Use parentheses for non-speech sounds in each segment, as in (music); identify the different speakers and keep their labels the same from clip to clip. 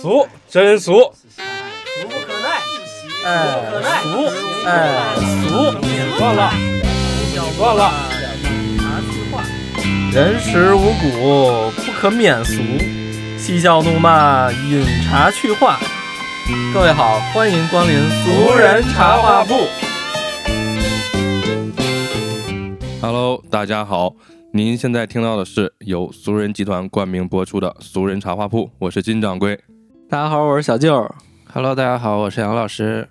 Speaker 1: 俗，真俗，
Speaker 2: 俗不可耐，
Speaker 3: 哎
Speaker 2: 可耐
Speaker 1: 俗，
Speaker 3: 哎，
Speaker 1: 俗，算了，算了，
Speaker 3: 人食五谷，不可免俗，嬉笑怒骂，饮茶去话。各位好，欢迎光临俗人茶话铺。
Speaker 4: Hello，大家好，您现在听到的是由俗人集团冠名播出的《俗人茶话铺》，我是金掌 (laughs) 柜。
Speaker 3: 大家好，我是小舅。
Speaker 5: Hello，大家好，我是杨老师。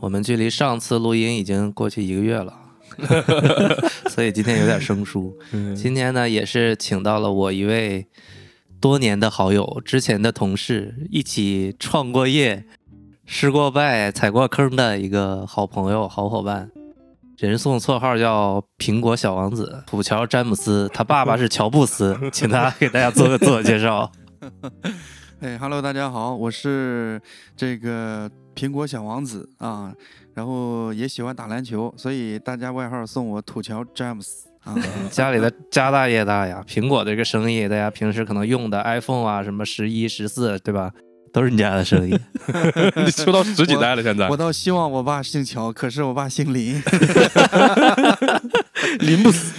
Speaker 5: 我们距离上次录音已经过去一个月
Speaker 3: (laughs)
Speaker 5: 了，所以今天有点生疏。
Speaker 3: 嗯
Speaker 5: 今天呢，也是请到了我一位多年的好友，之前的同事，一起创过业、失过败、踩过坑的一个好朋友、好伙伴。人送绰号叫“苹果小王子”，土乔詹姆斯，他爸爸是乔布
Speaker 3: (laughs)
Speaker 5: 斯，请他给大家做个自我介绍。
Speaker 6: 哎哈喽，大家好，我是这个苹果小王子啊，然后也喜欢打篮球，所以大家外号送我土乔詹姆斯啊。
Speaker 5: 家里的家大业大呀，苹果这个生意，大家平时可能用的 iPhone 啊，什么十一、十四，对吧？都是你家的生意。
Speaker 4: 你出到十几代了，现在
Speaker 6: 我倒希望我爸姓乔，可是我爸姓林。
Speaker 4: (laughs) 林不
Speaker 6: (laughs)
Speaker 4: 死，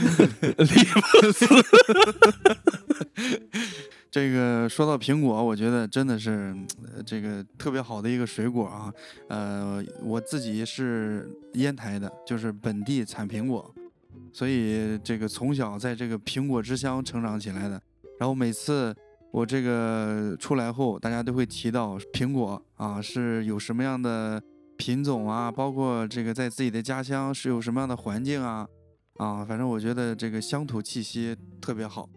Speaker 6: 这个说到苹果，我觉得真的是呃这个特别好的一个水果啊。呃，我自己是烟台的，就是本地产苹果，所以这个从小在这个苹果之乡成长起来的。然后每次我这个出来后，大家都会提到苹果啊是有什么样的品种啊，包括这个在自己的家乡是有什么样的环境啊啊，反正我觉得这个乡土气息特别好。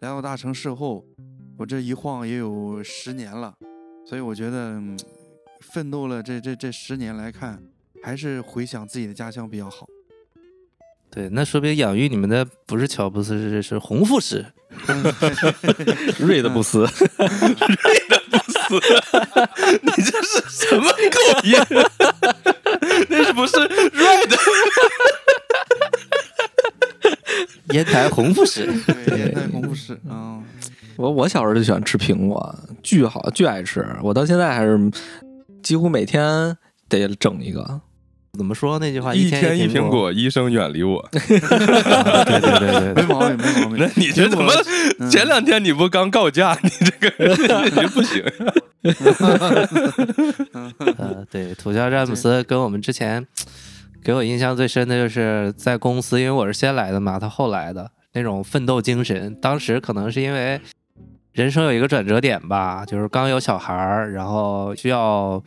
Speaker 6: 来到大城市后，我这一晃也有十年了，所以我觉得、嗯奋斗了这这这十年来看，还是回想自己的家乡比较好。
Speaker 5: (laughs)
Speaker 6: (laughs)
Speaker 5: 对，那说明养育你们的不是乔布斯，是是红富士。 (laughs)
Speaker 4: (laughs)
Speaker 3: 瑞德布 (laughs) 斯，
Speaker 5: 什么狗音？那是不是 Red？烟台红富 (laughs) 士，
Speaker 6: 对，烟台红富士啊，
Speaker 3: 我我小时候就喜欢吃苹果，巨好，巨爱吃。我到现在还是几乎每天得整一 (laughs) 个。
Speaker 5: 怎么说那句话？
Speaker 4: 一
Speaker 5: 天
Speaker 4: 天一
Speaker 5: 苹
Speaker 4: 苹。果，医生远离我。
Speaker 5: 啊 (laughs) 对对对对
Speaker 6: 没
Speaker 5: 对，
Speaker 6: 毛病，没毛病。
Speaker 4: 那你这
Speaker 6: 苹
Speaker 4: 怎
Speaker 6: 果
Speaker 4: 么？
Speaker 6: 嗯
Speaker 4: 前两天你不刚告假，你这个 (laughs) 人你不行。
Speaker 5: 呃，对，土桥詹姆斯跟我们之前给我印象最深的就是在公司，因为我是先来的嘛，他后来的那种奋斗精神。当时可能是因为人生有一个转折点吧，就是刚有小孩儿，然后需要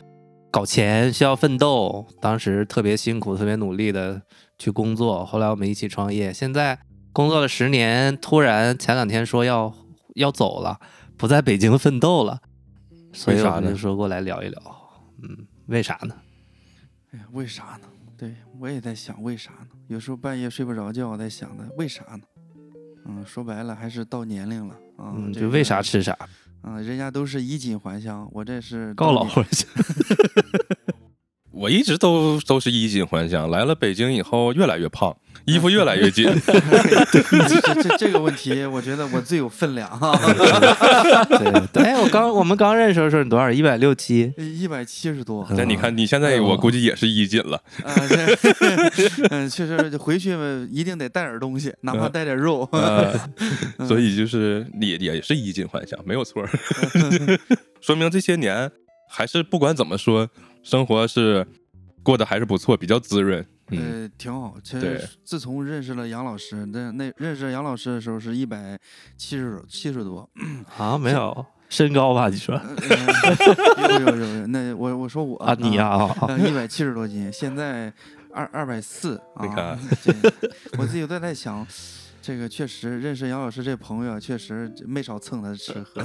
Speaker 5: 搞钱，需要奋斗，当时特别辛苦，特别努力的去工作。后来我们一起创业，现在工作了十年，突然前两天说要要走了，不在北京奋斗了，所以
Speaker 4: 为啥
Speaker 5: 我们
Speaker 4: 呢
Speaker 5: 就说过来聊一聊。嗯，为啥呢？
Speaker 6: 哎呀，为啥呢？对我也在想为啥呢？有时候半夜睡不着觉，我在想的为啥呢？嗯，说白了还是到年龄了啊。
Speaker 5: 嗯，
Speaker 6: 这
Speaker 5: 就为
Speaker 6: 个
Speaker 5: 啥吃啥，
Speaker 6: 啊？人家都是衣锦还乡，我这是
Speaker 5: 告
Speaker 6: 到
Speaker 5: 老
Speaker 6: 年
Speaker 5: 回去。
Speaker 4: 我一直都都是衣锦还乡，来了北京以后越来越胖，衣服越来越紧。
Speaker 6: (laughs) 这这这个问题，我觉得我最有分量哈，
Speaker 5: (laughs) 对对，哎，我刚我们刚认识的时候你多少？一百六七。
Speaker 6: 一百七十多。
Speaker 5: 嗯
Speaker 4: 那你看你现在，我估计也是衣锦了。
Speaker 6: 啊，这 (laughs) 嗯，确实回去一定得带点东
Speaker 5: 嗯
Speaker 6: 西，哪怕带点肉。
Speaker 4: 嗯 (laughs) 呃，所以就是也也是衣锦还乡，没有 (laughs) 错儿，说明这些年还是不管怎么说，生活是过得还是不错，比较滋润。嗯，
Speaker 6: 呃，挺好。其
Speaker 4: 对
Speaker 6: 实自从认识了杨老师，那那认识杨老师的时候是一百七十七十多，
Speaker 5: 啊，没有身高吧？你说
Speaker 6: (laughs) 呃呃有有有有。那我我说我
Speaker 5: 啊，你呀、啊，
Speaker 4: (laughs)
Speaker 5: 啊
Speaker 6: 一百七十多斤，现在二二百四啊！
Speaker 4: 你看
Speaker 6: 这，我自己都在想，这个确实认识杨老师这朋友，确实没少蹭他吃喝。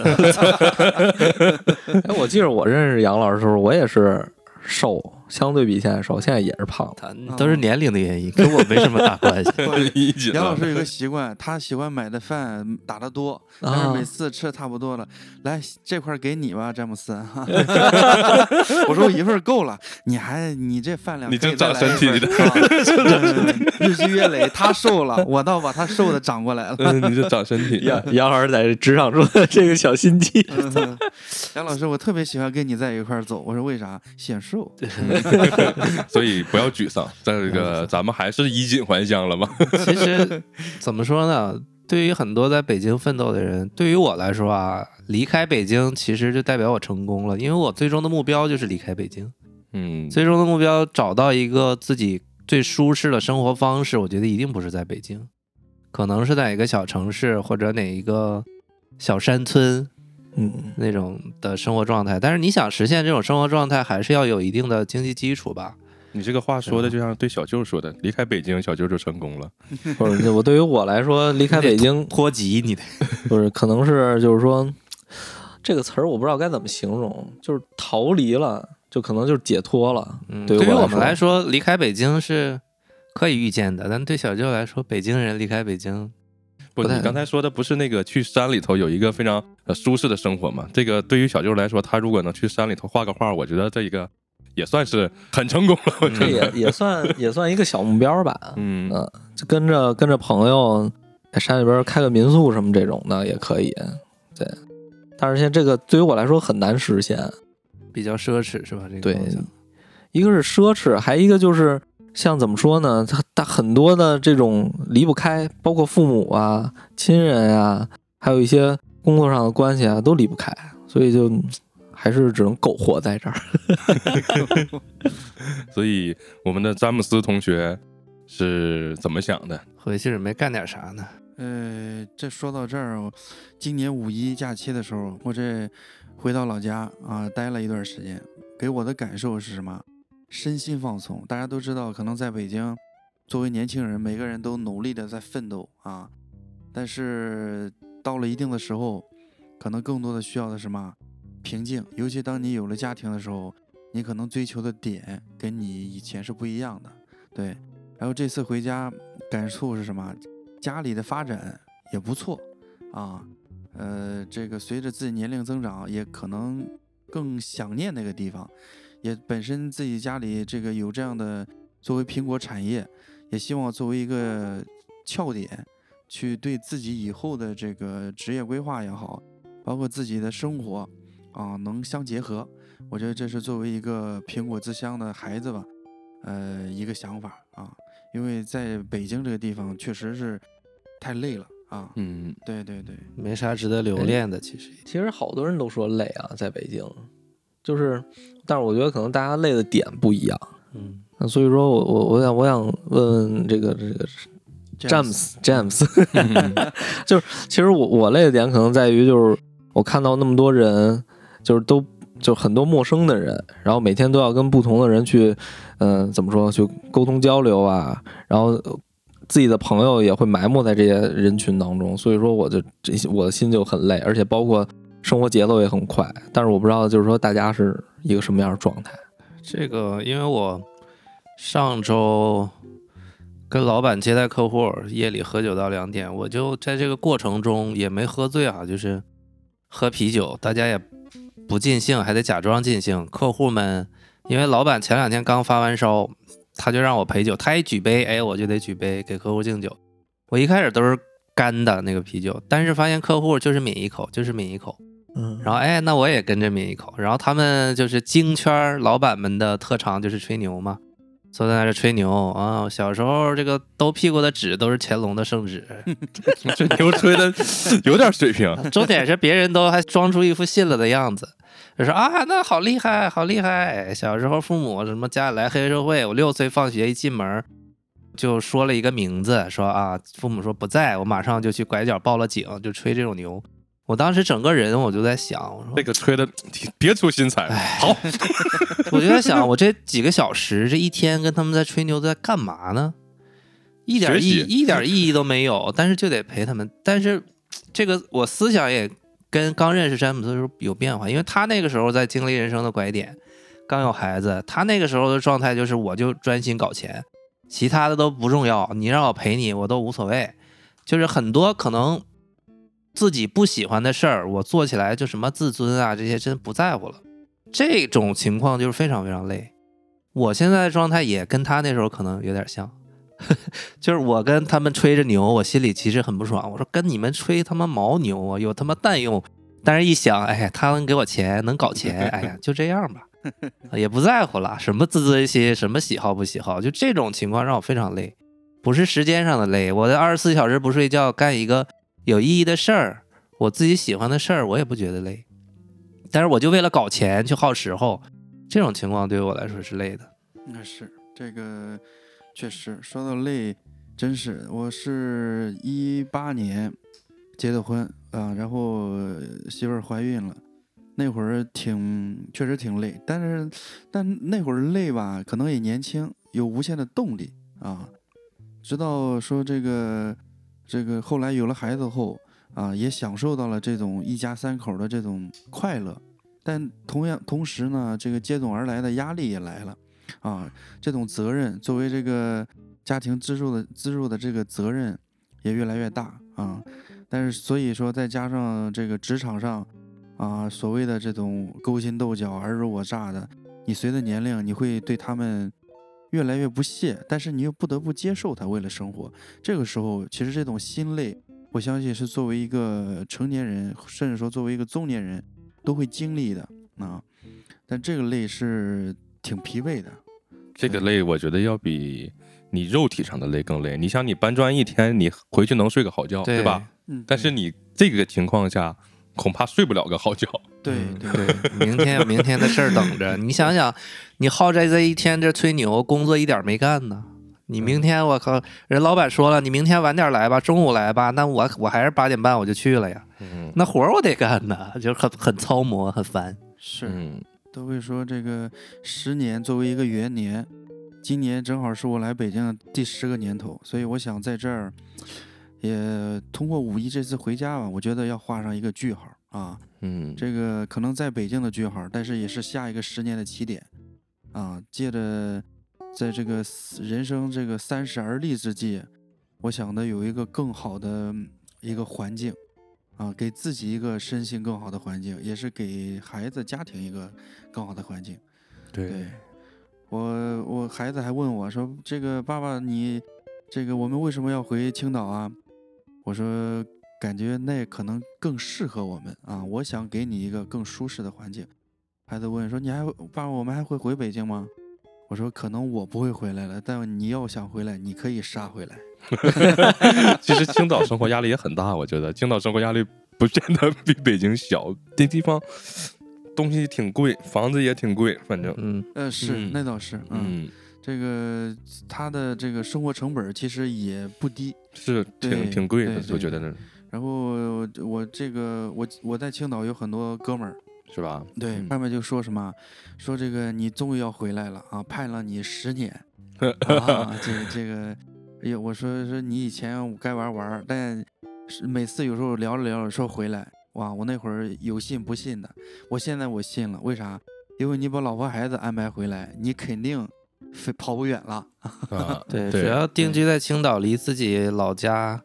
Speaker 3: 哎，我记得我认识杨老师的时候，我也是瘦，相对比现在瘦，现在也是胖的。
Speaker 5: 他嗯都是年龄的原因，跟我没什么大 (laughs) 关系。
Speaker 4: (laughs) 理解
Speaker 6: 杨
Speaker 4: 了
Speaker 6: 老师有个习惯，他喜欢买的饭打的多，但是
Speaker 3: 啊 (laughs)
Speaker 6: 每，次吃的差不多了，来这块儿给你吧，詹姆斯。我说我一份儿够了，你还你这饭量
Speaker 4: 你
Speaker 6: 可以
Speaker 4: 就
Speaker 6: 再
Speaker 4: 长
Speaker 6: 来
Speaker 4: 身
Speaker 6: 一
Speaker 4: 体
Speaker 6: 份
Speaker 4: 里
Speaker 6: 儿啊
Speaker 4: (laughs)
Speaker 6: 嗯日积月累，他瘦了，我倒把他瘦的长过来
Speaker 4: (laughs)
Speaker 6: 了。
Speaker 4: 嗯，你是长身体
Speaker 3: 杨杨老师在职场中的这个小心机，
Speaker 6: 嗯杨老师，我特别喜欢跟你在一块儿走，我说为啥？显瘦。
Speaker 4: 所以不要沮丧。这个咱们还是衣锦还乡了嘛。
Speaker 5: 其实怎么说呢？对于很多在北京奋斗的人，对于我来说啊，离开北京其实就代表我成功了，因为我最终的目标就是离开北京，
Speaker 4: 嗯，
Speaker 5: 最终的目标找到一个自己最舒适的生活方式，我觉得一定不是在北京，可能是在一个小城市或者哪一个小山村
Speaker 3: (laughs) 嗯，
Speaker 5: 那种的生活状态。但是你想实现这种生活状态，还是要有一定的经济基础吧。
Speaker 4: 你这个话说的就像对小舅说的，离开北京，小舅就成功了。
Speaker 3: 不是，我对于我来说，离开北京
Speaker 5: 脱籍你得
Speaker 3: 不是，可能是就是说，这个词儿我不知道该怎么形容，就是逃离了，就可能就是解脱了。
Speaker 5: 嗯，
Speaker 3: 对
Speaker 5: 对
Speaker 3: 于
Speaker 5: 于
Speaker 3: 我来
Speaker 5: 我们
Speaker 3: 说
Speaker 5: 来说，离开北京是可以预见的，但对小舅来说，北京人离开北 (laughs) 京，
Speaker 4: 不，
Speaker 5: 不太
Speaker 4: 你刚才说的不是那个去山里头有一个非常呃舒适的生活嘛？这个对于小舅来说，他如果能去山里头画个画，我觉得这一个也算是很成功了。我觉
Speaker 3: 这
Speaker 4: 得，
Speaker 5: 嗯
Speaker 3: 也也算也算一个小目标吧，
Speaker 4: 嗯，
Speaker 3: 嗯就跟着跟着朋友在山里边开个民宿什么这种的也可以，对。但是现在这个对于我来说很难实现，
Speaker 5: 比较奢侈是吧？这个
Speaker 3: 对
Speaker 5: 东西
Speaker 3: 一个是奢侈，还一个就是像怎么说呢？他他很多的这种离不开，包括父母啊、亲人啊，还有一些工作上的关系啊，都离不开，所以就嗯还是只能苟活在这儿。
Speaker 4: 所以我们的詹姆斯同学是怎么想的？
Speaker 5: 回去准备干点啥呢？
Speaker 6: 呃，这说到这儿，我今年五一假期的时候，我这回到老家啊、待了一段时间，给我的感受是什么？身心放松。大家都知道，可能在北京，作为年轻人，每个人都努力的在奋斗啊，但是到了一定的时候，可能更多的需要的是什么？平静。尤其当你有了家庭的时候，你可能追求的点跟你以前是不一样的，对。然后这次回家感触是什么？家里的发展也不错啊，呃，这个随着自己年龄增长，也可能更想念那个地方，也本身自己家里这个有这样的作为苹果产业，也希望作为一个窍点，去对自己以后的这个职业规划也好，包括自己的生活啊，能相结合。我觉得这是作为一个苹果之乡的孩子吧，呃，一个想法啊，因为在北京这个地方确实是太累了啊。
Speaker 4: 嗯，
Speaker 6: 对对对，
Speaker 5: 没啥值得留恋的，其实。
Speaker 3: 其实好多人都说累啊，在北京，就是，但是我觉得可能大家累的点不一样。
Speaker 5: 嗯，
Speaker 3: 那所以说我我我想我想问问这个这个詹姆斯詹姆斯，嗯 (laughs) 就是其实我我累的点可能在于就是我看到那么多人，就是都就很多陌生的人，然后每天都要跟不同的人去，嗯、怎么说去沟通交流啊，然后呃自己的朋友也会埋没在这些人群当中，所以说我就这些我的心就很累，而且包括生活节奏也很快，但是我不知道就是说大家是一个什么样的状态，
Speaker 5: 这个因为我上周跟老板接待客户，夜里喝酒到两点，我就在这个过程中也没喝醉啊，就是喝啤酒，大家也不尽兴，还得假装尽兴。客户们，因为老板前两天刚发完烧，他就让我陪酒，他一举杯，哎，我就得举杯给客户敬酒。我一开始都是干的那个啤酒，但是发现客户就是抿一口，就是抿一口。
Speaker 3: 嗯
Speaker 5: 然后哎，那我也跟着抿一口。然后他们就是京圈儿老板们的特长就是吹牛嘛，坐在那儿吹牛啊、小时候这个兜屁股的纸都是乾隆的圣旨，
Speaker 4: (laughs) 这牛吹的有点水平。啊
Speaker 5: 重点是别人都还装出一副信了的样子，就说啊，那好厉害，好厉害！小时候父母什么家里来黑社会，我六岁放学一进门儿就说了一个名字，说啊，父母说不在，我马上就去拐角报了警，就吹这种牛。我当时整个人我就在想，我说
Speaker 4: 这个吹的别出心裁，好，
Speaker 5: 我就在想，我这几个小时，这一天跟他们在吹牛，在干嘛呢？一点
Speaker 4: 学
Speaker 5: 意
Speaker 4: 习
Speaker 5: 一点意义都没有，但是就得陪他们。但是这个我思想也跟刚认识詹姆斯的时候有变化，因为他那个时候在经历人生的拐点，刚有孩子，他那个时候的状态就是我就专心搞钱，其他的都不重要，你让我陪你我都无所谓。就是很多可能自己不喜欢的事儿，我做起来就什么自尊啊这些真不在乎了。这种情况就是非常非常累。我现在的状态也跟他那时候可能有点像， (laughs) 就是我跟他们吹着牛，我心里其实很不爽。我说跟你们吹他妈牦牛啊，有他妈蛋用！但是一想，哎呀，他能给我钱，能搞钱，哎呀，就这样吧，也不在乎了，什么自尊心，什么喜好不喜好，就这种情况让我非常累，不是时间上的累，我的二十四小时不睡觉干一个有意义的事儿，我自己喜欢的事儿，我也不觉得累，但是我就为了搞钱去耗时候，这种情况对于我来说是累的。
Speaker 6: 那是这个，确实说到累，真是我是一八年结的婚啊、然后媳妇儿怀孕了，那会儿挺确实挺累，但是但那会儿累吧，可能也年轻，有无限的动力啊。直到说这个这个后来有了孩子后啊，也享受到了这种一家三口的这种快乐，但同样同时呢，这个接踵而来的压力也来了。啊，这种责任作为这个家庭支柱的支柱的这个责任也越来越大啊。但是所以说，再加上这个职场上啊，所谓的这种勾心斗角、尔虞我诈的，你随着年龄，你会对他们越来越不屑，但是你又不得不接受他为了生活。这个时候，其实这种心累，我相信是作为一个成年人，甚至说作为一个中年人，都会经历的啊。但这个累是挺疲惫的，
Speaker 4: 这个累，我觉得要比你肉体上的累更累。你想，你搬砖一天，你回去能睡个好觉，对吧？？
Speaker 6: 嗯，
Speaker 4: 但是你这个情况下，恐怕睡不了个好觉。
Speaker 6: 对
Speaker 5: 嗯
Speaker 6: 对
Speaker 5: 对，明天有明天的事儿等着。你想想，你耗在这一天这吹牛，工作一点儿没干呢。你明天我靠，人老板说了，你明天晚点儿来吧，中午来吧。那我我还是八点半我就去了呀。
Speaker 4: 嗯
Speaker 5: 那活儿我得干呢，就是很很操磨，很烦。
Speaker 6: 是，
Speaker 4: 嗯，
Speaker 6: 都会说这个十年作为一个元年，今年正好是我来北京的第十个年头，所以我想在这儿也通过五一这次回家吧，我觉得要画上一个句号啊。
Speaker 4: 嗯，
Speaker 6: 这个可能在北京的句号，但是也是下一个十年的起点啊。借着在这个四人生这个三十而立之际，我想的有一个更好的一个环境啊，给自己一个身心更好的环境，也是给孩子家庭一个更好的环境。对，我我孩子还问我说：“这个爸爸你，这个我们为什么要回青岛啊？”我说：“感觉那可能更适合我们啊，我想给你一个更舒适的环境。”孩子问说：“你还会爸爸，我们还会回北京吗？”我说：“可能我不会回来了，但你要想回来，你可以杀回来。
Speaker 4: 其实青岛生活压力也很大，我觉得青岛生活压力不见得比北京小，这地方东西挺贵，房子也挺贵，反正
Speaker 5: 嗯，”
Speaker 6: 呃，是，
Speaker 4: 嗯
Speaker 6: 那倒是，嗯，
Speaker 4: 嗯
Speaker 6: 这个他的这个生活成本其实也不低，
Speaker 4: 是
Speaker 6: 对
Speaker 4: 挺挺贵的
Speaker 6: 对，对
Speaker 4: 我觉得那
Speaker 6: 然后我我这个我我在青岛有很多哥们儿，
Speaker 4: 是吧？
Speaker 6: 对，
Speaker 4: 嗯
Speaker 6: 外面就说什么，说这个你终于要回来了啊，盼了你十年 (laughs)
Speaker 4: 嗯
Speaker 6: 啊，这个这个，哎呦，我说说你以前该玩玩儿，但是每次有时候聊着聊着说回来，哇，我那会儿有信不信的，我现在我信了，为啥？因为你把老婆孩子安排回来，你肯定飞跑不远了。
Speaker 4: (laughs) (laughs) 啊，
Speaker 5: 对，
Speaker 4: 对
Speaker 5: 只要定居在青岛，离自己老家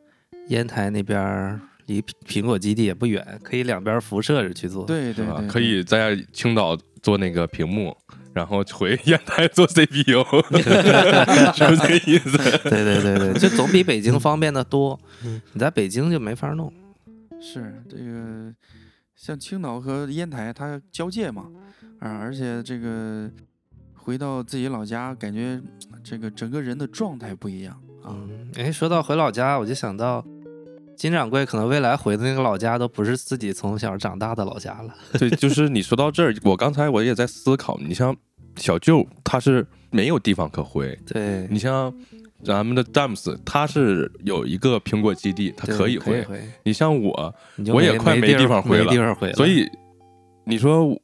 Speaker 5: 烟台那边儿，离苹果基地也不远，可以两边辐射着去做。
Speaker 6: 对对
Speaker 4: 是吧
Speaker 6: 对，
Speaker 4: 可以在青岛做那个屏幕，然后回烟台做 CPU，是不是这个意思？
Speaker 5: 对对对对，就总比北
Speaker 4: 嗯
Speaker 5: 京方便的多。你在北京就没法弄。
Speaker 6: 是这个，像青岛和烟台它交界嘛，啊，而且这个回到自己老家，感觉这个整个人的状态不一样啊。
Speaker 5: 嗯，哎，说到回老家，我就想到金掌柜可能未来回的那个老家都不是自己从小长大的老家了。
Speaker 4: (laughs) 对，就是你说到这儿，我刚才我也在思考，你像小舅他是没有地方可回，
Speaker 5: 对，
Speaker 4: 你像咱们的詹姆斯，他是有一个苹果基地，他
Speaker 5: 对
Speaker 4: 啊可以
Speaker 5: 可以
Speaker 4: 回。
Speaker 5: 回，
Speaker 4: 你像我，
Speaker 5: 你就
Speaker 4: 我也快
Speaker 5: 没
Speaker 4: 没
Speaker 5: 儿
Speaker 4: 地方回
Speaker 5: 没
Speaker 4: 了
Speaker 5: 地方回了。
Speaker 4: 所以你说我，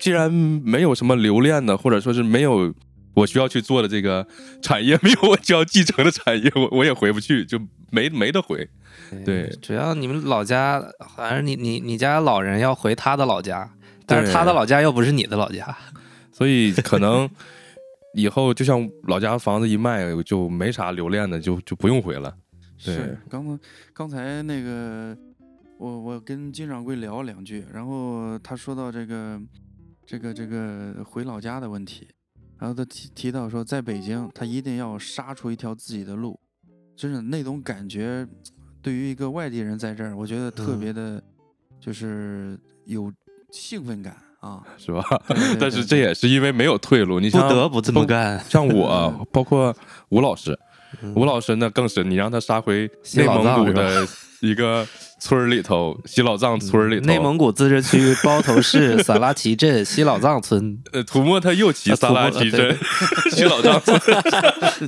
Speaker 4: 既然没有什么留恋的，或者说是没有我需要去做的这个产业，没有我需要继承的产业，我我也回不去，就没没得
Speaker 5: (laughs)
Speaker 4: 回。对
Speaker 5: 只要你们老家，反正你你你家老人要回他的老家，但是
Speaker 4: 对
Speaker 5: 他的老家又不是你的老家。
Speaker 4: 所以可能以后就像老家房子一卖，就没啥留恋的，就就不用回了。对
Speaker 6: 是，刚刚刚才那个，我我跟金掌柜聊两句，然后他说到这个这个这个回老家的问题，然后他提提到说，在北京他一定要杀出一条自己的路，真是那种感觉，对于一个外地人在这儿，我觉得特
Speaker 5: 嗯
Speaker 6: 别的，就是有兴奋感啊。
Speaker 4: (laughs) 是吧？
Speaker 6: 对对
Speaker 4: 但是
Speaker 6: 对
Speaker 4: 这也是因为没有退路，你
Speaker 5: 不
Speaker 4: 像
Speaker 5: 得不这么干。 (laughs)
Speaker 4: 像我，包括吴老师，吴老师那更是，你让他杀回
Speaker 5: 嗯西
Speaker 4: 内
Speaker 5: 老
Speaker 4: 蒙
Speaker 5: 藏
Speaker 4: 古的一个村儿里
Speaker 5: (laughs)
Speaker 4: 头，西老藏村儿里头，
Speaker 5: 嗯内蒙古自治
Speaker 4: (laughs)
Speaker 5: 区包头市撒拉旗镇西老藏村，
Speaker 4: 呃吐沫他又骑
Speaker 5: 啊
Speaker 4: 撒拉
Speaker 5: 吐沫
Speaker 4: 提
Speaker 5: 对
Speaker 4: 镇，西老藏
Speaker 5: (laughs)
Speaker 4: 村，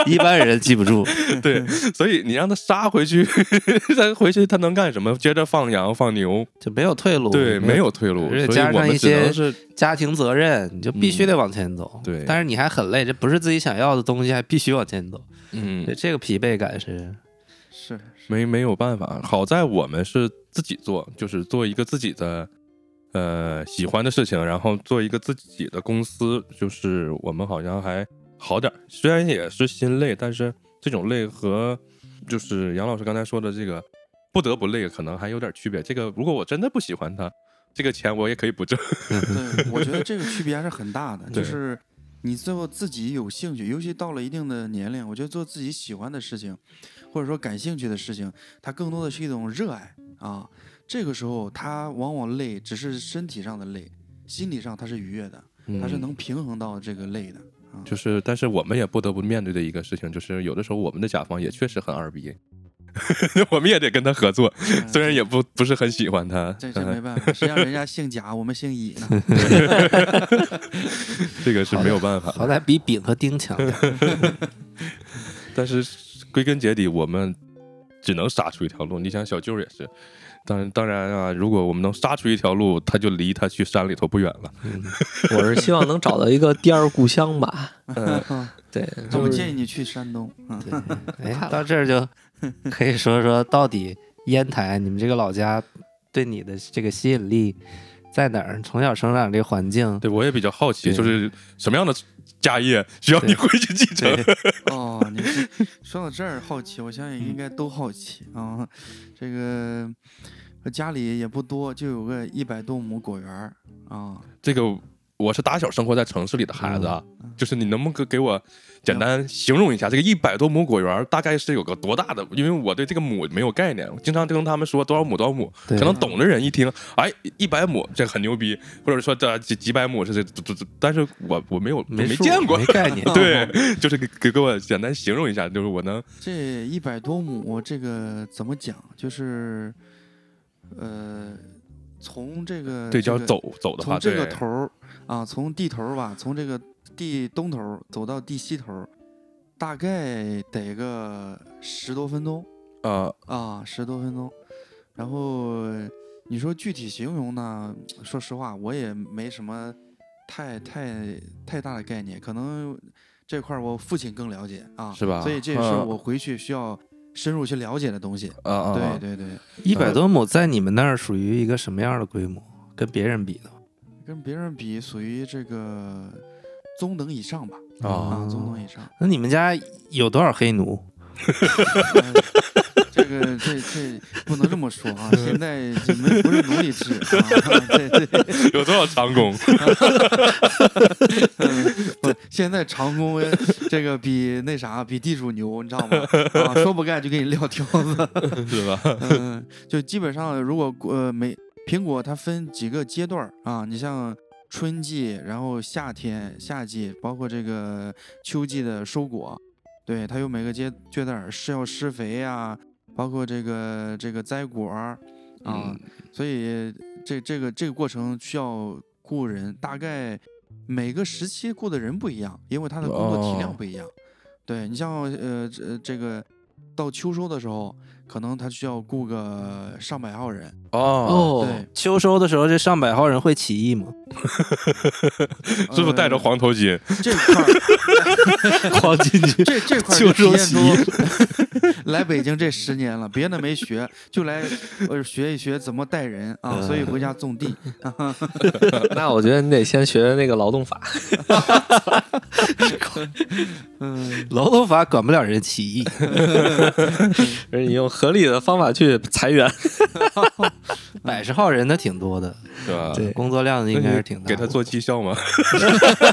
Speaker 5: 一般人记不住。
Speaker 4: 对，所以你让他杀回去， (laughs) 他回去他能干什么？接着放羊放牛，
Speaker 5: 就没有退路，
Speaker 4: 对，没有退路，
Speaker 5: 嗯而且
Speaker 4: 所以
Speaker 5: 加
Speaker 4: 我
Speaker 5: 上
Speaker 4: 们
Speaker 5: 一
Speaker 4: 只能
Speaker 5: 些
Speaker 4: 是嗯
Speaker 5: 家庭责任，你就必须得往前走。
Speaker 4: 对
Speaker 5: 但是你还很累，这不是自己想要的东西，还必须往前走。
Speaker 4: 嗯
Speaker 5: 对，，这个疲惫感是，
Speaker 6: 是
Speaker 4: 没没有办法。好在我们是自己做，就是做一个自己的呃喜欢的事情，然后做一个自己的公司，就是我们好像还好点儿，虽然也是心累，但是这种累和就是杨老师刚才说的这个不得不累，可能还有点区别。这个如果我真的不喜欢他，这个钱我也可以不挣。 (laughs)
Speaker 6: 对，我觉得这个区别还是很大的，
Speaker 4: 对
Speaker 6: 就是你最后自己有兴趣，尤其到了一定的年龄，我觉得做自己喜欢的事情，或者说感兴趣的事情，它更多的是一种热爱啊。这个时候，它往往累，只是身体上的累，心理上它是愉悦的，它是能平衡到这个累的。啊
Speaker 4: 嗯 (laughs) 就是，但是我们也不得不面对的一个事情，就是有的时候我们的甲方也确实很二逼， (laughs) 我们也得跟他合作，
Speaker 6: 哎
Speaker 4: (laughs) 虽然也不不是很喜欢他，
Speaker 6: 这这
Speaker 4: 嗯
Speaker 6: 没办法，谁让人家姓贾，我们姓乙呢？
Speaker 4: (laughs) 这个是没有办法
Speaker 5: 好
Speaker 4: 的。
Speaker 5: 歹比丙和丁强。
Speaker 4: (laughs) 但是归根结底，我们只能杀出一条路。你想，小舅也是，当然当然啊，如果我们能杀出一条路，他就离他去山里头不远了。
Speaker 3: 我是希望能找到一个第二故乡吧。对，
Speaker 6: 我
Speaker 3: 就是
Speaker 6: 建议你去山东。嗯，
Speaker 5: 哎，到这儿就可以说说到底烟台，你们这个老家对你的这个吸引力在哪儿？从小生长这个环境，
Speaker 4: 对我也比较好奇，
Speaker 5: 对
Speaker 4: 就是什么样的家业需要你回去继承？ (laughs)
Speaker 6: (laughs) 哦，你这说到这儿好奇，我相
Speaker 4: 嗯
Speaker 6: 信应该都好奇啊、这个我家里也不多，就有个一百多亩果园儿啊、
Speaker 4: 这个我是打小生活在城市里的孩子啊，
Speaker 5: 嗯
Speaker 4: 就是你能不能给给我简单形容一下这个一百多亩果园大概是有个多大的？因为我对这个亩没有概念，我经常跟他们说多少亩多少亩，
Speaker 5: 对
Speaker 4: 可能懂的人一听，哎，一百亩这很牛逼，或者说这几几百亩是这这这，但是我我没有
Speaker 5: 没
Speaker 4: 没
Speaker 5: 数
Speaker 4: 见过。
Speaker 5: 没。概念
Speaker 4: (laughs)
Speaker 5: (laughs)
Speaker 4: 对，就是给给给我简单形容一下，就是我
Speaker 6: 嗯
Speaker 4: 能
Speaker 6: 这一百多亩，这个怎么讲？就是呃，从这个
Speaker 4: 对
Speaker 6: 这
Speaker 4: 叫
Speaker 6: 个
Speaker 4: 走走的话，
Speaker 6: 从这个
Speaker 4: 对
Speaker 6: 头儿啊，从地头儿吧，从这个地东头儿走到地西头儿，大概得个十多分钟。
Speaker 4: 呃，
Speaker 6: 啊，十多分钟。然后你说具体形容呢？说实话，我也没什么太太太大的概念，可能这块儿我父亲更了解啊，
Speaker 4: 是吧
Speaker 6: 所以这也是
Speaker 4: 嗯
Speaker 6: 我回去需要深入去了解的东西。
Speaker 3: 哦
Speaker 4: 啊啊，
Speaker 6: 对
Speaker 4: 啊
Speaker 6: 对对，
Speaker 5: 一百多亩在你们那儿属于一个什么样的规模？跟别人比的话
Speaker 6: 跟别人比属于这个中等以上吧，
Speaker 4: 啊
Speaker 6: 啊，中等
Speaker 4: (laughs)
Speaker 6: 以上。
Speaker 5: 那你们家有多少黑奴？
Speaker 6: 呃这个这这不能这么说
Speaker 4: (laughs)
Speaker 6: 啊，现在这没不是奴隶制啊， (laughs) 对对。
Speaker 4: 有多少长
Speaker 6: (laughs)
Speaker 4: 工？
Speaker 6: 嗯， (laughs) 不，现在长工这个比那啥比地主牛，你知道吗？啊，说不干就给你撂挑子。
Speaker 4: 是吧？
Speaker 6: 嗯，就基本上如果呃每苹果它分几个阶段儿啊，你像春季，然后夏天、夏季，包括这个秋季的收果，对，它有每个阶阶段儿是要施肥啊，包括这个这个摘果儿啊，所以这这个这个过程需要雇人，大概每个时期雇的人不一样，因为他的工作体量
Speaker 4: 哦
Speaker 6: 不一样。对你像呃这这个到秋收的时候，可能他需要雇个上百号人。
Speaker 4: 哦，
Speaker 3: 哦，
Speaker 6: 对，
Speaker 5: 秋收的时候，这上百号人会起义吗？
Speaker 4: (laughs) 师傅戴着
Speaker 6: 呃
Speaker 4: 黄头巾，
Speaker 6: 这块儿
Speaker 5: 狂进去，
Speaker 6: (laughs) 这这块儿
Speaker 4: (laughs)
Speaker 5: 秋
Speaker 6: 就体
Speaker 5: 收
Speaker 6: 验
Speaker 5: 起
Speaker 6: 出
Speaker 5: 义，
Speaker 6: 来北京这十年了，别的没学，就来呃学一学怎么待人啊，所以回
Speaker 4: 嗯
Speaker 6: 家种
Speaker 4: (laughs)
Speaker 6: 地。
Speaker 3: (laughs) 那我觉得你得先学那个劳动法，
Speaker 6: 嗯
Speaker 5: 劳动法管不了人
Speaker 4: (laughs)
Speaker 5: 起义，
Speaker 3: 而你用合理的方法去裁员。
Speaker 5: 百十号人的挺多的，
Speaker 4: 是吧？
Speaker 3: (laughs) 对
Speaker 5: 工作量应该是挺大
Speaker 4: 给他
Speaker 5: 的。
Speaker 4: 做绩效吗？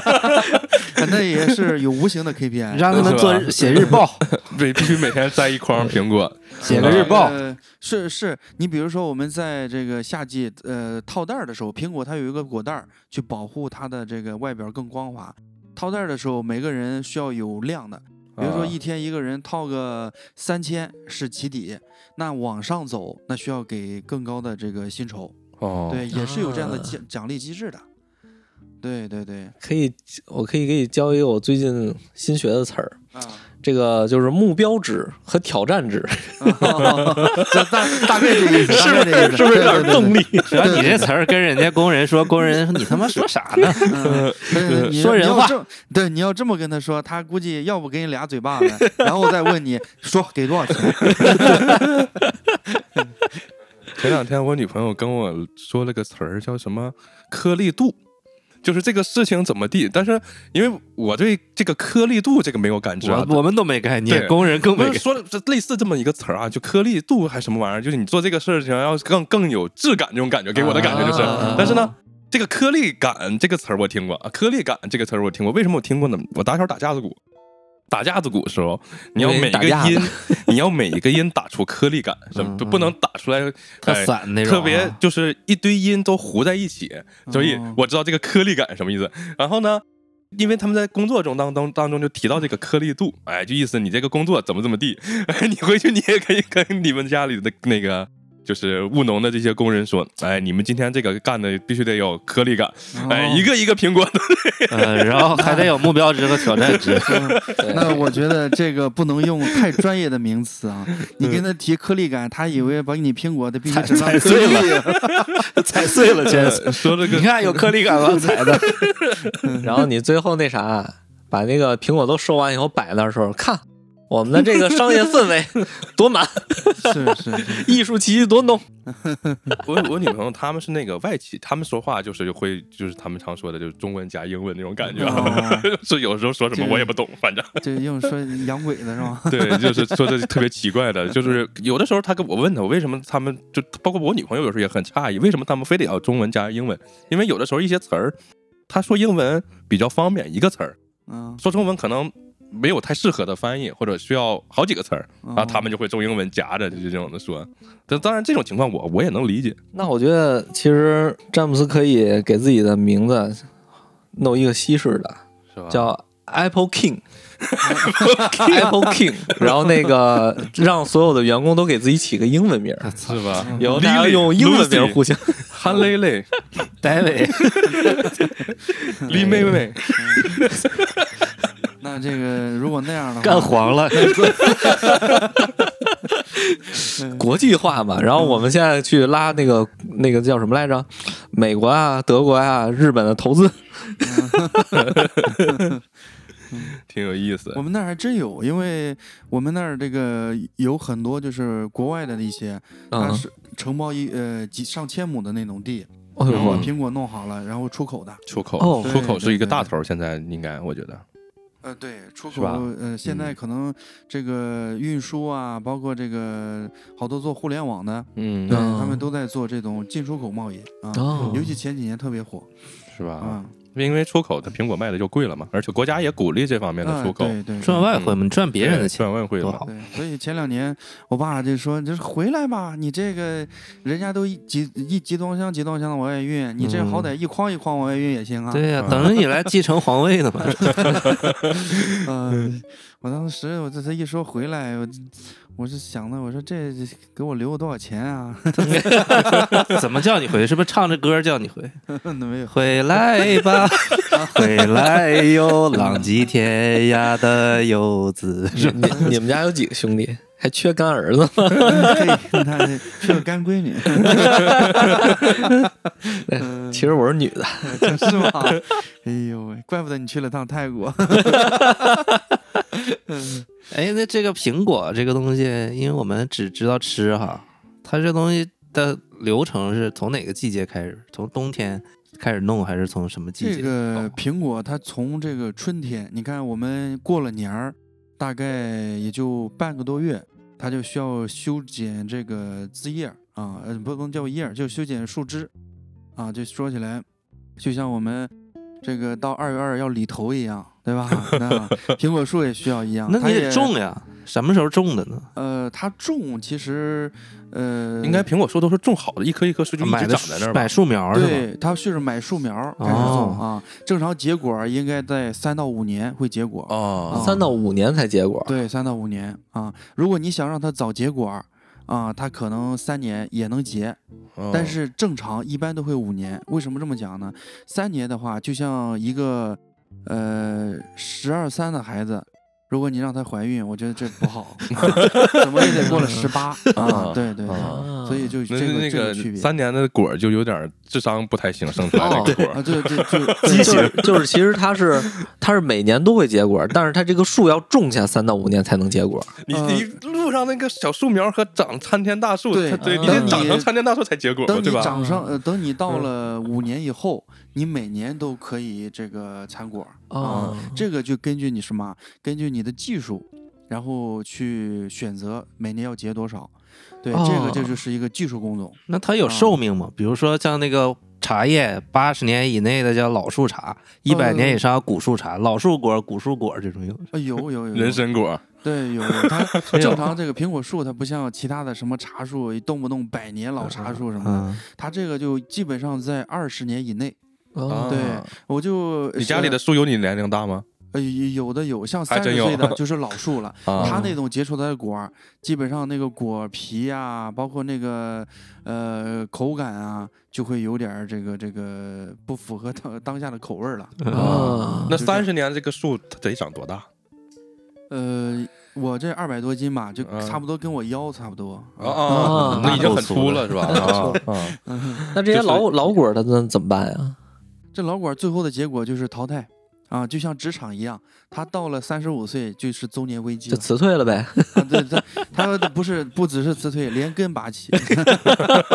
Speaker 4: (laughs)
Speaker 6: 那也是有无形的 KPI。
Speaker 5: 让他们
Speaker 4: 是
Speaker 5: 做
Speaker 4: 吧
Speaker 5: 写日
Speaker 4: (laughs)
Speaker 5: 报，
Speaker 4: 对，必须每天摘一
Speaker 5: (laughs)
Speaker 4: 筐苹果。
Speaker 5: 写
Speaker 3: 嗯
Speaker 5: 个日报，
Speaker 6: 呃是是，你比如说我们在这个夏季呃套袋儿的时候，苹果它有一个果袋儿去保护它的这个外表更光滑。套袋儿的时候，每个人需要有量的，比如说
Speaker 4: 啊
Speaker 6: 一天一个人套个三千是起底，那往上走那需要给更高的这个薪酬，
Speaker 4: 哦，
Speaker 6: 对，也是有这样的
Speaker 3: 啊
Speaker 6: 奖奖励机制的。对对对，
Speaker 3: 可以，我可以给你教一个我最近新学的词儿， (laughs)
Speaker 6: 啊，
Speaker 3: 这个就是目标值和挑战值，
Speaker 6: 这大大概这个意思，大概这个意思，
Speaker 3: 是不是有
Speaker 6: 对
Speaker 3: 点 (laughs) 动？
Speaker 6: (laughs)
Speaker 3: 力？
Speaker 5: 主要你这词儿跟人家工人说，工人说你他妈说啥
Speaker 4: (laughs)
Speaker 5: 呢？
Speaker 6: 对对对嗯对 (laughs) 对，你
Speaker 5: 说人
Speaker 6: 你要
Speaker 5: 话
Speaker 6: 这么，对，你要这么跟他说，他估计要不给你俩嘴巴子，然后再问你说给多少钱，
Speaker 4: 前两天我女朋友跟我说了个词儿，叫什么“颗粒度”，就是这个事情怎么地。但是因为我对这个颗粒度这个没有感知啊，
Speaker 5: 我我们都没概念，
Speaker 4: 对
Speaker 5: 工人更
Speaker 4: 不
Speaker 5: 没
Speaker 4: 是
Speaker 5: 概念。
Speaker 4: 说了这类似这么一个词儿啊，就颗粒度还是什么玩意儿，就是你做这个事情要更更有质感，这种感觉给我的感觉就是。
Speaker 5: 啊
Speaker 4: 但是呢，这个颗粒感这个词儿我听过啊，颗粒感这个词儿我听过。为什么我听过呢？我打小打架子鼓，打架子鼓的时候，你要
Speaker 3: 因为
Speaker 4: 每一
Speaker 3: 打
Speaker 4: 个
Speaker 3: 架的
Speaker 4: 音，你要每一个音打出颗粒感，什么
Speaker 5: 嗯
Speaker 4: 不不能打出来
Speaker 5: 特
Speaker 4: 哎
Speaker 5: 散那种啊，
Speaker 4: 特别就是一堆音都糊在一起，所以
Speaker 6: 哦
Speaker 4: 我知道这个颗粒感是什么意思。然后呢，因为他们在工作中当当当中就提到这个颗粒度，哎，就意思你这个工作怎么怎么地， (laughs) 哎，你回去你也可以跟你们家里的那个。就是务农的这些工人说：“哎，你们今天这个干的必须得有颗粒感， (laughs) 哎，
Speaker 6: 哦
Speaker 4: 一个一个苹果的，
Speaker 5: 呃，然后还得有目标值和挑战
Speaker 4: (laughs)
Speaker 5: 值。
Speaker 3: 对
Speaker 6: 嗯那我觉得这个不能用太专业的名词啊，你跟他提颗粒感，他以为把你苹果的必须整上颗粒，
Speaker 5: 踩
Speaker 4: (laughs)
Speaker 5: 碎了，真是。
Speaker 4: 说了
Speaker 5: 你
Speaker 4: 个
Speaker 5: 看有颗粒感吗？踩的，
Speaker 3: 然后你最后那啥，把那个苹果都收完以后摆那儿的时候，看我们的这个商业氛围 (laughs) 多满，
Speaker 6: 是是是，
Speaker 4: (laughs)
Speaker 3: 艺术气息多浓。
Speaker 4: 我我女朋友他们是那个外企，他们说话就是会就是他们常说的就是中文加英文那种感觉，
Speaker 6: 哦
Speaker 4: (laughs) 是有时候说什么我也不懂，反正。”
Speaker 6: 这用说洋鬼子是吧？ (laughs)
Speaker 4: 对，就是说的特别奇怪的，就是有的时候他跟我问他，我为什么他们就包括我女朋友有时候也很诧异，为什么他们非得要中文加英文？因为有的时候一些词儿，他说英文比较方便，一个词儿
Speaker 6: 嗯
Speaker 4: 说中文可能没有太适合的翻译，或者需要好几个词儿，
Speaker 6: 嗯
Speaker 4: 然后啊他们就会中英文夹着，就是这种的说。但当然这种情况我我也能理解，
Speaker 3: 那我觉得其实詹姆斯可以给自己的名字弄一个西式的，
Speaker 4: 是吧？
Speaker 3: 叫 Apple King。Apple King，然后那个让所有的员工都给自己起个英文名儿，
Speaker 4: 是吧？
Speaker 3: 以后大家用英文名儿互相
Speaker 4: 韩磊磊、(laughs)
Speaker 5: 戴维，
Speaker 4: 李妹妹，
Speaker 6: 那这个如果那样的话，
Speaker 5: 干黄了，
Speaker 3: 国际化嘛。然后我们现在去拉那个那个叫什么来着？美国啊、德国啊、日本的投资，
Speaker 4: 挺有意思
Speaker 6: 我。们那儿还真有，因为我们那儿这个有很多就是国外的一些，它
Speaker 3: 嗯，
Speaker 6: 是承包一呃几上千亩的那种地，
Speaker 3: 哎
Speaker 6: 然后
Speaker 4: 嗯
Speaker 6: 把
Speaker 3: 呦，
Speaker 6: 苹果弄好了，然后出口的。
Speaker 4: 出口，
Speaker 3: 哦
Speaker 4: 出口是一个
Speaker 6: 对对对
Speaker 4: 大头儿，现在应该我觉得，
Speaker 6: 呃，对，出
Speaker 4: 是
Speaker 6: 口
Speaker 4: 吧
Speaker 6: 呃，现在
Speaker 4: 嗯
Speaker 6: 可能这个运输啊，包括这个好多做互联网的，
Speaker 4: 嗯
Speaker 6: 对，
Speaker 3: 嗯
Speaker 6: 他们都在做这种进出口贸易啊，
Speaker 3: 哦
Speaker 6: 尤其前几年特别火
Speaker 4: 是吧？
Speaker 6: 啊，
Speaker 4: 因为出口的苹果卖的就贵了嘛，而且国家也鼓励这方面的
Speaker 6: 啊
Speaker 4: 出口，
Speaker 6: 嗯对对
Speaker 5: 赚
Speaker 6: 对。
Speaker 5: 外汇嘛，赚别人的钱
Speaker 4: 赚外汇
Speaker 5: 多
Speaker 4: 嘛。
Speaker 5: 好。
Speaker 6: 对，所以前两年我爸就说：“你这回来吧，你这个人家都一集一集装箱集装箱的往外运，你这好
Speaker 4: 嗯
Speaker 6: 歹一筐一筐往外运也行啊。”
Speaker 5: 对呀，等着你来继承皇位
Speaker 4: (laughs)
Speaker 5: 呢嘛。
Speaker 6: 嗯，我当时我这他一说回来，我我是想的，我说这给我留了多少钱啊？ (laughs)
Speaker 5: 怎么叫你回？是不是唱着歌叫你回？
Speaker 6: 没有，
Speaker 5: 回来 (laughs) 吧，回来哟，浪迹天涯的游子。
Speaker 3: 你你你们家有几个兄弟？还缺干儿子吗？ (laughs)
Speaker 6: (laughs) 嘿，他这是个干闺女，
Speaker 3: 其实我是女的，
Speaker 6: 是吗？ (laughs) 哎呦喂，怪不得你去了趟泰国。
Speaker 5: 哎，那这个苹果这个东西，因为我们只知道吃哈，它这东西的流程是从哪个季节开始？从冬天开始弄，还是从什么季节？
Speaker 6: 这个
Speaker 5: 哦
Speaker 6: 苹果它从这个春天，你看我们过了年儿，大概也就半个多月，它就需要修剪这个枝叶儿啊，呃，不能叫叶儿，就修剪树枝啊。就说起来，就像我们这个到二月二要理头一样，
Speaker 5: (laughs)
Speaker 6: 对吧？那苹果树也需要一样，
Speaker 5: 那
Speaker 6: 它
Speaker 5: 你
Speaker 6: 也
Speaker 5: 得种。啊呀，什么时候种的呢？
Speaker 6: 呃，它种其实，呃，
Speaker 4: 应该苹果树都是种好的，一棵一棵树就一
Speaker 5: 买
Speaker 4: 直
Speaker 5: 的
Speaker 4: 长在那儿吧
Speaker 5: 买。树苗是吧？哦
Speaker 6: 对，它是买树苗儿开始种、啊，正常结果儿应该在三到五年会结果。
Speaker 4: 哦，
Speaker 3: 三到五年才结果。
Speaker 6: 对，三到五年啊。如果你想让它早结果儿啊，它可能三年也能结，
Speaker 4: 哦
Speaker 6: 但是正常一般都会五年。为什么这么讲呢？三年的话，就像一个呃十二三的孩子。如果你让她怀孕，我觉得这
Speaker 4: (laughs)
Speaker 6: 不好，怎么也得过了十八啊！对对，
Speaker 3: 啊
Speaker 6: 对所以就
Speaker 4: 嗯那
Speaker 6: 这个
Speaker 4: 那
Speaker 6: 这个区
Speaker 4: 个
Speaker 6: 别
Speaker 4: 三年的果儿就有点智商不太行，生出来那个果
Speaker 6: 啊，
Speaker 4: 儿
Speaker 6: 对对
Speaker 4: (laughs)
Speaker 6: 对，
Speaker 3: 就
Speaker 6: 对
Speaker 3: 是就是，其实它是它是每年都会结果，但是它这个树要种下三到五年才能结果。
Speaker 4: 你
Speaker 6: 嗯
Speaker 4: 你路上那个小树苗和长参天大树，
Speaker 6: 对
Speaker 4: 它对，
Speaker 3: 啊
Speaker 4: 你得
Speaker 3: 等
Speaker 4: 长
Speaker 6: 你
Speaker 4: 成参天大树才结果嘛，
Speaker 6: 等你
Speaker 4: 对吧？嗯
Speaker 6: 长上，呃，等你到了五年以后，你每年都可以这个产果儿啊、
Speaker 3: 哦
Speaker 6: 这个就根据你什么，根据你的技术，然后去选择每年要结多少。对，这个这
Speaker 3: 哦
Speaker 6: 就是一个技术工种。
Speaker 5: 那它
Speaker 6: 嗯
Speaker 5: 有寿命吗？比如说像那个茶叶，八十年以内的叫老树茶，一百
Speaker 6: 嗯
Speaker 5: 年以上古树茶，老树果、古树果这种有。
Speaker 6: 啊，有有有有
Speaker 4: 人参果儿，
Speaker 6: 对有有，它正常这个苹果树它不像其他的什么茶树，动不动百年老茶树什么的，
Speaker 5: 嗯，
Speaker 6: 它这个就基本上在二十年以内。嗯
Speaker 3: 哦
Speaker 6: 对
Speaker 4: 啊，
Speaker 6: 我就
Speaker 4: 你家里的树有你年龄大吗？
Speaker 6: 呃有有的有，像
Speaker 4: 还
Speaker 6: 三
Speaker 4: 真
Speaker 6: 十
Speaker 4: 有 (laughs)
Speaker 6: 岁的就是老树了。它
Speaker 4: 啊，
Speaker 6: 那种结出来的果儿，基本上那个果皮呀、包括那个呃口感啊，就会有点儿这个这个不符合当 (laughs) 当下的口味
Speaker 5: (laughs)
Speaker 6: 儿了。
Speaker 3: 啊
Speaker 4: 嗯那
Speaker 6: 就这
Speaker 4: 三十年这个树它得长多大？
Speaker 6: 呃，我这二百多斤吧，就差不多跟我腰差不多。
Speaker 4: 啊嗯啊
Speaker 3: 啊，
Speaker 4: 那已经很粗了是
Speaker 6: (laughs)
Speaker 4: 吧？
Speaker 3: 哦
Speaker 4: 啊啊，
Speaker 3: 那这些老老果它那怎么办呀？
Speaker 6: 这老果儿最后的结果就是淘汰啊，就像职场一样，他到了三十五岁就是中年危机
Speaker 3: 就
Speaker 6: 了。
Speaker 3: 辞退了呗。
Speaker 6: 啊、对对，他不是不只是辞退，连根拔起。 (laughs)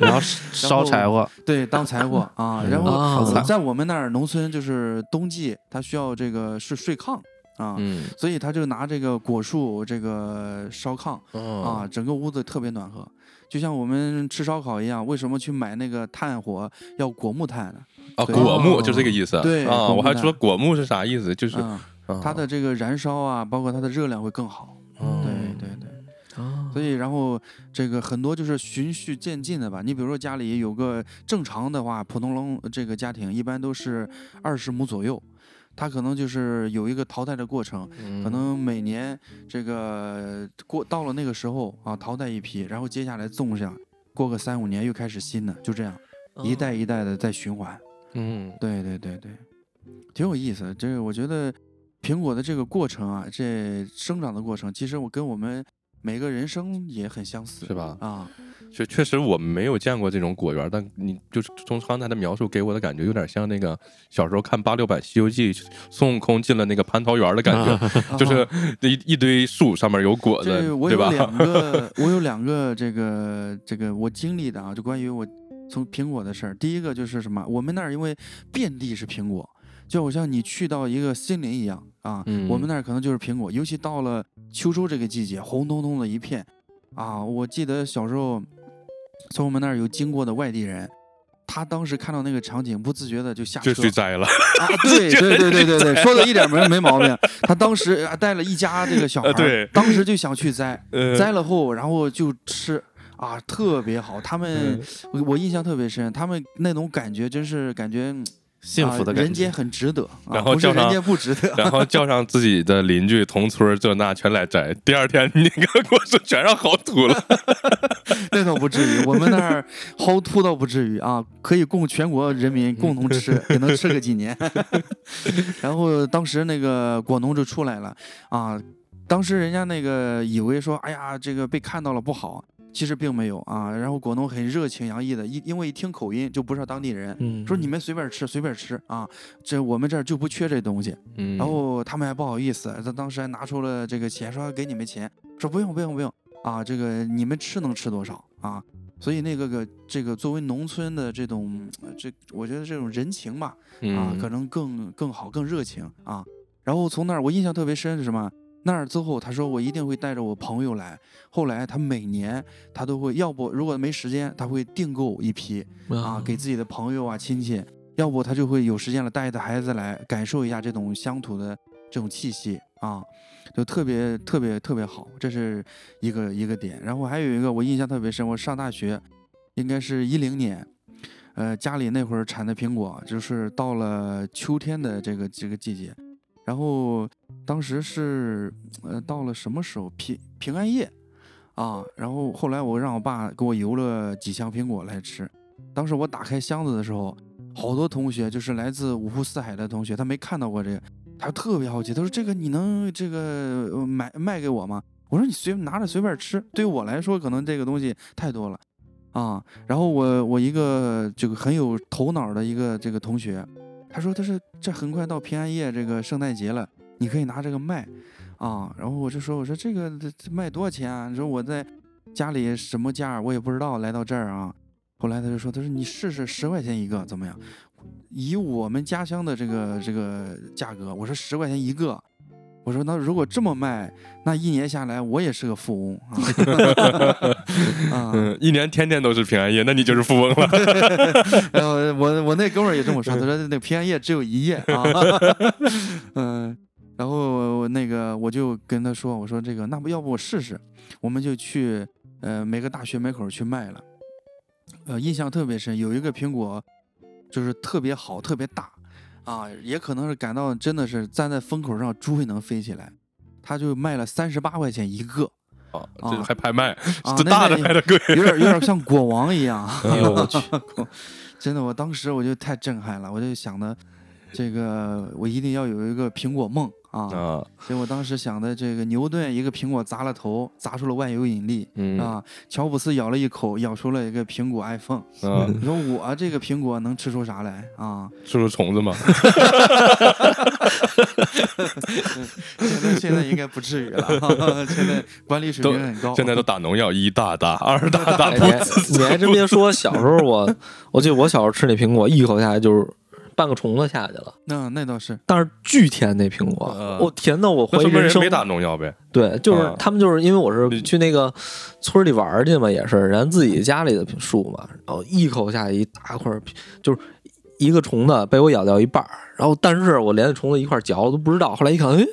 Speaker 5: 然后烧柴火，嗯
Speaker 6: 对，当柴火啊。然后
Speaker 3: 啊
Speaker 6: 我在我们那儿农村，就是冬季它需要这个是睡炕啊，
Speaker 4: 嗯
Speaker 6: 所以他就拿这个果树这个烧炕
Speaker 4: 啊
Speaker 3: 哦
Speaker 6: 啊，整个屋子特别暖和，就像我们吃烧烤一样。为什么去买那个炭火要果木炭呢？
Speaker 4: 啊，
Speaker 6: 对
Speaker 4: 果木就这个意思。
Speaker 6: 对
Speaker 4: 啊，
Speaker 6: 果
Speaker 4: 我
Speaker 6: 木
Speaker 4: 还
Speaker 6: 的
Speaker 4: 说果木是啥意思，就是
Speaker 6: 嗯，它的这个燃烧啊，包括它的热量会更好。对对对。
Speaker 3: 啊
Speaker 6: 所以，然后这个很多就是循序渐进的吧。你比如说家里有个正常的话，普通龙这个家庭一般都是二十亩左右，它可能就是有一个淘汰的过程，可能每年这个过到了那个时候啊，淘汰一批，然后接下来种下，过个三五年又开始新的，就这样啊一代一代的在循环。
Speaker 4: 嗯
Speaker 6: 对对对对，挺有意思的。这个我觉得苹果的这个过程啊，这生长的过程，其实我跟我们每个人生也很相似
Speaker 4: 是吧？
Speaker 6: 啊。
Speaker 4: 确确实我没有见过这种果园，但你就是从刚才的描述给我的感觉，有点像那个小时候看八六版《西游记》，孙悟空进了那个蟠桃园的感
Speaker 6: (laughs)
Speaker 4: 觉， (laughs) (laughs) 就是
Speaker 6: 啊
Speaker 4: 一一堆树上面有果子
Speaker 6: 这，我
Speaker 4: 对
Speaker 6: 有
Speaker 4: (laughs) 吧？
Speaker 6: 两个，我有两个这个这个我经历的啊，就关于我从苹果的事儿。第一个就是什么？我们那儿因为遍地是苹果，就好像你去到一个森林一样啊。
Speaker 4: 嗯
Speaker 6: 我们那儿可能就是苹果，尤其到了秋收这个季节，红彤彤的一片啊。我记得小时候从我们那儿有经过的外地人。他当时看到那个场景，不自觉的就下车
Speaker 4: 就去摘了，
Speaker 6: 啊！
Speaker 4: (laughs)
Speaker 6: 对对对对对对，说的一点没没毛病。他当时啊带了一家这个小孩儿，
Speaker 4: 呃对
Speaker 6: 当时就想去摘，
Speaker 4: 呃
Speaker 6: (laughs) 摘了后，然后就吃啊，特别好。他们、
Speaker 4: 嗯
Speaker 6: 我我印象特别深，他们那种感觉真是感觉嗯
Speaker 5: 幸福的
Speaker 6: 啊
Speaker 5: 感
Speaker 6: 人
Speaker 5: 觉
Speaker 6: 间。很值得，啊、
Speaker 4: 然后
Speaker 6: 不是
Speaker 4: 叫上
Speaker 6: 人间不值得。
Speaker 4: (laughs) 然后叫上自己的邻居、同村儿这那全来摘。第二天那个果树全让刨土了，
Speaker 6: 那倒不至于，我们那儿薅秃倒不至于啊，可以供全国人民共同吃，也能吃个几年。 (laughs) 然后当时那个果农就出来了啊，当时人家那个以为说，哎呀，这个被看到了不好，其实并没有啊。然后果农很热情洋溢的，一因为一听口音就不是当地人，
Speaker 3: 嗯，
Speaker 6: 说你们随便吃随便吃啊，这我们这儿就不缺这东西。
Speaker 4: 嗯
Speaker 6: 然后他们还不好意思，他当时还拿出了这个钱，说给你们钱，说不用不用不用啊，这个你们吃能吃多少啊？所以那个个这个作为农村的这种呃这，我觉得这种人情吧， (laughs) 啊，可能更更好更热情啊。然后从那儿我印象特别深是什么？那儿之后，他说我一定会带着我朋友来。后来他每年他都会，要不如果没时间，他会订购一批，
Speaker 3: 嗯
Speaker 6: 啊，给自己的朋友啊、亲戚，要不他就会有时间了带着孩子来感受一下这种乡土的这种气息啊，就特别特别特别好，这是一个一个点。然后还有一个我印象特别深，我上大学应该是一零年，呃，家里那会儿产的苹果，就是到了秋天的这个这个季节，然后当时是呃到了什么时候平平安夜。啊，然后后来我让我爸给我邮了几箱苹果来吃，当时我打开箱子的时候，好多同学就是来自五湖四海的同学，他没看到过这个，他特别好奇，他说：“这个你能这个呃买卖给我吗？”我说：“你随拿着随便吃。”对于我来说，可能这个东西太多了啊。然后我我一个这个很有头脑的一个这个同学，他说：“他是这很快到平安夜这个圣诞节了，你可以拿这个卖啊。”然后我就说：“我说这个这这卖多少钱啊？”你说我在家里什么价儿我也不知道，来到这儿啊。后来他就说：“他说你试试十块钱一个怎么样？以我们家乡的这个这个价格，我说十块钱一个。我说那如果这么卖，那一年下来我也是个富翁啊！啊， (laughs)
Speaker 4: 嗯，一年天天都是平安夜，那你就是富翁了。
Speaker 6: (laughs) 然后我我那哥们儿也这么说，他说那平安夜只有一夜
Speaker 4: (laughs)
Speaker 6: 啊。嗯，然后我我那个我就跟他说，我说这个那不要不我试试，我们就去呃每个大学门口去卖了。呃，印象特别深，有一个苹果就是特别好，特别大啊，也可能是感到真的是站在风口上猪会能飞起来，他就卖了三十八块钱一个
Speaker 4: 哦，
Speaker 6: (laughs) 啊
Speaker 4: 这还拍卖，
Speaker 6: 啊，
Speaker 4: 这
Speaker 6: 那
Speaker 4: 大的
Speaker 6: 那
Speaker 4: 拍的贵。
Speaker 6: (laughs) 有点有点像果王一样。
Speaker 3: 哎呦我去，
Speaker 6: (laughs) 真的，我当时我就太震撼了，我就想的，这个我一定要有一个苹果梦啊！
Speaker 4: 啊，
Speaker 6: 所以我当时想的，这个牛顿一个苹果砸了头，砸出了万有引力
Speaker 4: 嗯
Speaker 6: 啊！乔布斯咬了一口，咬出了一个苹果 iPhone。
Speaker 4: 啊，
Speaker 6: 你说我这个苹果能吃出啥来啊？
Speaker 4: (laughs)
Speaker 6: (laughs)
Speaker 4: 是不是虫子嘛？
Speaker 6: 现在现在应该不至于了， (laughs) 现在管理水平很高。
Speaker 4: 现在都打农药，一大
Speaker 6: (laughs)
Speaker 4: 大，二大大，
Speaker 3: 哎你还你还真别说，小时候我，我记得我小时候吃那苹果，一口下来就是半个虫子下去了，
Speaker 6: 那那倒是，
Speaker 3: 但是巨甜那苹果，
Speaker 4: 啊
Speaker 3: 我甜到我怀
Speaker 4: 那
Speaker 3: 疑
Speaker 4: 说明
Speaker 3: 人
Speaker 4: 人
Speaker 3: 生。
Speaker 4: 没打农药呗？
Speaker 3: 对，就是、
Speaker 4: 啊
Speaker 3: 他们就是因为我
Speaker 6: 嗯
Speaker 3: 是去那个村里玩儿去嘛，也是人自己家里的树嘛，然后一口下一大块儿，就是一个虫子被我咬掉一半儿，然后但是我连那虫子一块儿嚼了都不知道，后来一看，哎，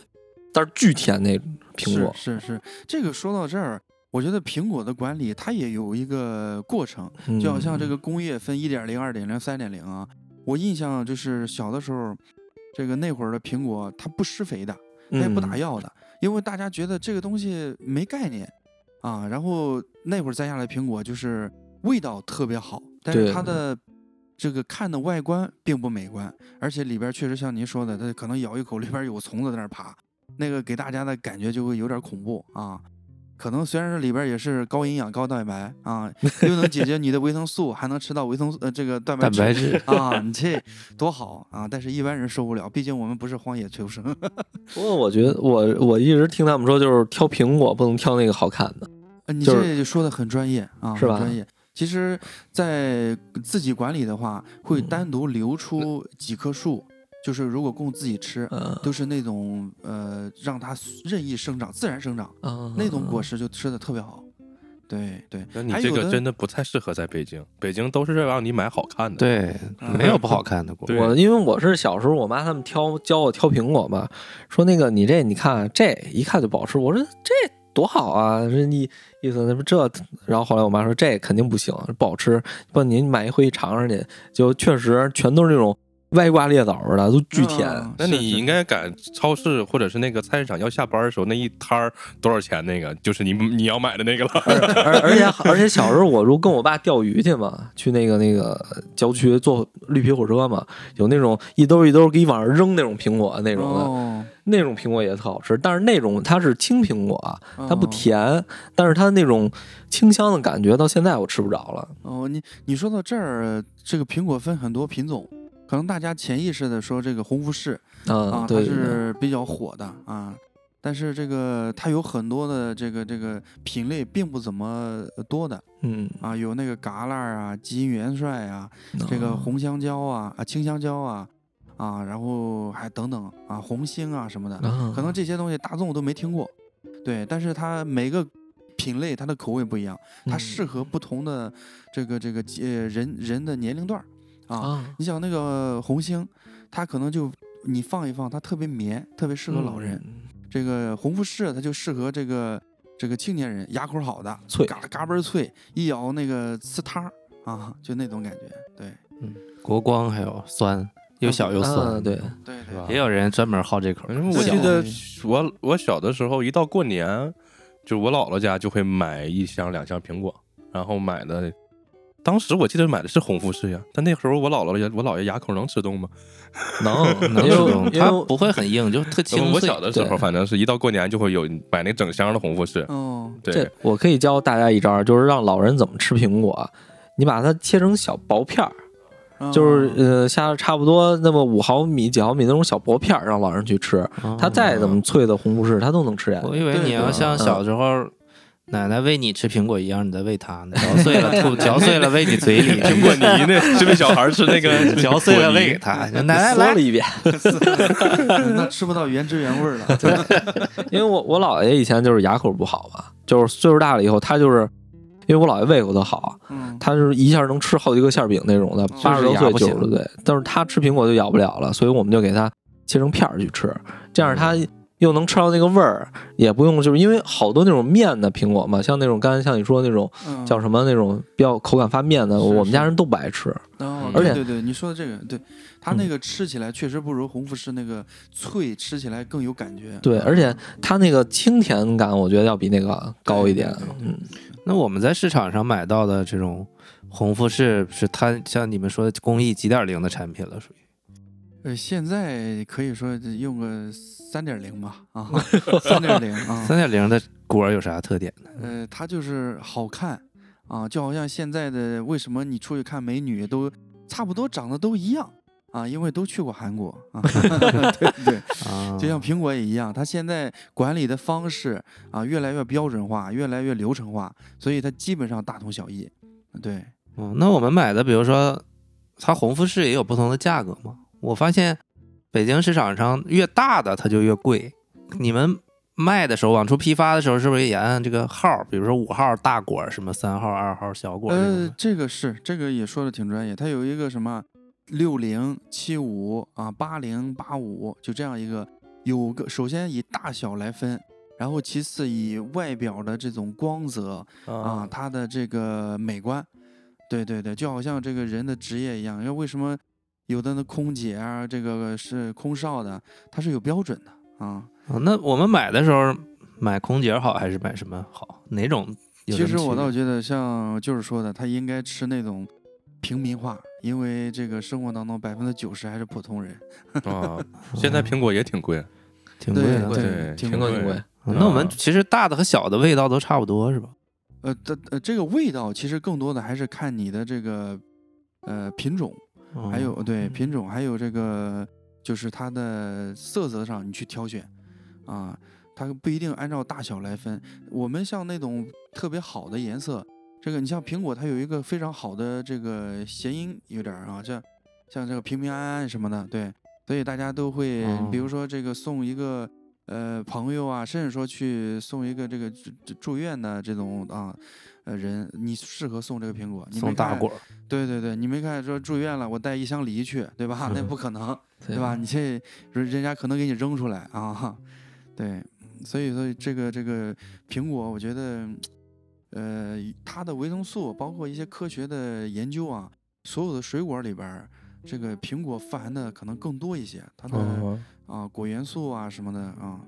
Speaker 3: 但是巨甜那苹果，
Speaker 6: 是是是。这个说到这儿，我觉得苹果的管理它也有一个过程。
Speaker 3: 嗯
Speaker 6: 就好像这个工业分一点零、二点零、三点零啊。我印象就是小的时候，这个那会儿的苹果它不施肥的，
Speaker 3: 嗯
Speaker 6: 它哎也
Speaker 5: 嗯
Speaker 6: 不打，药的，因为大家觉得这个东西没概念啊。然后那会儿摘下来苹果就是味道特别好，但是
Speaker 3: 对
Speaker 5: 嗯
Speaker 6: 它的这个看的外观并不美观，而且里边确实像您说的，它可能咬一口里边有虫子在那儿爬，那个给大家的感觉就会有点恐怖啊。可能虽然说里边也是高营养、高蛋白
Speaker 5: (laughs)
Speaker 6: 啊，又能解决你的维生素，还能吃到维生素呃这个蛋白
Speaker 5: 蛋
Speaker 6: 质
Speaker 5: 白质
Speaker 6: 啊，你这多好啊！但是一般人受不了，毕竟我们不是荒野求生。
Speaker 3: 不过我觉得我我一直听他们说，就是挑苹果不能挑那个好看的，
Speaker 6: 呃你
Speaker 3: 就是
Speaker 6: 这说的很专业啊，
Speaker 3: 是吧
Speaker 6: 很专业。其实，在自己管理的话，会
Speaker 3: 嗯
Speaker 6: 单独留出几棵树，就是如果供自己吃，
Speaker 3: 嗯、
Speaker 6: 都是那种呃让它任意生长、自然生长
Speaker 3: 嗯
Speaker 6: 那种果实，就吃的特别好。对对，
Speaker 4: 那你
Speaker 6: 还
Speaker 4: 这
Speaker 6: 有
Speaker 4: 个
Speaker 6: 的
Speaker 4: 真的不太适合在北京，北京都是让你买好看的。，
Speaker 5: (laughs) 对，没有不好看的果。
Speaker 4: 对
Speaker 3: 我因为我是小时候我妈他们挑教我挑苹果嘛，说那个你这你看这一看就不好吃，我说这多好啊，这意意思那不这，然后后来我妈说这肯定不行，不好吃，不您买一回去尝尝去，就确实全都是那种歪瓜裂枣似的，都巨甜。
Speaker 6: 嗯
Speaker 4: 那
Speaker 6: 是
Speaker 4: 你
Speaker 6: 是
Speaker 4: 应该赶超市或者是那个菜市场要下班的时候，那一摊儿多少钱？那个就是你你要买的那个了。
Speaker 3: 而而而且而且小时候我如跟我爸钓鱼去嘛，去那个那个郊区坐绿皮火车嘛，有那种一兜一兜给你往上扔那种苹果那种的，
Speaker 6: 哦
Speaker 3: 那种苹果也特好吃，但是那种它是青苹果啊，它不
Speaker 6: 哦
Speaker 3: 甜，但是它那种清香的感觉到现在我吃不着了。
Speaker 6: 哦，你你说到这儿，这个苹果分很多品种，可能大家潜意识的说这个红富士啊，，
Speaker 3: 啊对，
Speaker 6: 它是比较火的啊，但是这个它有很多的这个这个品类并不怎么多的
Speaker 3: 嗯，
Speaker 6: 啊，有那个嘎啦啊、金元帅啊、这
Speaker 3: 哦嗯
Speaker 6: 个红香蕉啊、啊青香蕉啊啊，然后还等等啊红星啊什么的，
Speaker 3: 啊，
Speaker 6: 可能这些东西大众都没听过，对，但是它每个品类它的口味不一样。它
Speaker 3: 嗯
Speaker 6: 适合不同的这个这个呃人人的年龄段儿啊。
Speaker 3: 啊，
Speaker 6: 你想那个红星，它可能就你放一放，它特别绵，特别适合老人。
Speaker 3: 嗯
Speaker 6: 这个红富士它就适合这个这个青年人，牙口好的，
Speaker 3: 脆
Speaker 6: 嘎嘎嘣儿脆，一咬那个呲汤儿啊，就那种感觉。对
Speaker 5: 国光还有酸，又小又酸，
Speaker 3: 啊对，
Speaker 6: 对
Speaker 5: 是吧
Speaker 6: 对，
Speaker 5: 嗯也有人专门好这口
Speaker 4: 反
Speaker 5: 儿。
Speaker 4: 正我
Speaker 6: 小
Speaker 4: 记得
Speaker 6: 嗯
Speaker 4: 我我小的时候，一到过年，就我姥姥家就会买一箱两箱苹果，然后买的，当时我记得买的是红富士呀，但那时候我姥姥家我姥爷牙口能吃动吗？
Speaker 3: 能
Speaker 5: (laughs) 能
Speaker 3: 因
Speaker 5: 吃
Speaker 3: 为
Speaker 5: 动，
Speaker 3: 因为
Speaker 5: 它
Speaker 3: 我
Speaker 5: 不会很硬，就特清脆。
Speaker 4: 我小的时候，
Speaker 3: 对
Speaker 4: 反正是一到过年就会有买那整箱的红富士，
Speaker 6: 哦，
Speaker 4: 对
Speaker 3: 这，我可以教大家一招，就是让老人怎么吃苹果。你把它切成小薄片儿，
Speaker 6: 嗯
Speaker 3: 就是呃，下差不多那么五毫米、几毫米那种小薄片儿，让老人去吃。
Speaker 5: 哦
Speaker 3: 他再怎么脆的红富士，他都能吃下去。
Speaker 5: 我以为
Speaker 6: 对
Speaker 5: 你要
Speaker 3: 对
Speaker 5: 像
Speaker 3: 嗯
Speaker 5: 小时候奶奶喂你吃苹果一样，你在喂它呢，嚼碎了 (laughs) 吐，嚼碎了喂你嘴 (laughs) 里，
Speaker 4: 苹果泥呢，就被小孩吃那
Speaker 6: (laughs)
Speaker 4: 个
Speaker 5: (laughs) 嚼碎了
Speaker 4: 果泥
Speaker 5: 喂给它。奶奶
Speaker 3: 说
Speaker 5: 来
Speaker 3: 了，一遍， (laughs)
Speaker 6: (laughs) 那吃不到原汁原味儿了。
Speaker 3: 因为我我姥爷以前就是牙口不好嘛，就是岁数大了以后，他就是因为我姥爷胃口特好，
Speaker 6: 嗯，
Speaker 3: 他就是一下能吃好几个馅饼那种的，八十多岁
Speaker 5: 牙不
Speaker 3: 九
Speaker 5: 行
Speaker 3: 十多岁，但是他吃苹果就咬不了了，所以我们就给他切成片儿去吃，这样他又能吃到那个味儿，也不用就是因为好多那种面的苹果嘛，像那种刚才像你说的那种
Speaker 6: 嗯
Speaker 3: 叫什么那种比较口感发面的，
Speaker 6: 是
Speaker 3: 我们
Speaker 6: 是
Speaker 3: 家人都不爱吃，
Speaker 6: 哦，
Speaker 3: 而
Speaker 6: 对
Speaker 3: 且
Speaker 6: 对对，你说的这个，对它
Speaker 3: 嗯
Speaker 6: 那个吃起来确实不如红富士那个脆，吃起来更有感觉。嗯
Speaker 3: 对，而且它那个清甜感，我觉得要比那个高一点
Speaker 6: 对对，对
Speaker 3: 嗯，
Speaker 5: 那我们在市场上买到的这种红富士，是它像你们说的工艺几点零的产品了，属于
Speaker 6: 呃，现在可以说用个三点零吧，啊，三点零啊，
Speaker 5: 三点零的果儿有啥特点呢？
Speaker 6: 呃，它就是好看啊，就好像现在的为什么你出去看美女都差不多长得都一样啊，因为都去过韩国啊， (laughs) 对对，
Speaker 5: 啊，
Speaker 6: 就像苹果也一样，它现在管理的方式啊越来越标准化，越来越流程化，所以它基本上大同小异。对，
Speaker 5: 嗯，那我们买的，比如说，它红富士也有不同的价格嘛。我发现北京市场上越大的它就越贵。你们卖的时候，往出批发的时候，是不是也按这个号儿？比如说五号大果儿，什么三号、二号小果儿那种
Speaker 6: 呃
Speaker 5: 的？，
Speaker 6: 这个是这个也说的挺专业，它有一个什么六零七五啊，八零八五，就这样一个，有个首先以大小来分，然后其次以外表的这种光泽啊，它的这个美观，对对对，就好像这个人的职业一样，因为为什么有的那空姐啊，这个是空少的，它是有标准的啊。
Speaker 5: 啊那我们买的时候买空姐儿好还是买什么好？哪种有什
Speaker 6: 其
Speaker 5: 么区别？
Speaker 6: 实我倒觉得，像就是说的，他应该吃那种平民化，因为这个生活当中百分之九十还是普通人。
Speaker 4: 啊，现
Speaker 6: 嗯
Speaker 4: 在苹果也挺
Speaker 6: (laughs)
Speaker 4: 贵，
Speaker 5: 挺贵的。
Speaker 6: 对
Speaker 4: 对，
Speaker 6: 挺
Speaker 4: 挺
Speaker 3: 贵
Speaker 4: 贵
Speaker 3: 挺贵。
Speaker 5: 嗯那我们
Speaker 4: 啊
Speaker 5: 其实大的和小的味道都差不多，是吧？
Speaker 6: 呃，这呃这个味道其实更多的还是看你的这个呃品种，
Speaker 5: 嗯哦
Speaker 6: 还有对品种，还有这个就是它的色泽上你去挑选啊，它不一定按照大小来分。我们像那种特别好的颜色，这个你像苹果，它有一个非常好的这个谐音，有点儿啊，像像这个平平安安什么的，对，所以大家都会，比如
Speaker 5: 哦
Speaker 6: 说这个送一个。呃，朋友啊，甚至说去送一个这个住住院的这种啊，呃人，你适合送这个苹果。你没
Speaker 5: 送大
Speaker 6: 看
Speaker 5: 果儿，
Speaker 6: 对对对，你没看说住院了，我带一箱梨去，对吧？那不可能， (laughs) 对吧？你这人人家可能给你扔出来啊，对，所以说这个这个苹果，我觉得，呃，它的维生素包括一些科学的研究啊，所有的水果里边儿，这个苹果富含的可能更多一些，它的啊、
Speaker 3: 嗯，
Speaker 6: 果元素啊什么的啊、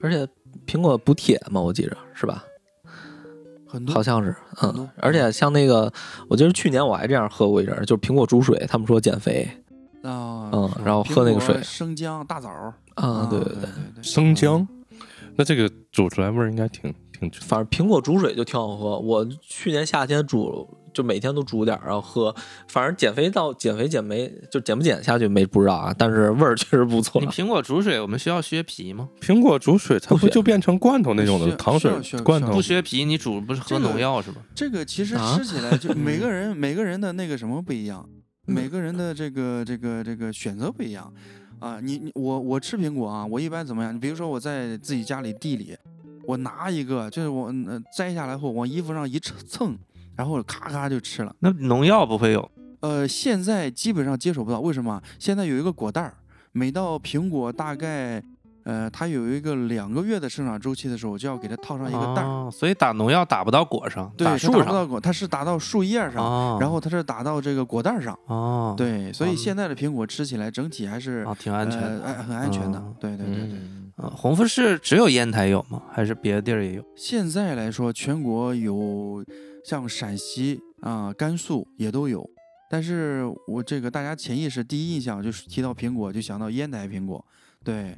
Speaker 3: 而且苹果补铁嘛，我记着是吧？
Speaker 6: 很
Speaker 3: 好
Speaker 6: 多。
Speaker 3: 像是，
Speaker 6: 很
Speaker 3: 嗯
Speaker 6: 多，
Speaker 3: 而且像那个，我记得去年我还这样喝过一阵儿，就是苹果煮水，他们说减肥，
Speaker 6: 啊，
Speaker 3: 嗯
Speaker 6: 是
Speaker 3: 然后
Speaker 6: 苹
Speaker 3: 喝那个
Speaker 6: 果
Speaker 3: 水
Speaker 6: 生姜、大枣儿
Speaker 3: 啊，对
Speaker 6: 对
Speaker 3: 对
Speaker 6: 对
Speaker 3: 对，
Speaker 6: 对，
Speaker 4: 生姜，那这个煮出来味儿应该挺挺
Speaker 3: 反正苹果煮水就挺好喝。我去年夏天煮，就每天都煮点儿，然后喝。反正减肥到减肥减没就减不减下去没不知道啊，但是味儿确实不错
Speaker 6: 嗯
Speaker 5: 你。苹果煮水，我们需要削皮吗？
Speaker 4: 苹果煮水，它
Speaker 3: 不
Speaker 4: 不
Speaker 3: 选
Speaker 4: 就变成罐头那种
Speaker 6: 需
Speaker 4: 的
Speaker 6: 要
Speaker 4: 糖水
Speaker 6: 需要
Speaker 4: 罐
Speaker 6: 需要
Speaker 4: 头
Speaker 5: 不？削皮，你煮不是
Speaker 6: 这
Speaker 5: 喝
Speaker 6: 个
Speaker 5: 农药是吗？
Speaker 6: 这个其实
Speaker 3: 啊
Speaker 6: 吃起
Speaker 5: (laughs)
Speaker 6: 来就每个人、每个人的那个什么不一样，
Speaker 5: 嗯
Speaker 6: 每个人的这个这个这个选择不一样啊。你你我我吃苹果啊，我一般怎么样？你比如说我在自己家里地里，我拿一个，就是我、呃、摘下来后往衣服上一蹭蹭，然后咔咔就吃了。
Speaker 5: 那农药不会有，
Speaker 6: 呃，现在基本上接手不到，为什么啊？现在有一个果袋儿，每到苹果大概呃它有一个两个月的生长周期的时候，就要给它套上一个袋儿。
Speaker 5: 哦所以打农药打不到果上，
Speaker 6: 对，
Speaker 5: 打
Speaker 6: 它
Speaker 5: 树
Speaker 6: 打不
Speaker 5: 上
Speaker 6: 到果，它是打到树叶上，
Speaker 5: 哦
Speaker 6: 然后它是打到这个果袋儿上。
Speaker 5: 哦，
Speaker 6: 对，所以
Speaker 5: 嗯
Speaker 6: 现在的苹果吃起来整体还是
Speaker 5: 啊，挺安全
Speaker 6: 呃
Speaker 5: 的。
Speaker 6: 哎很安全的
Speaker 5: 嗯。
Speaker 6: 对对对对，
Speaker 4: 嗯，
Speaker 5: 呃红富士只有烟台有吗？还是别的地儿也有？
Speaker 6: 现在来说，全国有像陕西啊、甘肃也都有。但是我这个大家潜意识第一印象就是提到苹果就想到烟台苹果，对，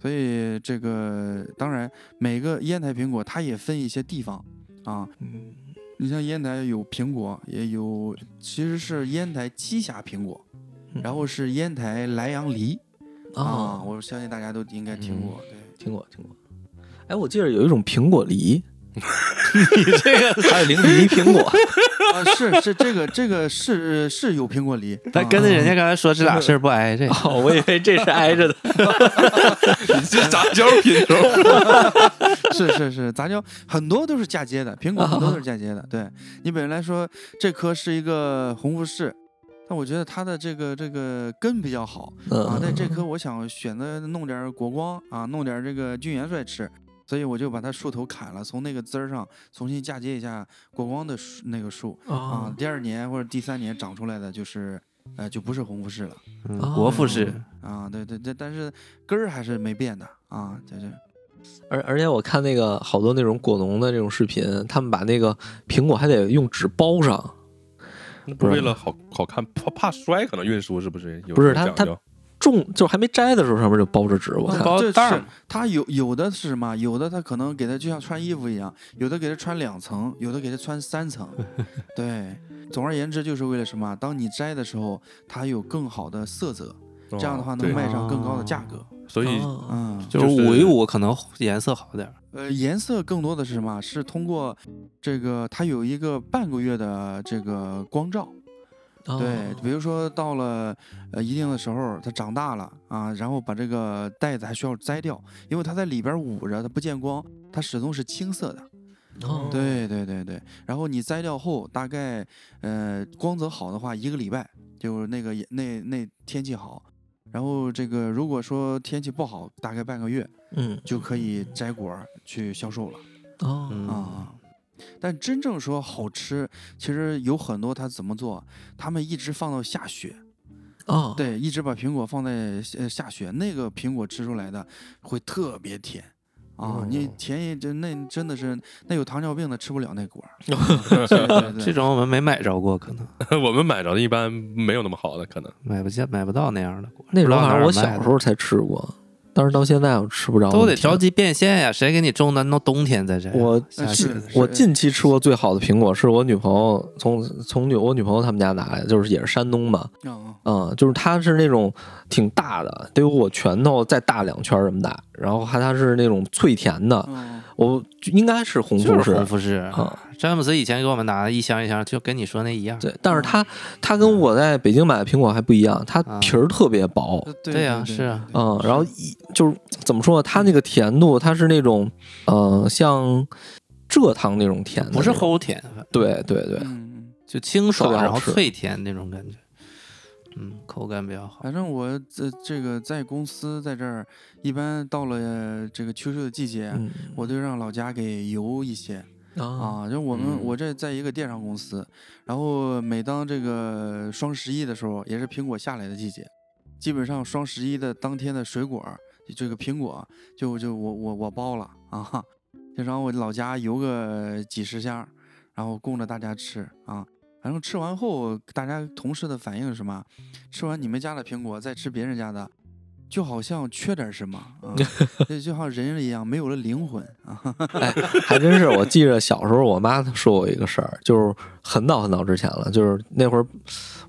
Speaker 6: 所以这个当然每个烟台苹果它也分一些地方啊，
Speaker 3: 嗯
Speaker 6: 你像烟台有苹果，也有，其实是烟台栖霞苹果，
Speaker 3: 嗯
Speaker 6: 然后是烟台莱阳梨啊，
Speaker 3: 啊，
Speaker 6: 我相信大家都应该听过。
Speaker 3: 嗯
Speaker 6: 对，
Speaker 3: 听过听过。哎，我记得有一种苹
Speaker 6: (laughs)
Speaker 3: 果梨，
Speaker 5: 你这个
Speaker 3: 还有零梨苹果，
Speaker 6: 啊，是是这个这个是是有苹果梨，啊
Speaker 5: 但跟
Speaker 4: (laughs)
Speaker 5: 着人家刚才说这俩事儿不挨
Speaker 6: (laughs)
Speaker 5: 着，
Speaker 3: 哦，我以为这是挨着的。
Speaker 4: 你这杂交品种，
Speaker 6: (laughs) 是是是，杂交很多都是嫁接的，苹果很多都是嫁接的。对你本来说这棵是一个红富士，但我觉得它的这个这个根比较好，啊，但
Speaker 3: 嗯，
Speaker 6: 这棵我想选择弄点儿国光啊，弄点儿这个菌元帅吃，所以我就把它树头砍了，从那个枝儿上重新嫁接一下国光的树那个树啊
Speaker 4: 哦
Speaker 3: 啊，，
Speaker 6: 第二年或者第三年长出来的就是，呃，就不是红富士了
Speaker 5: 嗯
Speaker 3: 哦
Speaker 5: 国富士
Speaker 6: 啊，对对对，但是根儿还是没变的啊，就是
Speaker 3: 而而且我看那个好多那种果农的这种视频，他们把那个苹果还得用纸包上。
Speaker 4: 那不是为了好好看，怕怕摔，可能运输是不是有
Speaker 3: 不是
Speaker 4: 这种讲
Speaker 3: 它
Speaker 4: 究？
Speaker 3: 种就是还没摘的时候，上面就包着纸，我
Speaker 6: 啊
Speaker 3: 看
Speaker 5: 包
Speaker 6: 这
Speaker 5: 袋儿
Speaker 6: 是它有有的是什么？有的它可能给它就像穿衣服一样，有的给它穿两层，有的给它穿
Speaker 4: (laughs)
Speaker 6: 三层。对，总而言之就是为了什么？当你摘的时候，它有更好的色泽，这样的话
Speaker 4: 哦对哦
Speaker 6: 能卖上更高的价格。
Speaker 4: 所以
Speaker 3: 啊
Speaker 6: 嗯，
Speaker 5: 就是
Speaker 4: 就是
Speaker 5: 捂一捂，可能颜色好点儿。
Speaker 6: 呃，颜色更多的是什么？是通过这个它有一个半个月的这个光照。
Speaker 3: 哦
Speaker 6: 对，比如说到了呃一定的时候，它长大了啊，然后把这个袋子还需要摘掉，因为它在里边捂着，它不见光，它始终是青色的。
Speaker 3: 哦
Speaker 6: 对对对对，然后你摘掉后，大概呃光泽好的话，一个礼拜就是那个也那那天气好，然后这个如果说天气不好，大概半个月
Speaker 3: 嗯
Speaker 6: 就可以摘果儿去销售了。
Speaker 3: 哦
Speaker 5: 嗯，
Speaker 6: 啊、但真正说好吃，其实有很多他怎么做，他们一直放到下雪，
Speaker 3: 哦，
Speaker 6: 对，一直把苹果放在呃下雪，那个苹果吃出来的会特别甜。啊，你甜也真那真的是那有糖尿病的吃不了
Speaker 5: (laughs)
Speaker 6: 那果儿，对对对
Speaker 5: 这种我们没买着过，可
Speaker 4: (laughs)
Speaker 5: 能
Speaker 4: 我们买着的一般没有那么好的，可
Speaker 3: (laughs)
Speaker 4: 能
Speaker 5: 买不见、买不到那样的果，
Speaker 3: 那时候
Speaker 5: 不知道
Speaker 3: 好
Speaker 5: 哪
Speaker 3: 像
Speaker 5: 儿
Speaker 3: 我
Speaker 5: 卖
Speaker 3: 小
Speaker 5: 的
Speaker 3: 时候才吃过，但是到现在我吃不着。
Speaker 5: 都得啊
Speaker 3: 我的天
Speaker 5: 着急变现呀，谁给你种的？弄冬天在这儿，
Speaker 3: 我
Speaker 5: 下
Speaker 6: 呃
Speaker 5: 雪
Speaker 6: 是
Speaker 5: 的
Speaker 3: 我近期吃过最好的苹果是我女朋友从从女我女朋友他们家拿来的，就是也是山东嘛，
Speaker 6: 啊
Speaker 3: 嗯，就是它是那种挺大的，得有我拳头再大两圈儿这么大，然后还它是那种脆甜的，
Speaker 6: 啊
Speaker 3: 我就应该是红
Speaker 5: 就
Speaker 3: 富
Speaker 5: 是
Speaker 3: 士，
Speaker 5: 红富士
Speaker 3: 啊。
Speaker 5: 詹姆斯以前给我们拿的一箱一箱，就跟你说那一样。
Speaker 3: 对，但是它它跟我在北京买的苹果还不一样，它
Speaker 5: 啊
Speaker 3: 皮儿特别薄，
Speaker 6: 呃
Speaker 5: 对
Speaker 6: 对
Speaker 5: 呀
Speaker 6: 对
Speaker 5: 是啊
Speaker 6: 对
Speaker 3: 嗯，
Speaker 6: 是
Speaker 3: 然后一就是怎么说呢？它那个甜度，它是那种呃，像蔗糖那种甜的
Speaker 5: 不
Speaker 3: 那种，
Speaker 5: 是齁甜，
Speaker 3: 对对对，
Speaker 6: 嗯，
Speaker 5: 就清爽，
Speaker 3: 特别好
Speaker 5: 然后
Speaker 3: 吃
Speaker 5: 脆甜那种感觉。嗯，口感比较好。
Speaker 6: 反正我这这个在公司在这儿，一般到了这个秋收的季节，
Speaker 3: 嗯，
Speaker 6: 我就让老家给邮一些，
Speaker 3: 啊，
Speaker 6: 啊，就我们、
Speaker 4: 嗯
Speaker 6: 我这在一个电商公司，然后每当这个双十一的时候，也是苹果下来的季节，基本上双十一的当天的水果儿，这个苹果就就我我我包了啊，经常我老家邮个几十箱儿，然后供着大家吃啊。然后吃完后，大家同事的反应是什么？吃完你们家的苹果，再吃别人家的，就好像缺点什么
Speaker 3: (laughs)
Speaker 6: 啊，就就好像人一样没有了灵魂啊。
Speaker 3: (laughs) 还真是。我记着小时候，我妈说过一个事儿，就是很早很早之前了，就是那会儿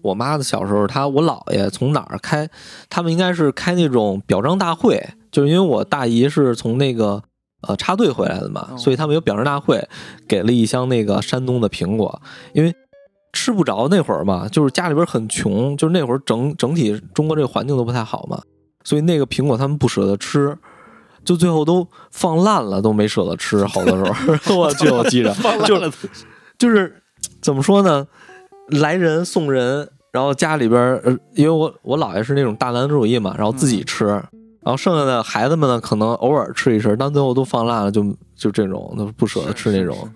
Speaker 3: 我妈的小时候，她我姥爷从哪儿开，他们应该是开那种表彰大会，就是因为我大姨是从那个呃插队回来的嘛，
Speaker 6: 哦
Speaker 3: 所以他们有表彰大会，给了一箱那个山东的苹果，因为。吃不着那会儿嘛，就是家里边很穷，就是那会儿整整体中国这个环境都不太好嘛，所以那个苹果他们不舍得吃，就最后都放烂了，都没舍得吃，好多时候我去，我记着，就是就是怎么说呢，来人送人，然后家里边儿，呃因为我我姥爷是那种大男子主义嘛，然后自己吃，然后剩下的孩子们呢，可能偶尔吃一吃，但最后都放烂了，就就这种，都不舍得吃那种，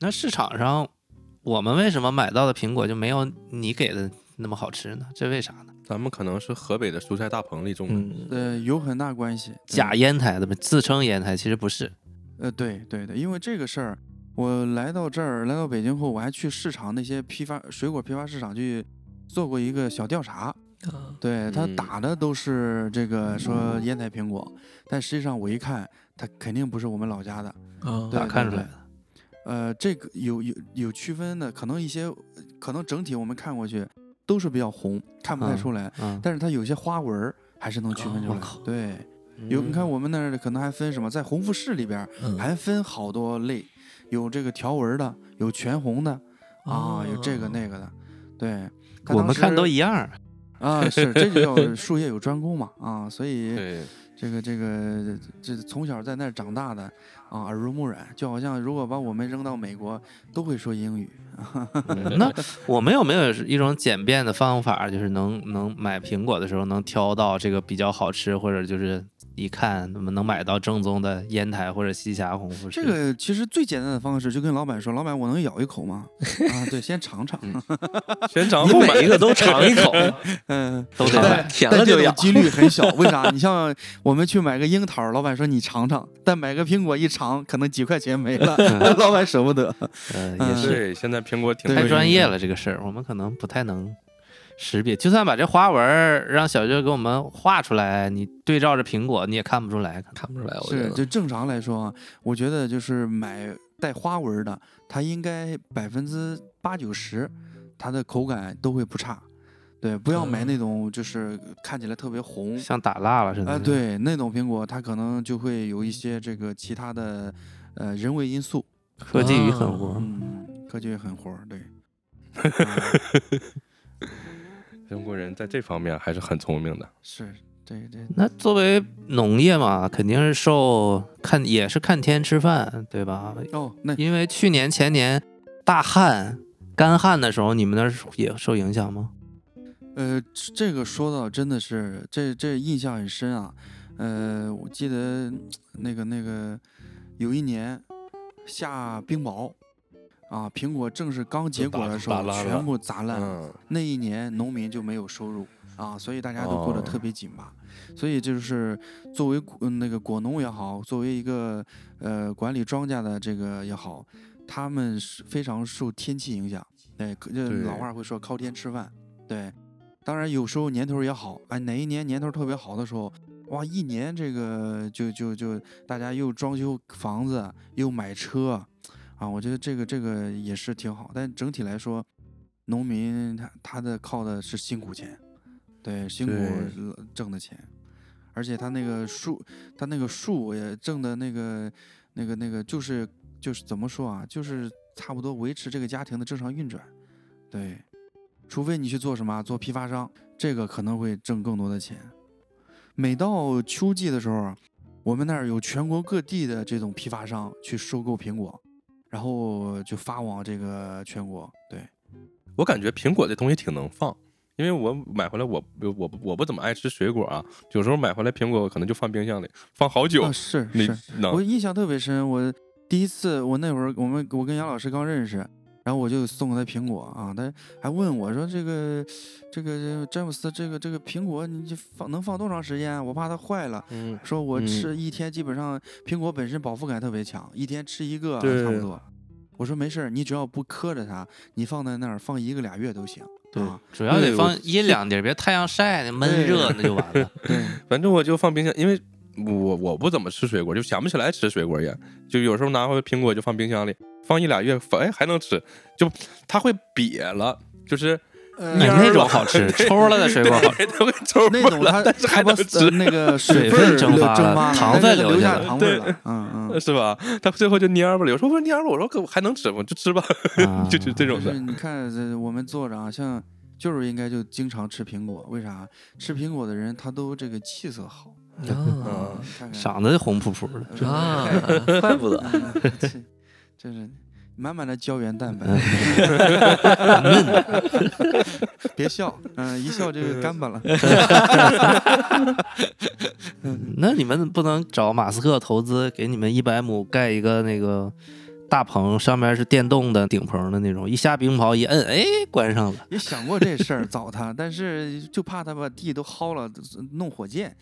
Speaker 5: 那市场上我们为什么买到的苹果就没有你给的那么好吃呢？这为啥呢？
Speaker 4: 咱们可能是河北的蔬菜大棚里种的，
Speaker 3: 嗯，
Speaker 6: 呃，有很大关系。对
Speaker 5: 假烟台的嘛，自称烟台，其实不是。
Speaker 6: 呃，对对对，因为这个事儿，我来到这儿，来到北京后，我还去市场那些批发水果批发市场去做过一个小调查。对他
Speaker 4: 嗯
Speaker 6: 打的都是这个说烟台苹果，但实际上我一看，它肯定不是我们老家的。
Speaker 3: 啊
Speaker 6: 对
Speaker 5: 哪看出来
Speaker 6: 对呃，这个有有有区分的，可能一些，可能整体我们看过去都是比较红，看不太
Speaker 5: 啊
Speaker 6: 出来，
Speaker 5: 嗯，哦
Speaker 6: 但是它有些花纹儿还是能区分出
Speaker 5: 我
Speaker 6: 来的。
Speaker 5: 靠
Speaker 6: 对，有你
Speaker 5: 嗯
Speaker 6: 看我们那儿可能还分什么，在红富士里边儿
Speaker 3: 嗯
Speaker 6: 还分好多类，有这个条纹儿的，有全红的啊，有这个那个的，对。他
Speaker 5: 哦我
Speaker 6: 当
Speaker 5: 们看
Speaker 6: 时
Speaker 5: 都一样儿。
Speaker 6: 啊，是这
Speaker 5: (laughs)
Speaker 6: 就叫术业有专攻嘛啊，所
Speaker 3: 嗯
Speaker 6: 以
Speaker 4: 对，
Speaker 6: 这个这个这从小在那儿长大的啊，耳濡目染，就好像如果把我们扔到美国，都会说英语。
Speaker 5: 嗯那我们有没有一种简便的方法，就是能能买苹果的时候能挑到这个比较好吃，或者就是一看能能买到正宗的烟台或者西峡红富士？
Speaker 6: 这个其实最简单的方式，就跟老板说，老板我能咬一口吗？啊，对，先尝尝。
Speaker 5: 嗯
Speaker 4: 全掌
Speaker 3: 你
Speaker 4: 后买
Speaker 3: 每一个都尝一口，
Speaker 6: 嗯，
Speaker 5: 都得
Speaker 3: 对
Speaker 5: 买。
Speaker 3: 甜
Speaker 6: 但
Speaker 3: 了
Speaker 6: 这
Speaker 3: 就
Speaker 6: 种
Speaker 3: 咬，
Speaker 6: 几率很小，为啥？你像我们去买个樱桃，老板说你尝尝，但买个苹果一尝，可能几块钱没了，
Speaker 3: 嗯
Speaker 6: 老板舍不得。
Speaker 5: 呃，也
Speaker 6: 嗯
Speaker 4: (laughs)
Speaker 5: 是
Speaker 4: 对，现在苹果挺
Speaker 6: 对
Speaker 5: 太
Speaker 4: 贵的
Speaker 5: 专业了这个事儿，我们可能不太能识别。就算把这花纹儿让小舅给我们画出来，你对照着苹果你也看不出来。
Speaker 3: 看不出 (laughs) 来，我觉
Speaker 6: 是，
Speaker 3: 得
Speaker 6: 就正常来说啊，我觉得就是买带花纹儿的，它应该百分之八九十，它的口感都会不差。对，不要
Speaker 3: 嗯
Speaker 6: 买那种就是看起来特别红，
Speaker 5: 像打蜡了似的
Speaker 6: 啊、对，那种苹果它可能就会有一些这个其他的呃人为因素，
Speaker 5: 科技与狠活。
Speaker 6: 嗯，科技狠活儿，
Speaker 3: (laughs)
Speaker 6: 对。
Speaker 4: 中国人在这方面还是很聪明的。
Speaker 6: 是，对对，
Speaker 5: 那作为农业嘛，肯定是受看也是看天吃饭，对吧？
Speaker 6: 哦，那
Speaker 5: 因为去年前年大旱干旱的时候，你们那儿也受影响吗？
Speaker 6: 呃，这这个说到真的是，这这印象很深啊。呃，我记得那个那个有一年下冰雹啊，苹果正是刚结
Speaker 4: 就
Speaker 6: 果
Speaker 4: 打
Speaker 6: 的时候
Speaker 4: 打，烂
Speaker 6: 全
Speaker 4: 了
Speaker 6: 部砸烂了。
Speaker 4: 嗯，
Speaker 6: 那一年农民就没有收入啊，所以大家都过得
Speaker 4: 哦
Speaker 6: 特别紧巴。所以就是作为果嗯那个果农也好，作为一个呃管理庄稼的这个也好，他们是非常受天气影响。对，可就
Speaker 4: 对
Speaker 6: 老话会说靠天吃饭。对，当然有时候年头儿也好，哎，哪一年年头儿特别好的时候，哇，一年这个就就就大家又装修房子，又买车，啊，我觉得这个这个也是挺好。但整体来说，农民他他的靠的是辛苦钱，对，辛苦
Speaker 4: 对
Speaker 6: 呃挣的钱，而且他那个树，他那个树也挣的那个那个那个就是就是怎么说啊，就是差不多维持这个家庭的正常运转，对。除非你去做什么啊做批发商，这个可能会挣更多的钱。每到秋季的时候啊，我们那儿有全国各地的这种批发商去收购苹果，然后就发往这个全国。对，
Speaker 4: 我感觉苹果这东西挺能放，因为我买回来我我不我不怎么爱吃水果啊，有时候买回来苹果可能就放冰箱里放好久
Speaker 6: 啊、，是
Speaker 4: 你
Speaker 6: 是，
Speaker 4: 能
Speaker 6: 我印象特别深，我第一次我那会儿我们我跟杨老师刚认识，然后我就送给他苹果啊，他还问我说这个这个詹姆斯这个这个苹果你这放能放多长时间啊？我怕它坏了。
Speaker 5: 嗯，
Speaker 6: 说我
Speaker 5: 嗯
Speaker 6: 吃一天，基本上苹果本身饱腹感特别强，一天吃一个啊
Speaker 3: 对
Speaker 6: 差不多。我说没事儿，你只要不磕着它，你放在那儿放一个俩月都行。
Speaker 3: 对
Speaker 5: (laughs)
Speaker 6: 啊，
Speaker 5: 主要得
Speaker 4: 对
Speaker 5: 放阴凉地儿，别太阳晒那闷热那就 (laughs) 完了。
Speaker 6: 对，
Speaker 4: 反正我就放冰箱，因为我我不怎么吃水果，就想不起来吃水果也，就有时候拿回苹果就放冰箱里，放一俩月，反哎还能吃，就它会瘪了，就是
Speaker 6: 呃
Speaker 5: 你哎那种好 (laughs) 吃，抽了的水果好吃。
Speaker 4: 对它会抽
Speaker 6: 那
Speaker 4: 风 (laughs)
Speaker 6: 种
Speaker 4: 了，
Speaker 6: 它
Speaker 4: 但是
Speaker 6: 它
Speaker 4: 还
Speaker 6: 把
Speaker 4: 能
Speaker 6: 呃
Speaker 4: 吃，
Speaker 6: 那个
Speaker 5: 水
Speaker 6: 水
Speaker 5: 分
Speaker 6: 分
Speaker 5: 蒸
Speaker 6: 蒸
Speaker 5: 发了
Speaker 6: 发
Speaker 5: 糖
Speaker 6: 但是
Speaker 5: 分
Speaker 6: 留
Speaker 5: 留下
Speaker 6: 下
Speaker 5: 来
Speaker 6: 糖分
Speaker 4: 对
Speaker 6: 了，嗯嗯。
Speaker 4: 是吧？它最后就蔫巴了。有时候我说蔫巴了，我说可我还能吃吗？就吃吧，
Speaker 5: (laughs)
Speaker 4: (laughs)
Speaker 5: 啊
Speaker 4: 就就这种
Speaker 6: 就是
Speaker 4: 的。
Speaker 6: 你看这我们坐着啊，像就是应该就经常吃苹果，为啥？吃苹果的人他都这个气色好，嗯
Speaker 3: 啊
Speaker 6: 看看
Speaker 5: 嗓子红扑扑的。
Speaker 6: 嗯
Speaker 3: 啊， (laughs) 怪不得。
Speaker 6: 嗯气真是满满的胶原蛋白。别笑，嗯，一笑这个干巴了。
Speaker 5: 那你们不能找马斯克投资，给你们一百亩盖一个那个大棚，上面是电动的顶棚的那种，一下冰雹一摁，哎，关上了。
Speaker 6: 也想过这事儿找他，但是就怕他把地都薅了，弄火箭。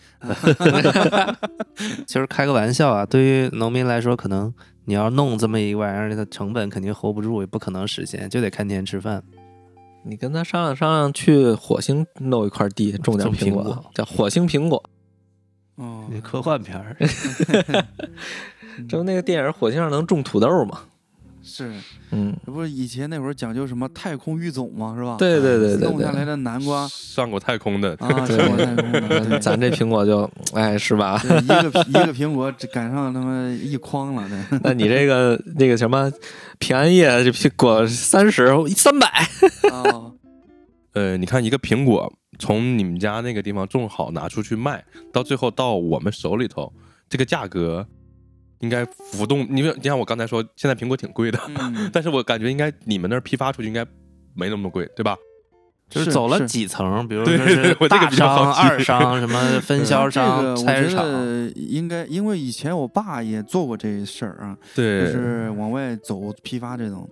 Speaker 5: (laughs) 其实开个玩笑啊，对于农民来说，可能你要弄这么一玩意儿，它成本肯定 hold 不住，也不可能实现，就得看天吃饭。
Speaker 3: 你跟他商量商量，去火星弄一块地种点
Speaker 5: 种苹
Speaker 3: 苹果，
Speaker 5: 果
Speaker 3: 叫火星苹果。
Speaker 6: 哦，
Speaker 5: 那科幻片
Speaker 4: (laughs)
Speaker 5: 儿， (laughs)
Speaker 3: 这不那个电影《火星上能种土豆》吗？
Speaker 6: 嗯是，
Speaker 3: 嗯，
Speaker 6: 这不是以前那会儿讲究什么太空育种吗？是吧？哎
Speaker 3: 对对对对
Speaker 6: 弄下来
Speaker 3: 对。
Speaker 6: 的
Speaker 5: (laughs)
Speaker 6: 南瓜
Speaker 4: 上过太空的，
Speaker 6: 啊，
Speaker 3: 对
Speaker 6: 是我太空的，对
Speaker 3: (laughs) 咱这苹果就，哎，是吧？
Speaker 6: 对一个苹一个苹果只赶上他妈一筐
Speaker 5: (laughs)
Speaker 6: 了，对，
Speaker 3: 那你这个那个什么，平安夜这苹果三十三百，
Speaker 6: 啊，
Speaker 4: 呃，你看一个苹果从你们家那个地方种好拿出去卖，到最后到我们手里头，这个价格应该浮动。你你像我刚才说，现在苹果挺贵的， (laughs)
Speaker 6: 嗯，
Speaker 4: 但是我感觉应该你们那儿批发出去应该没那么贵，对吧？
Speaker 5: (laughs) 就是走了几层，比如
Speaker 4: 对
Speaker 5: 说是
Speaker 4: (laughs) 我这个
Speaker 5: 大
Speaker 4: 比较
Speaker 5: 商、
Speaker 4: 好奇
Speaker 5: 二商、什么分销
Speaker 6: 这个
Speaker 5: 商、
Speaker 6: 我
Speaker 5: 菜市
Speaker 6: 觉
Speaker 5: 场，
Speaker 6: 得应该，因为以前我爸也做过这事儿啊，就
Speaker 4: 对
Speaker 6: 是往外走批发这种，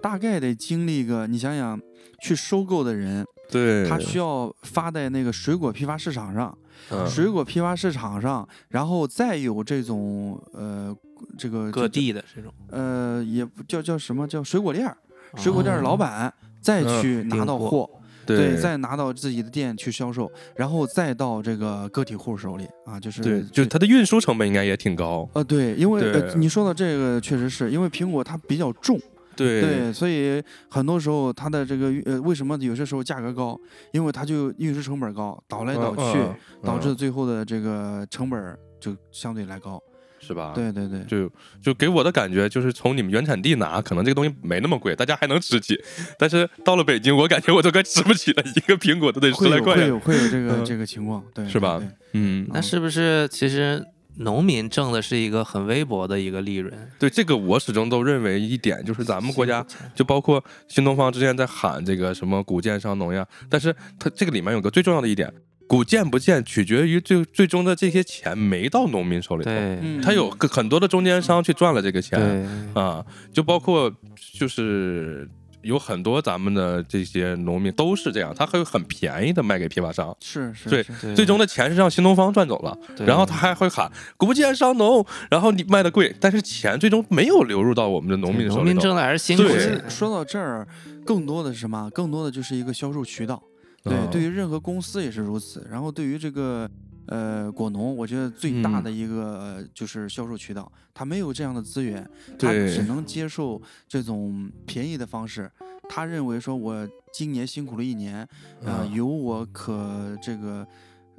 Speaker 6: 大概得经历个，你想想，去收购的人，
Speaker 4: 对，
Speaker 6: 他需要发在那个水果批发市场上，
Speaker 4: 嗯
Speaker 6: 水果批发市场上，然后再有这种呃，这个
Speaker 5: 各地的这种
Speaker 6: 呃，也不叫叫什么叫水果店儿，水果店儿老板再
Speaker 4: 嗯
Speaker 6: 去拿
Speaker 5: 哦订
Speaker 6: 到
Speaker 5: 货
Speaker 6: 货，
Speaker 4: 对
Speaker 6: 再拿到自己的店去销售，然后再到这个个体户手里啊，就是
Speaker 4: 对，就是它的运输成本应该也挺高，
Speaker 6: 呃，对，因为呃，
Speaker 4: 对
Speaker 6: 你说到这个，确实是因为苹果它比较重，
Speaker 4: 对
Speaker 6: 对，所以很多时候它的这个运呃，为什么有些时候价格高？因为它就运输成本高，倒来倒去，
Speaker 4: 嗯嗯
Speaker 6: 导致
Speaker 4: 嗯
Speaker 6: 最后的这个成本儿就相对来高。
Speaker 4: 是吧？。
Speaker 6: 对对对，
Speaker 4: 就就给我的感觉就是从你们原产地拿，可能这个东西没那么贵，大家还能吃起。但是到了北京，我感觉我都快吃不起了，一个苹果都得十
Speaker 6: 会
Speaker 4: 来
Speaker 6: 有
Speaker 4: 块
Speaker 6: 会。有会有这
Speaker 4: (laughs)
Speaker 6: 个
Speaker 4: 嗯
Speaker 6: 这个情况，对，
Speaker 4: 是吧
Speaker 6: 对
Speaker 4: 嗯，
Speaker 5: 那是不是其实农民挣的是一个很微薄的一个利润？
Speaker 4: 对，这个我始终都认为一点就是咱们国家，就包括新东方之前在喊这个什么古建商农呀，但是它这个里面有个最重要的一点，古建不建取决于最最终的这些钱没到农民手里头，
Speaker 5: 对
Speaker 6: 嗯
Speaker 4: 他有个很多的中间商去赚了这个钱。
Speaker 5: 对，
Speaker 4: 啊，就包括就是有很多咱们的这些农民都是这样，他会很便宜的卖给批发商，
Speaker 6: 是是
Speaker 4: 对
Speaker 6: 是
Speaker 5: 对
Speaker 4: 最终的钱是让新东方赚走了，
Speaker 5: 对
Speaker 4: 然后他还会喊国建商农，然后你卖的贵，但是钱最终没有流入到我们的农民
Speaker 5: 对
Speaker 4: 的手
Speaker 5: 农
Speaker 4: 里
Speaker 5: 民
Speaker 4: 头。
Speaker 5: 挣的还是辛苦
Speaker 6: 其
Speaker 4: 对
Speaker 6: 实
Speaker 5: 钱。
Speaker 6: 说到这儿，更多的是什么？更多的就是一个销售渠道。对，
Speaker 4: 嗯
Speaker 6: 对于任何公司也是如此。然后对于这个呃果农，我觉得最大
Speaker 4: 嗯
Speaker 6: 的一个、呃就是销售渠道，他没有这样的资源，他
Speaker 4: 对
Speaker 6: 只能接受这种便宜的方式。他认为说我今年辛苦了一年，呃，
Speaker 4: 嗯
Speaker 6: 有我可这个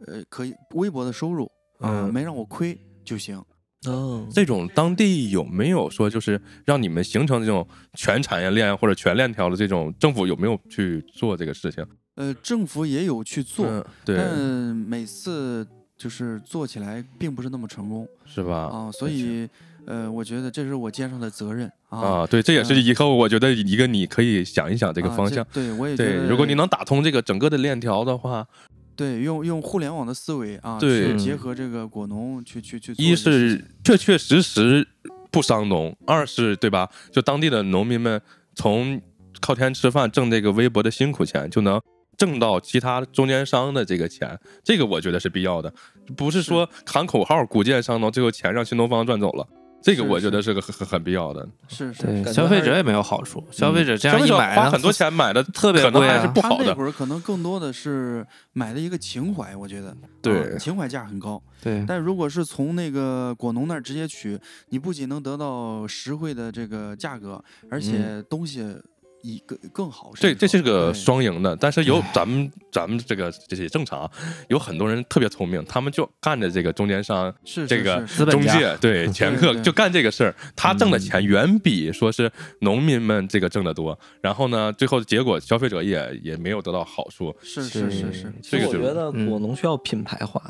Speaker 6: 呃可以微薄的收入啊、
Speaker 4: 嗯
Speaker 6: 没让我亏就行。
Speaker 3: 哦，
Speaker 4: 这种当地有没有说就是让你们形成这种全产业链或者全链条的这种政府有没有去做这个事情？
Speaker 6: 呃，政府也有去做，
Speaker 4: 嗯、对，
Speaker 6: 但每次就是做起来并不是那么成功
Speaker 4: 是吧？
Speaker 6: 啊、所以呃，我觉得这是我肩上的责任啊。
Speaker 4: 啊，对，这也是
Speaker 6: 嗯
Speaker 4: 以后我觉得一个你可以想一想这个
Speaker 6: 啊
Speaker 4: 方向。
Speaker 6: 对我也觉
Speaker 4: 对，
Speaker 6: 得
Speaker 4: 如果你能打通这个整个的链条的话，
Speaker 6: 对用用互联网的思维啊，
Speaker 4: 对
Speaker 6: 去结合这个果农去去去做
Speaker 4: 一
Speaker 6: 这个事
Speaker 4: 是
Speaker 6: 情，
Speaker 4: 确确实实不伤农，二是对吧？就当地的农民们从靠天吃饭挣这个微薄的辛苦钱，就能挣到其他中间商的这个钱，这个我觉得是必要的，不是说喊口号鼓劲伤农，最后钱让新东方赚走了。这个
Speaker 6: 是
Speaker 4: 我觉
Speaker 6: 是
Speaker 4: 得是个很很很必要的，
Speaker 6: 是是。
Speaker 5: 对
Speaker 1: 感觉
Speaker 5: 消费
Speaker 1: 还
Speaker 5: 者
Speaker 1: 是
Speaker 5: 也没有好处，消费者这
Speaker 4: 消
Speaker 5: 样
Speaker 4: 费
Speaker 5: 一
Speaker 4: 者
Speaker 5: 买啊
Speaker 4: 花很多，钱买的，
Speaker 5: 特别
Speaker 4: 可能
Speaker 5: 贵
Speaker 4: 还是
Speaker 5: 啊。
Speaker 4: 不
Speaker 6: 他
Speaker 4: 好
Speaker 6: 那
Speaker 4: 的
Speaker 6: 会儿可能更多的是买了一个情怀，我觉得
Speaker 4: 对
Speaker 6: 啊情怀价很高。
Speaker 5: 对，
Speaker 6: 但如果是从那个果农那儿直接取，你不仅能得到实惠的这个价格，而且东西一更更好。
Speaker 4: 这
Speaker 6: 甚至
Speaker 4: 嗯这
Speaker 6: 说
Speaker 4: 是个
Speaker 6: 对
Speaker 4: 双赢的，但是有咱们咱们这个这也正常，有很多人特别聪明，他们就干着这个中间商、
Speaker 6: 是
Speaker 4: 这个
Speaker 6: 是是
Speaker 5: 资本
Speaker 4: 中
Speaker 5: 家
Speaker 4: 介，对掮客
Speaker 6: 对对
Speaker 4: 就干这个事儿，他挣的钱远比说是农民们这个挣得多，然后呢，最后的结果消费者也也没有得到好处，
Speaker 6: 是是是是，
Speaker 4: 这
Speaker 3: 其实
Speaker 4: 个
Speaker 3: 我
Speaker 4: 就是
Speaker 3: 觉得
Speaker 5: 嗯
Speaker 3: 果农需要品牌化，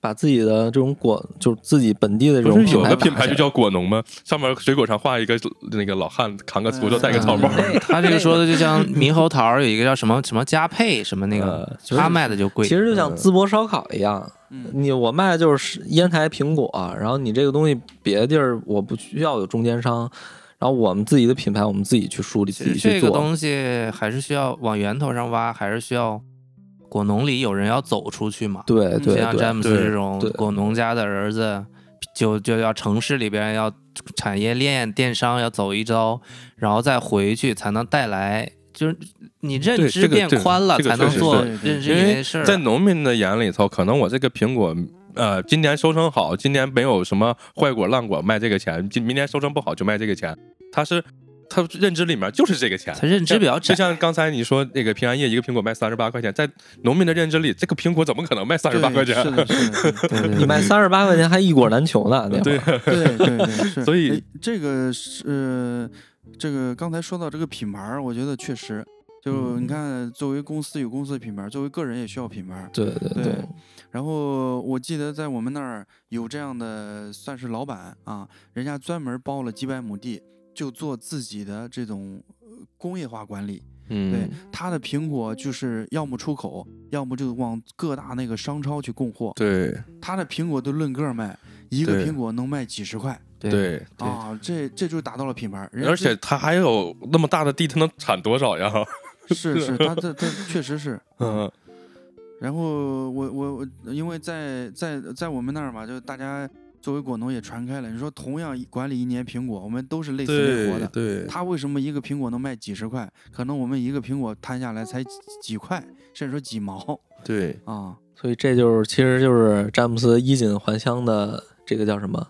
Speaker 3: 把自己的这种果，就是自己本地的这
Speaker 4: 不
Speaker 3: 种
Speaker 4: 是有
Speaker 3: 牌
Speaker 4: 的
Speaker 3: 打
Speaker 4: 品牌
Speaker 3: 起
Speaker 4: 就
Speaker 3: 来
Speaker 4: 叫果农吗？上面水果上画一个那个老汉扛个锄头戴个草帽，
Speaker 3: 嗯
Speaker 5: 他这个说的就像猕猴桃儿有一个叫什么什么佳配什么那个
Speaker 3: 呃，就是
Speaker 5: 他卖的就贵。
Speaker 3: 其实就像
Speaker 5: 嗯
Speaker 3: 淄博烧烤一样，
Speaker 6: 嗯，
Speaker 3: 你我卖的就是烟台苹果，然后你这个东西别的地儿我不需要有中间商，然后我们自己的品牌我们自己去梳理自
Speaker 5: 其实
Speaker 3: 己去
Speaker 5: 这个
Speaker 3: 做。
Speaker 5: 东西还是需要往源头上挖，还是需要果农里有人要走出去嘛。
Speaker 3: 对
Speaker 6: 嗯
Speaker 3: 对
Speaker 5: 像
Speaker 3: 对
Speaker 5: 詹姆斯
Speaker 4: 对
Speaker 5: 这种
Speaker 3: 对
Speaker 5: 果农家的儿子，就就要城市里边要产业链电商要走一招，然后再回去才能带来，就是你认
Speaker 4: 对
Speaker 5: 知
Speaker 4: 这个
Speaker 5: 变
Speaker 4: 这个
Speaker 5: 宽了
Speaker 4: 这个
Speaker 5: 才能
Speaker 4: 确实
Speaker 5: 做
Speaker 6: 是
Speaker 5: 认知
Speaker 4: 因
Speaker 5: 这
Speaker 4: 为
Speaker 5: 件事儿。
Speaker 4: 在农民的眼里头，可能我这个苹果，呃，今年收成好，今年没有什么坏果烂果卖这个钱，今明年收成不好就卖这个钱，他是他认知里面就是这个钱。
Speaker 5: 他认知比较
Speaker 4: 就
Speaker 5: 窄，
Speaker 4: 像刚才你说那个平安夜一个苹果卖三十八块钱，在农民的认知里，这个苹果怎么可能卖三十八
Speaker 6: 对
Speaker 4: 块钱？啊
Speaker 6: 是的，是的，对
Speaker 5: 对
Speaker 3: 你卖三十八块钱还一果难求呢，那会
Speaker 4: 对
Speaker 3: 儿，
Speaker 6: 对对对，是。
Speaker 4: (laughs) 所以
Speaker 6: 哎这个是呃这个刚才说到这个品牌儿，我觉得确实，
Speaker 4: 嗯
Speaker 6: 就你看，作为公司有公司的品牌儿，作为个人也需要品牌儿。
Speaker 3: 对对
Speaker 6: 对然后我记得在我们那儿有这样的，算是老板啊，人家专门包了几百亩地，就做自己的这种呃工业化管理。对
Speaker 4: 嗯，，
Speaker 6: 他的苹果就是要么出口，要么就往各大那个商超去供货。
Speaker 4: 对
Speaker 6: 他的苹果都论个儿卖，一个
Speaker 4: 对
Speaker 6: 苹果能卖几十块
Speaker 5: 对
Speaker 4: 对，
Speaker 5: 对
Speaker 6: 啊！这这就达到了品牌儿，人家
Speaker 4: 而且他还有那么大的地，他能产多少呀？
Speaker 6: 这是
Speaker 4: (laughs)
Speaker 6: 是，他这他确实是。 (laughs)
Speaker 4: 嗯，
Speaker 6: 然后我我我，因为在在在我们那儿嘛，就大家作为果农也传开了。你说同样一管理一年苹果，我们都是累死累活
Speaker 4: 对
Speaker 6: 的。
Speaker 4: 对，
Speaker 6: 他为什么一个苹果能卖几十块？可能我们一个苹果摊下来才几几块，甚至说几毛
Speaker 4: 对
Speaker 6: 啊！
Speaker 3: 所以这就是其实就是詹姆斯衣锦还乡的这个叫什么？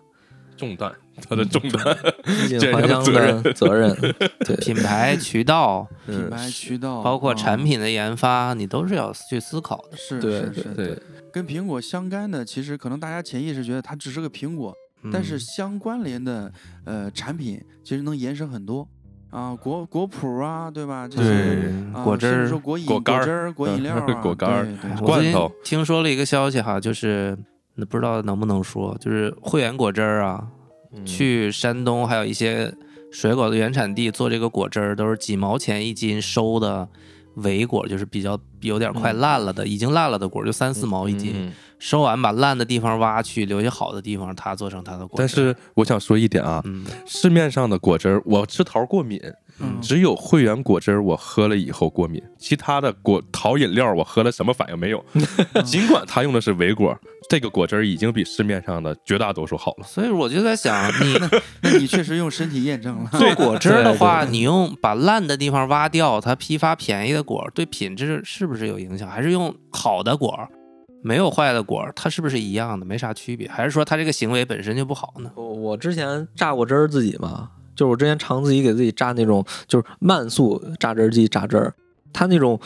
Speaker 4: 重担，他的重
Speaker 6: (laughs)
Speaker 4: 担，
Speaker 3: 衣锦
Speaker 4: 这
Speaker 3: 还
Speaker 4: 人的
Speaker 3: 乡的责任，
Speaker 5: (laughs)
Speaker 3: 对，
Speaker 5: 品牌、渠道，
Speaker 6: 品牌渠道
Speaker 5: 包括产、
Speaker 6: 啊
Speaker 5: 品的研发，你都是要去思考的。
Speaker 6: 是
Speaker 3: 对
Speaker 6: 是
Speaker 3: 对
Speaker 6: 是，
Speaker 4: 对，
Speaker 6: 跟苹果相干的，其实可能大家潜意识觉得它只是个苹果，但是
Speaker 5: 嗯
Speaker 6: 相关联的呃产品其实能延伸很多啊，果果脯啊，对吧？这些
Speaker 4: 对
Speaker 6: 啊
Speaker 5: 嗯果汁
Speaker 6: 甚至
Speaker 5: 儿
Speaker 6: 说果饮、
Speaker 4: 果
Speaker 6: 果
Speaker 4: 干儿嗯
Speaker 6: 汁儿、果饮料啊，
Speaker 4: (laughs) 果干儿
Speaker 6: 对对
Speaker 5: 我最
Speaker 4: 罐头
Speaker 5: 近听说了一个消息哈，就是不知道能不能说，就是汇源果汁儿啊，
Speaker 4: 嗯
Speaker 6: 嗯
Speaker 5: 去山东还有一些水果的原产地做这个果汁儿，都是几毛钱一斤收的尾果，就是比较有点
Speaker 6: 嗯
Speaker 5: 快烂了的，已经烂了的果，就三四毛一斤。
Speaker 4: 嗯
Speaker 5: 收完把烂的地方挖去，留下好的地方，它做成它的果汁。
Speaker 4: 但，是我想说一点啊，
Speaker 5: 嗯，
Speaker 4: 市面上的果汁儿，我吃桃过敏，
Speaker 6: 嗯
Speaker 4: 只有汇源果汁儿我喝了以后过敏，其他的果桃饮料我啊喝了什么反应
Speaker 5: (laughs)
Speaker 4: 没有。尽管它用的是维果，这个果汁儿已经比市面上的绝大多数好了。
Speaker 5: 所以我就在想，你。
Speaker 6: 那你确实用身体验证了
Speaker 5: 做
Speaker 3: (laughs)
Speaker 5: 果汁儿的话，
Speaker 3: 对对
Speaker 5: 你用把烂的地方挖掉，它批发便宜的果儿，对品质是不是有影响？还是用好的果儿，没有坏的果儿，它是不是一样的，没啥区别？还是说它这个行为本身就不好呢？
Speaker 3: 我我之前榨过汁儿自己嘛，就是我之前常自己给自己榨那种就是慢速榨汁机榨汁儿，它那种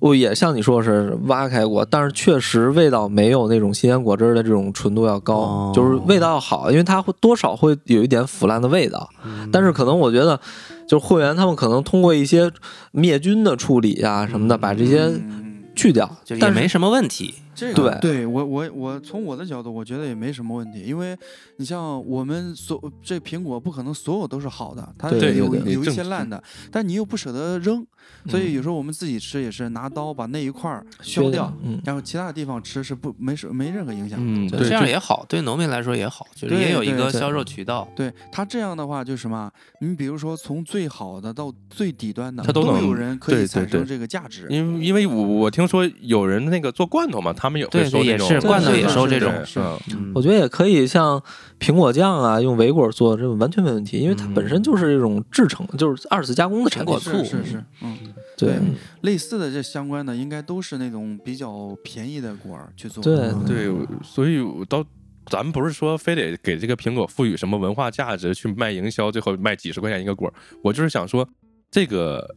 Speaker 3: 我也像你说是挖开过，但是确实味道没有那种新鲜果汁儿的这种纯度要高，
Speaker 5: 哦
Speaker 3: 就是味道要好，因为它会多少会有一点腐烂的味道，但是可能我觉得。就是会员他们可能通过一些灭菌的处理啊什么的，把这些
Speaker 6: 嗯
Speaker 3: 去掉，
Speaker 5: 就也
Speaker 3: 但是
Speaker 5: 没什么问题。
Speaker 6: 这个
Speaker 3: 对
Speaker 6: 对我我我从我的角度，我觉得也没什么问题，因为你像我们所这苹果不可能所有都是好的，它
Speaker 3: 对对
Speaker 6: 有
Speaker 3: 对
Speaker 4: 对
Speaker 6: 有一
Speaker 4: 正
Speaker 6: 些
Speaker 4: 是
Speaker 6: 烂的，但你又不舍得扔，所以
Speaker 3: 嗯
Speaker 6: 有时候我们自己吃也是拿刀把那一块儿削
Speaker 3: 削
Speaker 6: 掉，，
Speaker 3: 嗯，
Speaker 6: 然后其他的地方吃是不没什没任何影响的。
Speaker 5: 嗯，
Speaker 3: 对
Speaker 5: 这样
Speaker 4: 就
Speaker 5: 也好，对农民来说也好，就是
Speaker 6: 对
Speaker 5: 也有一
Speaker 6: 对
Speaker 5: 个
Speaker 6: 对
Speaker 5: 销售渠道。
Speaker 6: 对它这样的话，就是什么？你比如说从最好的到最底端的，
Speaker 4: 它都能
Speaker 6: 有人可
Speaker 4: 对
Speaker 6: 以
Speaker 4: 对
Speaker 6: 产生
Speaker 4: 对
Speaker 6: 这个价值。
Speaker 4: 因为因为我我听说有人那个做罐头嘛，他们也
Speaker 5: 对
Speaker 4: 会收
Speaker 5: 对
Speaker 4: 这
Speaker 5: 也
Speaker 4: 种
Speaker 5: 是罐
Speaker 3: 头也
Speaker 6: 是
Speaker 5: 收这
Speaker 4: 对
Speaker 5: 种
Speaker 6: 是
Speaker 4: 嗯
Speaker 5: 嗯
Speaker 3: 我觉得也可以像苹果酱啊，用维果做，这完全没问题，因为它本身就是一种制成，就是二次加工的产
Speaker 5: 苹
Speaker 3: 品
Speaker 5: 果。
Speaker 6: 是
Speaker 5: 醋
Speaker 6: 是是，嗯，
Speaker 3: 对
Speaker 6: 类似的这相关的应该都是那种比较便宜的果儿去做。
Speaker 3: 对
Speaker 6: 嗯
Speaker 4: 对，我所以我到咱们不是说非得给这个苹果赋予什么文化价值去卖营销，最后卖几十块钱一个果儿。我就是想说，这个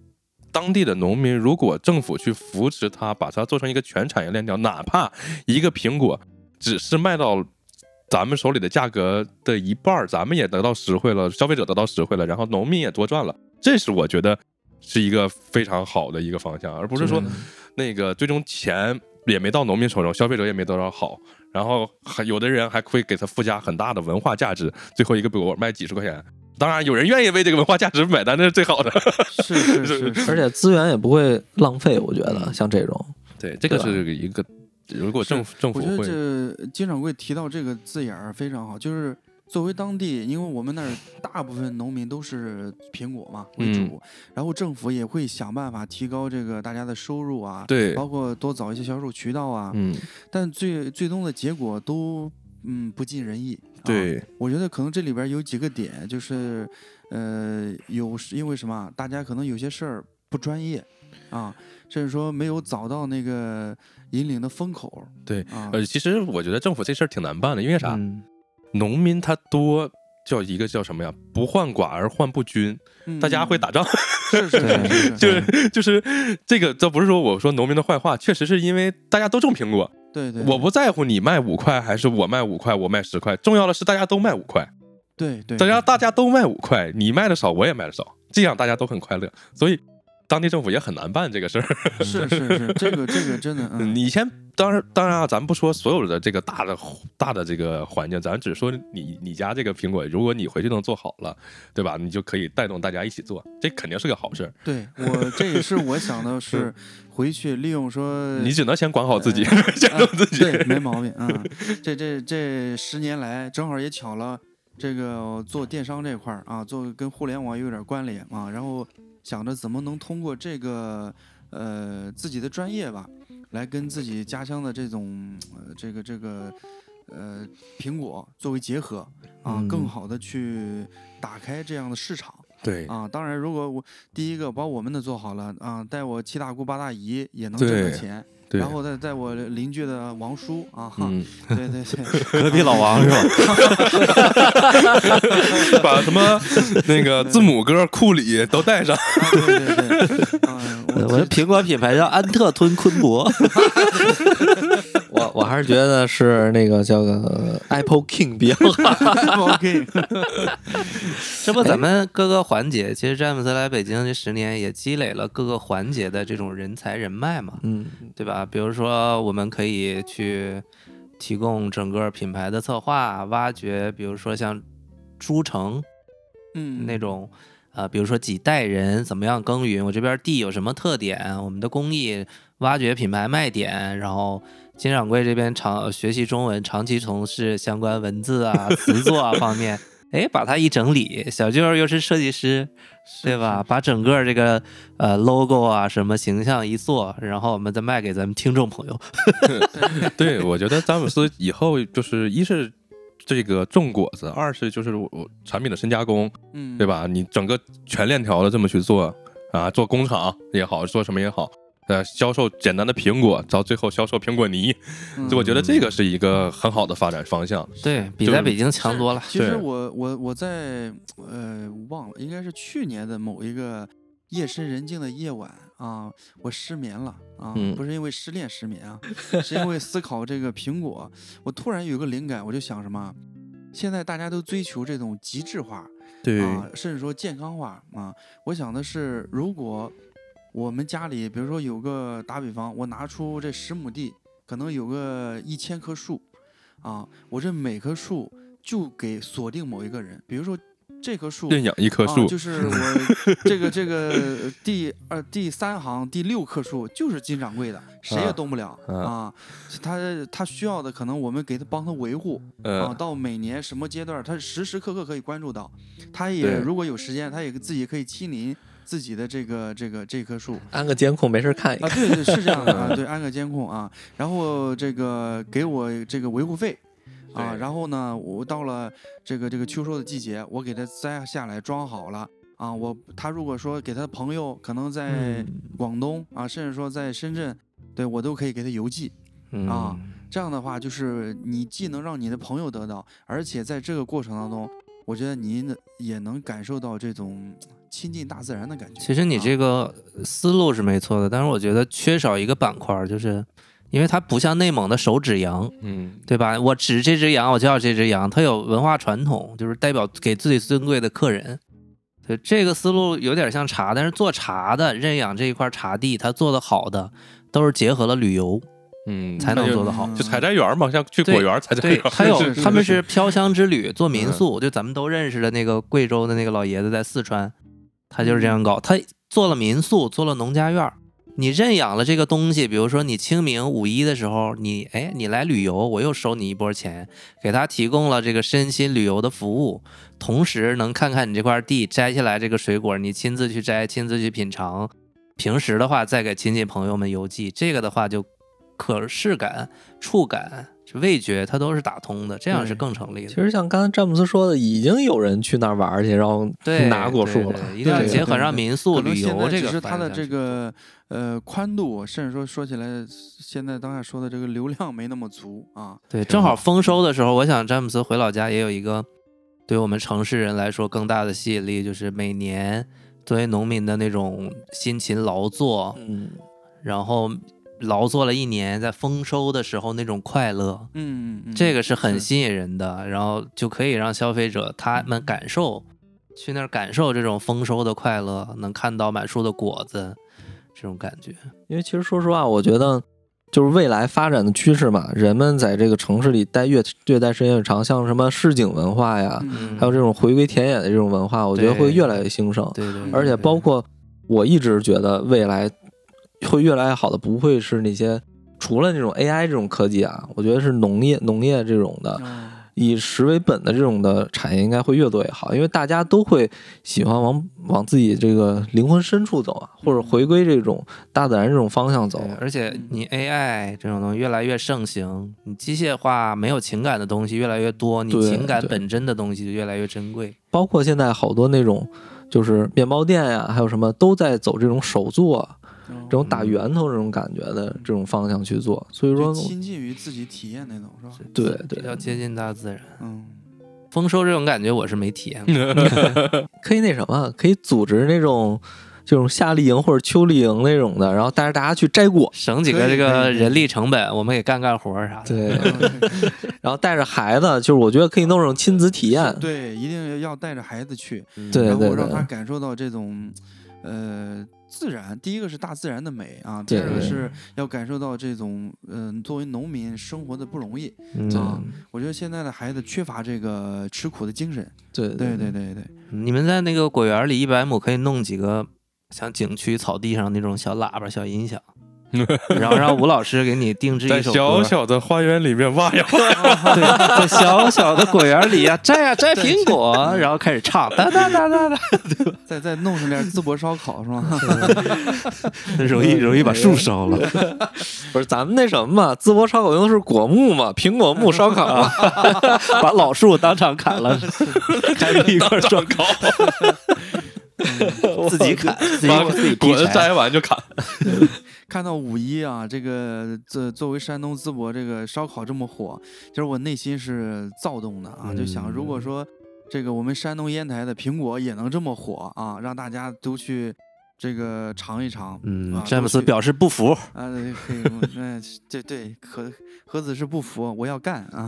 Speaker 4: 当地的农民，如果政府去扶持他，把它做成一个全产业链条，哪怕一个苹果只是卖到咱们手里的价格的一半儿，咱们也得到实惠了，消费者得到实惠了，然后农民也多赚了。这是我觉得是一个非常好的一个方向，而不是说那个最终钱也没到农民手中，消费者也没得到好，然后还有的人还会给它附加很大的文化价值，最后一个果卖几十块钱。当然，有人愿意为这个文化价值买单，那是最好的。
Speaker 6: 是是是是，
Speaker 3: 而且资源也不会浪费，我觉得像这种，
Speaker 4: (laughs) 对，这个
Speaker 3: 对吧
Speaker 4: 是一个，如果政府政府
Speaker 6: 我觉得
Speaker 4: 会，
Speaker 6: 这金掌柜提到这个字眼儿非常好，就是作为当地，因为我们那儿大部分农民都是苹果嘛
Speaker 4: 嗯
Speaker 6: 为主，然后政府也会想办法提高这个大家的收入啊，
Speaker 4: 对
Speaker 6: 包括多找一些销售渠道啊，
Speaker 4: 嗯，
Speaker 6: 但最最终的结果都嗯不尽人意。啊
Speaker 4: 对，
Speaker 6: 我觉得可能这里边儿有几个点，就是呃，有时因为什么啊，大家可能有些事儿不专业啊，甚至说没有找到那个引领的风口儿。
Speaker 4: 对
Speaker 6: 啊，
Speaker 4: 呃，其实我觉得政府这事儿挺难办的，因为啥？
Speaker 5: 嗯，
Speaker 4: 农民他多叫一个叫什么呀？不患寡而患不均，
Speaker 6: 嗯
Speaker 4: 大家会，打仗。 (laughs)
Speaker 6: 是
Speaker 5: 对
Speaker 6: 是是是，
Speaker 4: 就是是就是这个，这不是说我说农民的坏话，确实是因为大家都种苹果，
Speaker 6: 对对，
Speaker 4: 我不在乎你卖五块还是我卖五块，我卖十块，重要的是大家都卖五块，
Speaker 6: 对对，
Speaker 4: 大家
Speaker 6: 对
Speaker 4: 大家都卖五块，你卖的少我也卖的少，这样大家都很快乐，所以当地政府也很难办这个事儿。
Speaker 6: 是是是，这个这个
Speaker 4: (laughs)
Speaker 6: 真的，嗯，
Speaker 4: 你先，当然当然啊，咱们不说所有的这个大的大的这个环境，咱只说你你家这个苹果，如果你回去能做好了，对吧？你就可以带动大家一起做，这肯定是个好事儿。
Speaker 6: 对我这也是我想
Speaker 4: (laughs)
Speaker 6: 的是回去利用说
Speaker 4: 你只能先管好自己， (laughs) 先
Speaker 6: 啊
Speaker 4: 弄自己。
Speaker 6: 对，没毛病啊、嗯这这这十年来，正好也巧了，这个做电商这块儿啊，做跟互联网有点关联啊，然后想着怎么能通过这个呃自己的专业吧，来跟自己家乡的这种呃这个这个呃苹果作为结合啊，更
Speaker 5: 嗯
Speaker 6: 好的去打开这样的市场。
Speaker 4: 对
Speaker 6: 啊，当然，如果我第一个把我们的做好了啊，带我七大姑八大姨也能挣
Speaker 4: 对
Speaker 6: 到钱，
Speaker 4: 对
Speaker 6: 然后再带我邻居的王叔啊，哈，
Speaker 4: 嗯，
Speaker 6: 对对对，
Speaker 5: 隔壁老王是吧？
Speaker 4: 把什
Speaker 6: (laughs)
Speaker 4: 么那个字母哥、库里都带上。
Speaker 6: (laughs) 啊对对对，啊，
Speaker 5: (laughs) 我的
Speaker 6: 我
Speaker 5: 苹果品牌叫安特吞昆 (laughs) 博，
Speaker 3: 我我还是觉得是那个叫个 Apple King 比较好。
Speaker 6: OK，
Speaker 5: 这不咱们各个环节，其实詹姆斯来北京这十年也积累了各个环节的这种人才人脉嘛，
Speaker 3: 嗯，
Speaker 5: 对吧？比如说，我们可以去提供整个品牌的策划，挖掘，比如说像诸城
Speaker 6: 嗯，
Speaker 5: 那种，呃，比如说几代人怎么样耕耘，我这边地有什么特点，我们的工艺，挖掘品牌卖点，然后金掌柜这边长学习中文，长期从事相关文字
Speaker 4: (laughs)
Speaker 5: 啊、词作啊方面。哎，把它一整理，小舅又是设计师，对吧？把整个这个呃 logo 啊什么形象一做，然后我们再卖给咱们听众朋友。
Speaker 4: 对，我觉得詹姆斯以后就是一是这个种果子，二是就是我我产品的深加工，
Speaker 6: 嗯，
Speaker 4: 对？吧？你整个全链条的这么去做啊，做工厂也好，做什么也好。呃，销售简单的苹果，到最后销售苹果泥，
Speaker 6: 嗯
Speaker 4: 就我觉得这个是一个很好的发展方向。
Speaker 5: 对比
Speaker 4: 就
Speaker 5: 在
Speaker 4: 是
Speaker 5: 北京强多了。
Speaker 6: 其实
Speaker 4: 对
Speaker 6: 我我我在呃忘了，应该是去年的某一个夜深人静的夜晚啊，我失眠了啊，
Speaker 3: 嗯
Speaker 6: 不是因为失恋失眠啊，是因为思考这个苹果，我突然有个灵感，我就想什么，现在大家都追求这种极致化
Speaker 4: 对
Speaker 6: 啊，甚至说健康化啊，我想的是，如果我们家里比如说有个打比方，我拿出这十亩地可能有个一千棵树，啊，我这每棵树就给锁定某一个人，比如说这棵树
Speaker 4: 认养一棵
Speaker 6: 啊，
Speaker 4: 树，
Speaker 6: 就
Speaker 4: (laughs)
Speaker 6: 是我这个这个第二第三行第六棵树就是金掌柜的，谁也
Speaker 3: 啊
Speaker 6: 动不了
Speaker 3: 啊
Speaker 6: 啊。他他需要的可能我们给他帮他维护啊，
Speaker 4: 嗯
Speaker 6: 到每年什么阶段，他时时刻刻可以关注到。他
Speaker 4: 对
Speaker 6: 也如果有时间，他也自己可以亲临自己的这个这个这棵树。
Speaker 3: 安个监控没事看一
Speaker 6: 啊，
Speaker 3: 看。
Speaker 6: 对对是这样的啊，对，安个监控啊，然后这个给我这个维护费。啊，
Speaker 4: 对
Speaker 6: 然后呢，我到了这个这个秋收的季节，我给它摘下来装好了啊。我他如果说给他的朋友，可能在
Speaker 3: 嗯
Speaker 6: 广东、啊，甚至说在深圳，对我都可以给他邮寄。
Speaker 5: 嗯
Speaker 6: 啊这样的话，就是你既能让你的朋友得到，而且在这个过程当中，我觉得您也能感受到这种亲近大自然的感觉。
Speaker 5: 其实你
Speaker 6: 啊
Speaker 5: 这个思路是没错的，但是我觉得缺少一个板块儿，就是因为它不像内蒙的手指羊，
Speaker 4: 嗯，
Speaker 5: 对吧？我指这只羊，我就要这只羊，它有文化传统，就是代表给自己尊贵的客人。对，这个思路有点像茶，但是做茶的认养这一块茶地，它做的好的都是结合了旅游，
Speaker 4: 嗯，
Speaker 5: 才能
Speaker 4: 那就
Speaker 5: 做得好
Speaker 4: 就采摘园儿嘛，像去
Speaker 5: 对
Speaker 4: 果园儿采摘
Speaker 5: 对
Speaker 4: 园儿，
Speaker 5: 他
Speaker 4: (laughs)
Speaker 5: 有
Speaker 6: 是是嗯
Speaker 5: 他们
Speaker 6: 是
Speaker 5: 是飘香之旅，做民宿，就咱们都认识的那个贵州的那个老爷子在四川，他就是这样
Speaker 6: 嗯
Speaker 5: 搞，他做了民宿，做了农家院儿。你认养了这个东西，比如说你清明、五一的时候，你哎，你来旅游，我又收你一波钱，给他提供了这个身心旅游的服务，同时能看看你这块地摘下来这个水果，你亲自去摘，亲自去品尝。平时的话，再给亲戚朋友们邮寄，这个的话就可视感、触感、味觉，它都是打通的，这样是
Speaker 6: 对
Speaker 5: 更成立
Speaker 3: 其
Speaker 5: 的。
Speaker 3: 实像刚才詹姆斯说的，已经有人去那儿玩儿去，然后
Speaker 5: 对，
Speaker 3: (laughs) 拿果树
Speaker 5: 对
Speaker 3: 了。
Speaker 5: 对一定要
Speaker 6: 对
Speaker 5: 结合
Speaker 6: 对
Speaker 5: 上
Speaker 6: 对
Speaker 5: 民宿
Speaker 6: 可能
Speaker 5: 旅
Speaker 6: 现
Speaker 5: 游
Speaker 6: 在
Speaker 5: 这
Speaker 6: 只
Speaker 5: 个
Speaker 6: 是它
Speaker 5: 方
Speaker 6: 的
Speaker 5: 向去做。
Speaker 6: 这个呃宽度，甚至说说起来，现在当下说的这个流量没那么足啊。
Speaker 5: 对，
Speaker 4: 挺
Speaker 5: 正好
Speaker 4: 好
Speaker 5: 丰收的时候，我想詹姆斯回老家也有一个对我们城市人来说更大的吸引力，就是每年作为农民的那种辛勤劳作，
Speaker 3: 嗯，
Speaker 5: 然后劳作了一年，在丰收的时候那种快乐，
Speaker 6: 嗯嗯嗯，
Speaker 5: 这个是很
Speaker 6: 是
Speaker 5: 吸引人的，然后就可以让消费者他们感受去那儿感受这种丰收的快乐，能看到满树的果子。这种感觉，
Speaker 3: 因为其实说实话，我觉得就是未来发展的趋势嘛，人们在这个城市里待越越待时间越长，像什么市井文化呀，
Speaker 6: 嗯
Speaker 3: 还有这种回归田野的这种文化，我觉得
Speaker 5: 对
Speaker 3: 会越来越兴盛。
Speaker 5: 对对，
Speaker 3: 而且
Speaker 5: 对
Speaker 3: 包括我一直觉得未来会越来越好的，不会是那些除了这种 AI 这种科技啊，我觉得是农业农业这种
Speaker 5: 嗯
Speaker 3: 的
Speaker 6: 哦
Speaker 3: 以食为本的这种的产业应该会越做越好，因为大家都会喜欢往往自己这个灵魂深处走啊，或者回归这种大自然这种方向走
Speaker 5: 对，而且
Speaker 6: 嗯
Speaker 5: 你 AI 这种东西越来越盛行，你机械化没有情感的东西越来越多，你
Speaker 3: 对
Speaker 5: 情感
Speaker 3: 对
Speaker 5: 本真的东西就越来越珍贵。
Speaker 3: 包括现在好多那种就是面包店呀、还有什么都在走这种手作、这种打圆头这种感觉的这种方向去做，所以
Speaker 6: 就
Speaker 3: 说
Speaker 6: 亲近于自己体验那种是吧？
Speaker 3: 对
Speaker 5: 比
Speaker 3: 对
Speaker 5: 较接近大自然。
Speaker 6: 嗯，
Speaker 5: 丰收这种感觉我是没体验过。
Speaker 3: 可以那什么，可以组织那种这种夏令营或者秋令营那种的，然后带着大家去摘果，
Speaker 5: 省几个
Speaker 6: 可以
Speaker 5: 这个
Speaker 6: 可以可以
Speaker 5: 人力成本，我们给干干活儿啥的。
Speaker 3: 对，
Speaker 6: 嗯
Speaker 3: (laughs) 然后带着孩子，就是我觉得可以弄这种亲子体验，
Speaker 6: (laughs) 对，一定要带着孩子去，
Speaker 3: 对
Speaker 6: 然
Speaker 3: 对
Speaker 6: 后让他
Speaker 3: 对，
Speaker 6: 感受到这种呃自然。第一个是大自然的美啊，第
Speaker 3: 对
Speaker 6: 二个
Speaker 3: 对
Speaker 6: 是要感受到这种嗯、作为农民生活的不容易。啊
Speaker 3: 嗯，
Speaker 6: 我觉得现在的孩子缺乏这个吃苦的精神。
Speaker 3: 对
Speaker 6: 对
Speaker 3: (laughs)
Speaker 6: 对对对，
Speaker 5: 你们在那个果园里一百亩可以弄几个像景区草地上那种小喇叭、小音响，然后让吴老师给你定制
Speaker 4: 在
Speaker 5: 一首歌。
Speaker 4: 小小的花园里面
Speaker 5: (laughs)
Speaker 4: 挖呀挖，
Speaker 5: 对， (laughs) 在小小的果园里呀、摘呀、摘苹果，然后开始唱哒哒哒哒哒，
Speaker 6: 再再弄上点淄博烧烤是 (laughs) 吗？
Speaker 5: 容易容易把树烧了。
Speaker 3: 不是咱们那什么嘛，淄博烧烤用的是果木嘛，苹果木烧烤 (laughs) 嘛，
Speaker 5: 把老树当场砍了，开了一块烧烤， (laughs) 自己砍，自己
Speaker 4: 把
Speaker 5: 自己劈
Speaker 4: 果子
Speaker 5: 柴。
Speaker 4: 摘完就砍。
Speaker 6: 看到五一啊，这个作作为山东淄博这个烧烤这么火，其实我内心是躁动的啊，就想如
Speaker 3: 嗯
Speaker 6: 果说这个我们山东烟台的苹果也能这么火啊，让大家都去这个尝一尝。啊
Speaker 5: 嗯，
Speaker 6: 都
Speaker 5: 詹姆斯
Speaker 6: 是
Speaker 5: 表示不服，
Speaker 6: 啊，对可
Speaker 3: (laughs)
Speaker 6: 以，那对对，何何子是不服，我要干
Speaker 3: (laughs)
Speaker 5: (laughs)
Speaker 6: 啊！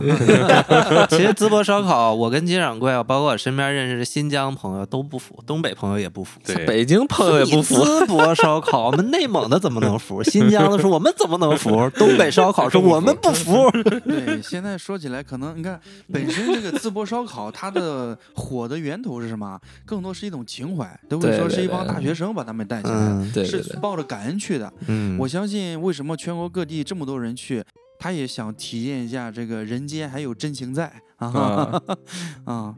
Speaker 5: 其实淄博烧烤，我跟金掌柜啊，包括我身边认识的新疆朋友都不服，东北朋友也不服。
Speaker 4: 对
Speaker 3: 北京朋友也不服，
Speaker 5: 淄博烧烤，我们内蒙的怎么能服？新疆的说我们怎么能服？ (laughs) 东北烧烤说我们不服。
Speaker 6: 对，现在说起来，可能你看，本身这个淄博烧烤，它的火的源头是什么？更多是一种情怀，都会
Speaker 3: 对
Speaker 6: 说
Speaker 3: 对
Speaker 6: 是一帮
Speaker 3: 对
Speaker 6: 大学生把他们带起来，
Speaker 5: 嗯
Speaker 3: 对对
Speaker 6: 是
Speaker 3: 对，
Speaker 6: 抱着感恩去的。
Speaker 5: 嗯，
Speaker 6: 我相信，为什么全国各地这么多人去，他也想体验一下这个人间还有真情在啊 (laughs) 啊！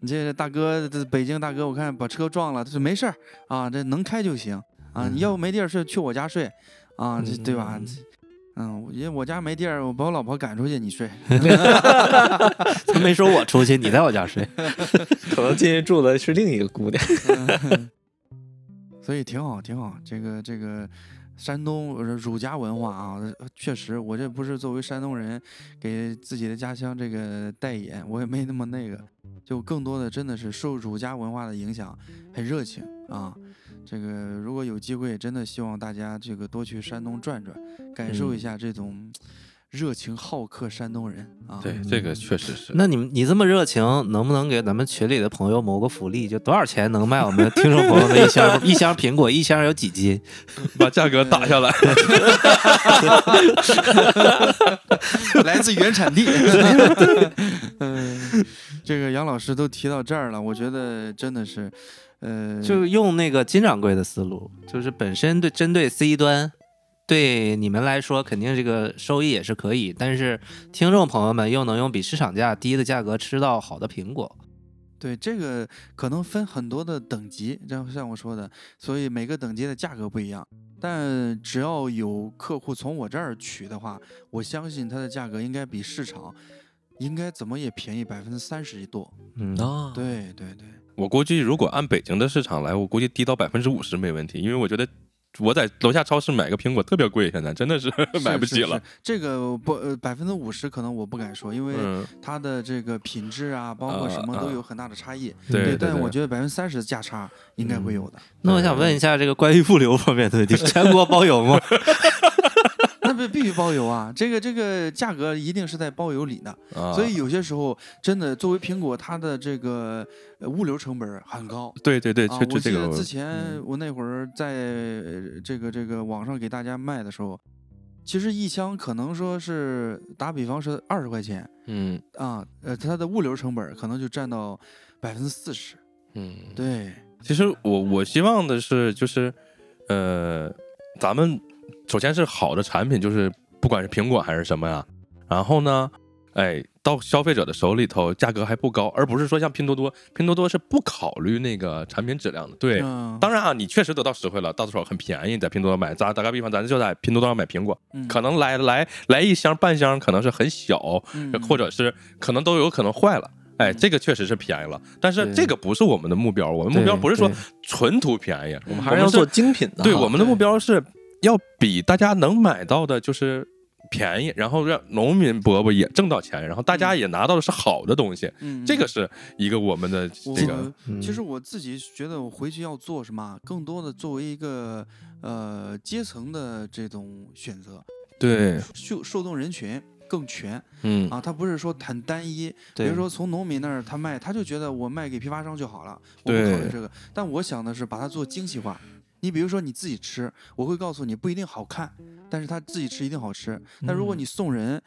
Speaker 6: 你这大哥，这北京大哥，我看把车撞了，他说没事儿啊，这能开就行啊。你要没地儿睡，去我家睡啊，这对吧
Speaker 5: 嗯？
Speaker 6: 嗯，我因为我家没地儿，我把我老婆赶出去，你睡。
Speaker 5: (laughs) 他没说我出去，你在我家睡。
Speaker 3: 可能进去住的是另一个姑娘。
Speaker 6: (laughs) 所以挺好，挺好。这个这个山东呃儒家文化啊，呃确实，我这不是作为山东人给自己的家乡这个代言，我也没那么那个，就更多的真的是受儒家文化的影响，很热情啊。这个如果有机会，真的希望大家这个多去山东转转，感受一下这种热情好客山东人啊。
Speaker 4: 对，这个确实是。
Speaker 5: (laughs) 那你们你这么热情，能不能给咱们群里的朋友谋个福利？就多少钱能卖我们听众朋友们一 (laughs) 箱一箱苹果，一箱有几斤？
Speaker 4: 把价格打下
Speaker 6: (laughs)
Speaker 4: 来，
Speaker 6: (laughs) 来自原
Speaker 4: (laughs)
Speaker 6: 产地。嗯，这个杨老师都提到这儿了，我觉得真的是，
Speaker 3: 嗯
Speaker 6: 呃，
Speaker 5: 就用那个金掌柜的思路，就是本身对针对 C 端，对你们来说肯定这个收益也是可以，但是听众朋友们又能用比市场价低的价格吃到好的苹果。
Speaker 6: 对这个可能分很多的等级，这样像我说的，所以每个等级的价格不一样。但只要有客户从我这儿取的话，我相信它的价格应该比市场应该怎么也便宜百分之三十多。
Speaker 5: 嗯，
Speaker 3: 哦，
Speaker 6: 对对对，
Speaker 4: 我估计如果按北京的市场来，我估计低到百分之五十没问题，因为我觉得我在楼下超市买个苹果特别贵，现在真的是 (laughs) 买
Speaker 6: 是
Speaker 4: 不起。
Speaker 6: 是
Speaker 4: 了
Speaker 6: 是。这个不呃百分之五十可能我不敢说，因为
Speaker 4: 嗯，
Speaker 6: 它的这个品质啊，包括什么
Speaker 4: 啊
Speaker 6: 都
Speaker 4: 啊
Speaker 6: 有很大的差异。
Speaker 4: 对对
Speaker 6: 但
Speaker 4: 对嗯
Speaker 6: 我觉得百分之三十的价差应该会有的。
Speaker 5: 那我想问一下这个关于物流方面的
Speaker 3: (laughs)
Speaker 5: 问题，全国包邮吗？
Speaker 6: 那必必须包邮啊！这个这个价格一定是在包邮里的。
Speaker 4: 啊
Speaker 6: 所以有些时候真的作为苹果，它的这个呃物流成本儿很高。
Speaker 4: 对对对，
Speaker 6: 啊
Speaker 4: 就，就这
Speaker 6: 我记
Speaker 4: 个嗯
Speaker 6: 得之前我那会儿在呃这个这个网上给大家卖的时候，其实一箱可能说是打比方是二十块钱
Speaker 4: 嗯
Speaker 6: 啊，呃，它的物流成本儿可能就占到百分之四十。
Speaker 4: 嗯，
Speaker 6: 对，
Speaker 4: 其实我我希望的是，就是呃，咱们首先是好的产品，就是不管是苹果还是什么呀，然后呢，哎，到消费者的手里头价格还不高，而不是说像拼多多，拼多多是不考虑那个产品质量的。对，
Speaker 6: 嗯，
Speaker 4: 当然啊，你确实得到实惠了，到手很便宜，在拼多多买，咱打个比方，咱就在拼多多上买苹果，
Speaker 6: 嗯
Speaker 4: 可能来来来一箱半箱，可能是很小，
Speaker 6: 嗯
Speaker 4: 或者是可能都有可能坏了。哎，
Speaker 6: 嗯
Speaker 4: 这个确实是便宜了，但是
Speaker 5: 对
Speaker 4: 这个不是我们的目标，我们目标不是说纯图便宜，
Speaker 6: 嗯
Speaker 4: 我们
Speaker 3: 还
Speaker 4: 还
Speaker 3: 是
Speaker 4: 是
Speaker 3: 要
Speaker 4: 要
Speaker 3: 做精品的哈。
Speaker 4: 对我们的
Speaker 6: 对
Speaker 4: 目标是要比大家能买到的，就是便宜，然后让农民伯伯也挣到钱，然后大家
Speaker 6: 嗯
Speaker 4: 也拿到的是好的东西，
Speaker 6: 嗯
Speaker 4: 这个是一个我们的
Speaker 6: 我
Speaker 4: 这个嗯
Speaker 6: 其实我自己觉得，我回去要做什么，更多的作为一个呃阶层的这种选择，
Speaker 4: 对，
Speaker 6: 受受众人群更全
Speaker 4: 嗯
Speaker 6: 啊，它不是说很单一。比
Speaker 5: 对
Speaker 6: 如说从农民那儿他卖，他就觉得我卖给批发商就好了，我不考虑
Speaker 4: 对
Speaker 6: 这个。但我想的是把它做精细化。你比如说你自己吃，我会告诉你不一定好看，但是他自己吃一定好吃。但如果
Speaker 4: 嗯
Speaker 6: 你送人，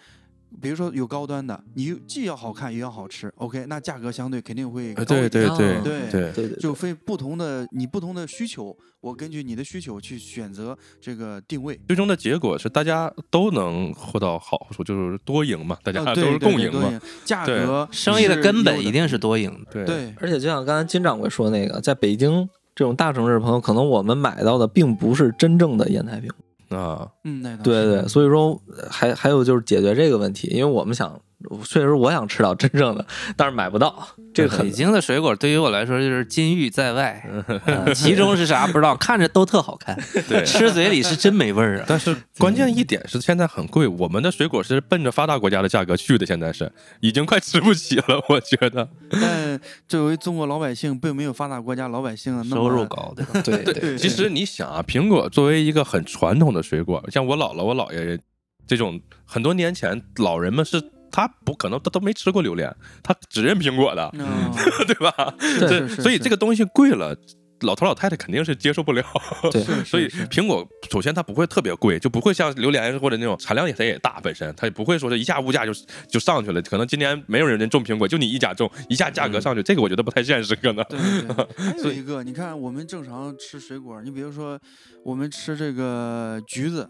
Speaker 6: 比如说有高端的，你又既要好看也要好吃，OK，那价格相对肯定会
Speaker 4: 呃
Speaker 6: 高
Speaker 4: 对对
Speaker 6: 一点
Speaker 4: 对
Speaker 3: 啊
Speaker 6: 对
Speaker 4: 对，
Speaker 3: 对对对
Speaker 6: 就非不同的你不同的需求，我根据你的需求去选择这个定位。
Speaker 4: 最终的结果是大家都能获到好处，就是多赢嘛，大家
Speaker 6: 啊，
Speaker 4: 都
Speaker 6: 对
Speaker 4: 是
Speaker 6: 对
Speaker 4: 共
Speaker 6: 对
Speaker 4: 赢
Speaker 6: 多
Speaker 4: 嘛，
Speaker 6: 价
Speaker 4: 对
Speaker 6: 格
Speaker 5: 生意的根本一定是多
Speaker 6: 多。
Speaker 5: 赢的。
Speaker 4: 对
Speaker 6: 对，
Speaker 3: 而且就像刚才金掌柜说那个，在北京这种大城市的朋友，可能我们买到的并不是真正的烟台苹果。
Speaker 4: 啊，
Speaker 6: 嗯，那倒
Speaker 3: 对
Speaker 6: 是
Speaker 3: 对，所以说呃还还有就是解决这个问题，因为我们想确实我想吃到真正的，但是买不到，这个
Speaker 5: 北
Speaker 3: 很
Speaker 5: 京的水果对于我来说就是金玉在
Speaker 3: (laughs)
Speaker 5: 外，呃其中是啥不知道，看着都特好看，
Speaker 4: 对。
Speaker 5: 吃嘴里是真没味儿啊。
Speaker 4: 但是关键一点是，现在很贵，我们的水果是奔着发达国家的价格去的，现在是已经快吃不起了，我觉得。
Speaker 6: 但作为中国老百姓，并没有发达国家老百姓那么
Speaker 5: 收入高的，
Speaker 3: 对对
Speaker 6: 对
Speaker 4: 其实你想啊，苹果作为一个很传统的水果，像我姥姥、我姥爷这种，很多年前老人们是他不可能他都没吃过榴莲，他只认苹果的，
Speaker 6: 嗯，
Speaker 4: 对吧？
Speaker 6: 是
Speaker 4: 对
Speaker 6: 是，是
Speaker 4: 所以这个东西贵了，老头老太太肯定是接受不了。
Speaker 3: 对
Speaker 6: 是是
Speaker 4: 所以 (laughs)
Speaker 6: 是
Speaker 4: 苹果首先它不会特别贵，就不会像榴莲或者那种产量也它也大，本身它也不会说是一下物价就就上去了。可能今年没有人种苹果，就你一家种，一下价格上去，这个我觉得不太现实，可能。
Speaker 6: 对对
Speaker 4: (laughs)
Speaker 6: 对，还有
Speaker 4: 所
Speaker 6: 一个，你看我们正常吃水果，你比如说我们吃这个橘子，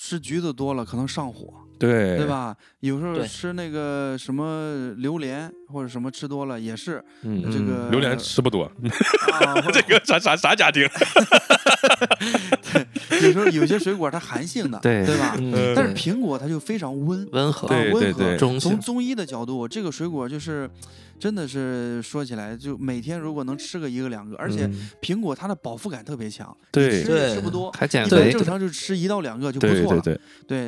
Speaker 6: 吃橘子多了可能上火，
Speaker 4: 对
Speaker 6: 对？吧？有时候
Speaker 3: 对
Speaker 6: 吃那个什么榴莲或者什么吃多了也是
Speaker 4: 嗯
Speaker 6: 这个
Speaker 4: 榴莲吃不多，
Speaker 6: 啊，或
Speaker 4: (laughs)
Speaker 6: 者
Speaker 4: 这个啥啥啥家庭？
Speaker 6: 有时候有些水果它寒性的，
Speaker 5: 对
Speaker 6: 对吧？
Speaker 3: 嗯
Speaker 6: 但是苹果它就非常温，
Speaker 5: 温和
Speaker 6: 啊
Speaker 4: 对
Speaker 6: 温
Speaker 4: 对
Speaker 6: 和
Speaker 4: 对
Speaker 5: 中性
Speaker 6: 从，中医的角度，这个水果就是真的是说起来，就每天如果能吃个一个两个，而且
Speaker 5: 嗯
Speaker 6: 苹果它的饱腹感特别强，你
Speaker 4: 对
Speaker 6: 吃也
Speaker 3: 对
Speaker 6: 吃不多。
Speaker 5: 还减
Speaker 6: 一般
Speaker 5: 肥
Speaker 6: 正，常就吃一到两个就不
Speaker 4: 对
Speaker 6: 错
Speaker 4: 对
Speaker 6: 了，
Speaker 4: 对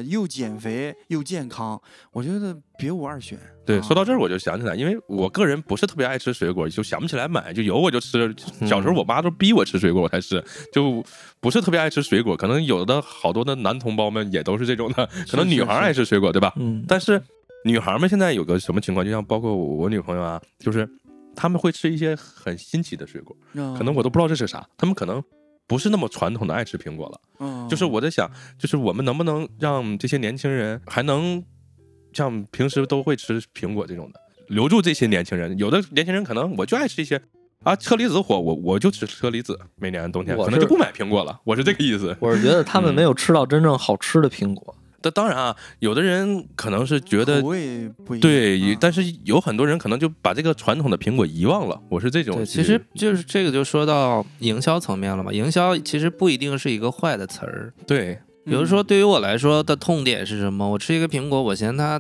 Speaker 6: 对又减肥又健康，我觉得别无二选。
Speaker 4: 对，
Speaker 6: 啊
Speaker 4: 说到这儿我就想起来，因为我个人不是特别爱吃水果，就想不起来买，就有我就吃。小时候我妈都逼我吃水果，我才吃，就不是特别爱吃水果。可能有的好多的男同胞们也都是这种的，可能女孩儿爱吃水果，对吧？
Speaker 3: 嗯
Speaker 4: 但是女孩儿们现在有个什么情况，就像包括我我女朋友啊，就是她们会吃一些很新奇的水果，
Speaker 6: 可
Speaker 4: 可能我都不知道这是啥，她们可能不是那么传统的爱吃苹果了。
Speaker 6: 嗯
Speaker 4: 就是我在想，就是我们能不能让这些年轻人还能像平时都会吃苹果这种的，留住这些年轻人。有的年轻人可能我就爱吃一些啊，车厘子火，我我就吃车厘子，每年冬天
Speaker 3: 我
Speaker 4: 可能就是不买苹果了，我是这个意思。
Speaker 3: 我是觉得他们没有吃到真正好吃的苹果，
Speaker 4: 但当然啊，有的人可能是觉得
Speaker 6: 口。味不一样，
Speaker 4: 对
Speaker 6: 啊，
Speaker 4: 但是有很多人可能就把这个传统的苹果遗忘了，我是这种。
Speaker 5: 对，其实就是这个就说到营销层面了嘛。营销其实不一定是一个坏的词儿，
Speaker 4: 对，
Speaker 5: 比
Speaker 6: 嗯
Speaker 5: 如说对于我来说的痛点是什么？我吃一个苹果，我嫌它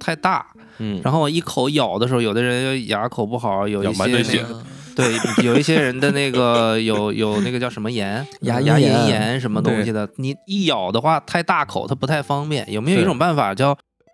Speaker 5: 太大，
Speaker 4: 嗯，
Speaker 5: 然后我一口咬的时候，有的人牙口不好，有
Speaker 4: 咬
Speaker 5: 一些
Speaker 4: 蛮对
Speaker 5: 那
Speaker 4: 血
Speaker 5: 个 (laughs) 对，有一些人的那个有有那个叫什
Speaker 4: (laughs)
Speaker 5: 么炎，
Speaker 3: 牙龈
Speaker 5: 牙龈
Speaker 3: 炎
Speaker 5: 炎什么东西的，你一咬的话太大口，它不太方便。有没有一
Speaker 4: 是
Speaker 5: 种办法叫？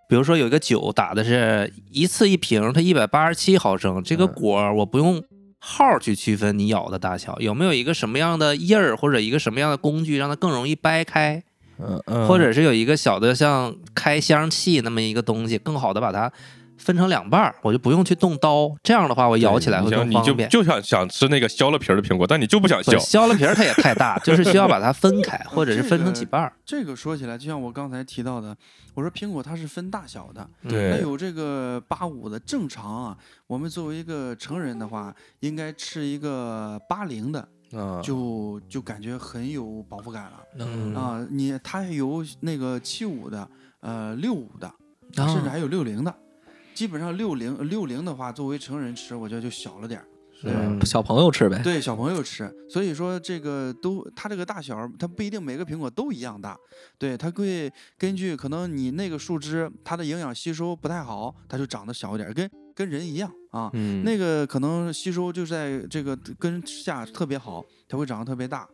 Speaker 5: 比如说有一个酒打的是一次一瓶，它一百八十七毫升，这个
Speaker 4: 嗯
Speaker 5: 果儿我不用号去区分你咬的大小，有没有一个什么样的印儿或者一个什么样的工具让它更容易掰开，
Speaker 4: 嗯嗯
Speaker 5: 或者是有一个小的像开箱器那么一个东西，更好的把它分成两半儿，我就不用去动刀，这样的话我咬起来
Speaker 4: 你
Speaker 5: 会
Speaker 4: 想
Speaker 5: 更
Speaker 4: 你
Speaker 5: 方
Speaker 4: 就
Speaker 5: 便。
Speaker 4: 就想想吃那个削了皮儿的苹果，但你就不想
Speaker 5: 不
Speaker 4: 削，
Speaker 5: 削了皮儿它也太大，就是需要把它分开，或者是分成几瓣儿。
Speaker 6: 这个说起来，就像我刚才提到的，我说苹果它是分大小的，
Speaker 4: 对
Speaker 6: 它有这个八五的正常啊。我们作为一个成人的话，应该吃一个八零的，
Speaker 4: 啊
Speaker 6: 就就感觉很有饱腹感了
Speaker 3: 嗯
Speaker 6: 啊、你它有那个七五的，呃六五的，
Speaker 3: 啊
Speaker 6: 甚至还有六零的。基本上六零六零的话，作为成人吃，我觉得就小了点儿，对吧？
Speaker 5: 嗯
Speaker 3: 小朋友吃呗，
Speaker 6: 对小朋友吃，所以说这个都它这个大小儿，它不一定每个苹果都一样大，对它会根据可能你那个树枝它的营养吸收不太好，它就长得小一点儿，跟跟人一样啊。
Speaker 4: 嗯
Speaker 6: 那个可能吸收就在这个根下特别好，它会长得特别大，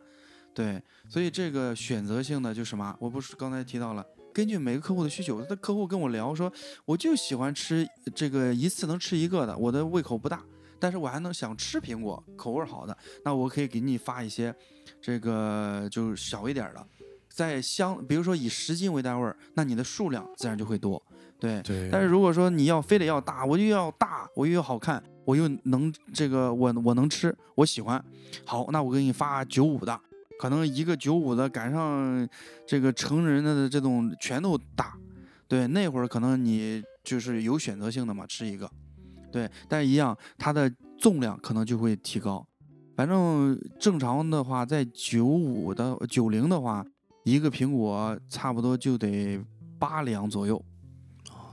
Speaker 6: 对，所以这个选择性的就什么，我不是刚才提到了。根据每个客户的需求，那客户跟我聊说，我就喜欢吃这个一次能吃一个的，我的胃口不大，但是我还能想吃苹果，口味儿好的，那我可以给你发一些这个就是小一点儿的，在相，比如说以十斤为单位儿，那你的数量自然就会多，对。
Speaker 4: 对
Speaker 6: 但是如果说你要非得要大，我就要大，我又要好看，我又能这个我我能吃，我喜欢，好，那我给你发九五的，可能一个九五的赶上这个成人的这种拳头大，对，那会儿可能你就是有选择性的嘛，吃一个，对，但一样它的重量可能就会提高。反正正常的话，在九五的九零的话，一个苹果差不多就得八两左右，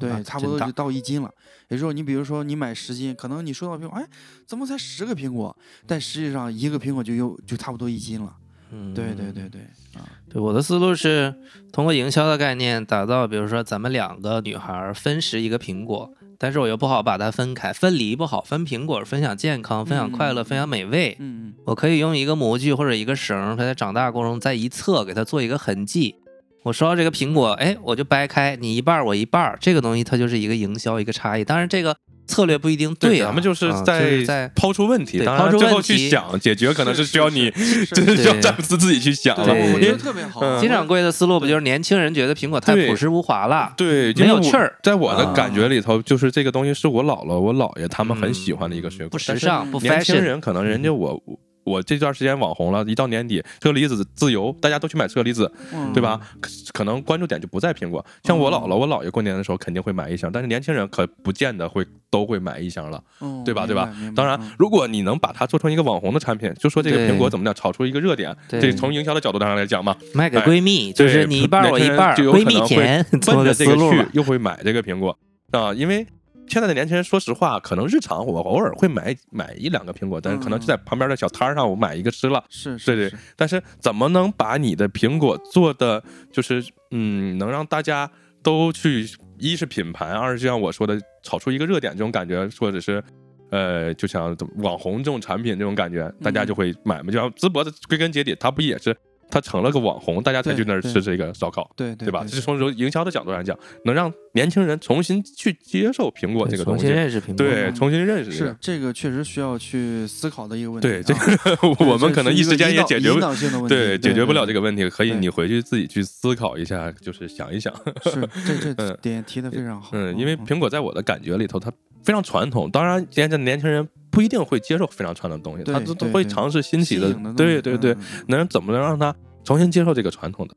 Speaker 5: 那
Speaker 6: 对，差不多
Speaker 5: 真大
Speaker 6: 就到一斤了。也就是说，你比如说你买十斤，可能你收到苹果，哎，怎么才十个苹果？但实际上一个苹果就有就差不多一斤了。
Speaker 5: 嗯，
Speaker 6: 对对对对，啊，
Speaker 5: 对，我的思路是通过营销的概念打造，比如说咱们两个女孩儿分食一个苹果，但是我又不好把它分开，分离不好，分苹果，分享健康，分享快乐，
Speaker 6: 嗯
Speaker 5: 分享美味。
Speaker 6: 嗯
Speaker 5: 我可以用一个模具或者一个绳儿，它在长大过程中再一侧给它做一个痕迹。我收到这个苹果，哎，我就掰开，你一半儿我一半儿，这个东西它就是一个营销一个差异。当然，这个策略不一定啊，
Speaker 4: 咱们就是
Speaker 5: 啊就是
Speaker 4: 在
Speaker 5: 在
Speaker 4: 抛出问题，
Speaker 5: 对
Speaker 4: 当
Speaker 5: 抛
Speaker 4: 然
Speaker 5: 出
Speaker 4: 最后
Speaker 5: 问
Speaker 4: 去
Speaker 5: 题
Speaker 4: 想解决，可能是需要你， (laughs)
Speaker 6: 是是
Speaker 4: 真是需要
Speaker 5: 对
Speaker 4: 詹姆斯自己去想了。
Speaker 5: 对
Speaker 6: 对，
Speaker 4: 因
Speaker 6: 我觉
Speaker 4: 为
Speaker 6: 得特别好啊
Speaker 4: 嗯。
Speaker 5: 金掌柜的思路不就是年轻人觉得苹果太
Speaker 4: 对
Speaker 5: 朴实无华了？
Speaker 4: 对，因
Speaker 5: 没有
Speaker 4: 为我
Speaker 5: 趣儿
Speaker 4: 在我的
Speaker 5: 啊
Speaker 4: 感觉里头，就是这个东西是我姥姥、我姥爷他们很
Speaker 5: 嗯
Speaker 4: 喜欢的一个水果，
Speaker 5: 不时
Speaker 4: 但是
Speaker 5: 尚，不
Speaker 4: 年
Speaker 5: fashion。嗯
Speaker 4: 轻人可能人家我我我这段时间网红了，一到年底车厘子自由，大家都去买车厘子，
Speaker 6: 嗯
Speaker 4: 对吧？可可能关注点就不在苹果。像我
Speaker 5: 嗯
Speaker 4: 姥姥、我姥爷过年的时候肯定会买一箱，但是年轻人可不见得会都会买一箱了。
Speaker 6: 哦
Speaker 4: 对吧对吧？
Speaker 6: 明白明白
Speaker 4: 当然
Speaker 6: 嗯，
Speaker 4: 如果你能把它做成一个网红的产品，就说这个
Speaker 5: 对
Speaker 4: 苹果怎么讲，炒出一个热点，
Speaker 5: 对
Speaker 4: 这从营销的角度上来讲嘛，
Speaker 5: 卖给
Speaker 4: 哎
Speaker 5: 闺蜜，
Speaker 4: 对
Speaker 5: 就是你一半儿我一半儿，
Speaker 4: 就有可
Speaker 5: 闺
Speaker 4: 能
Speaker 5: 蜜甜，这
Speaker 4: 奔着
Speaker 5: 么个
Speaker 4: 这
Speaker 5: 思
Speaker 4: 个
Speaker 5: 路
Speaker 4: 去
Speaker 5: 嘛。
Speaker 4: 又会买这个苹果啊，因为。现在的年轻人，说实话，可能日常我偶尔会买买一两个苹果，但是可
Speaker 5: 嗯
Speaker 4: 能就在旁边的小摊儿上，我买一个吃了。
Speaker 6: 是是
Speaker 4: 对对
Speaker 6: 是，
Speaker 4: 但是怎么能把你的苹果做的就是嗯，能让大家都去，一是品牌，二是就像我说的，炒出一个热点这种感觉，或者是。呃，就像怎么网红这种产品这种感觉，大家就会买嘛。就像淄博的，归根结底，它不也是它成了个网红，大家才
Speaker 6: 对
Speaker 4: 去那儿
Speaker 6: 对
Speaker 4: 吃这个烧烤，
Speaker 6: 对对
Speaker 4: 对吧？这是从营销的角度上讲，能让年轻人重新去接受苹果这个
Speaker 5: 重
Speaker 4: 东
Speaker 5: 新
Speaker 4: 西，
Speaker 5: 认识苹果，
Speaker 4: 对，重新认识这 (laughs)
Speaker 6: 是
Speaker 4: 个。
Speaker 6: 这个确实需要去思考的一个问题啊。
Speaker 4: 对，这个我们可能一时间也解决不
Speaker 6: 不了性的问题，
Speaker 4: 对，解决不了这个问题，可以
Speaker 6: 对
Speaker 4: 你回去自己去思考一下，就是想一想。
Speaker 6: 对。是这
Speaker 4: (laughs)
Speaker 6: 这
Speaker 4: 嗯
Speaker 6: 点提的非常好。
Speaker 4: 嗯，因为苹果在我的感觉里头，它非常传统。当然，现在年轻人不一定会接受非常传统的东西，
Speaker 6: 对
Speaker 4: 他都都
Speaker 6: 对
Speaker 4: 会
Speaker 6: 对
Speaker 4: 尝试新奇的。
Speaker 6: 东西
Speaker 4: 对对对，，
Speaker 6: 嗯
Speaker 4: 能怎么能让他重新接受这个传统的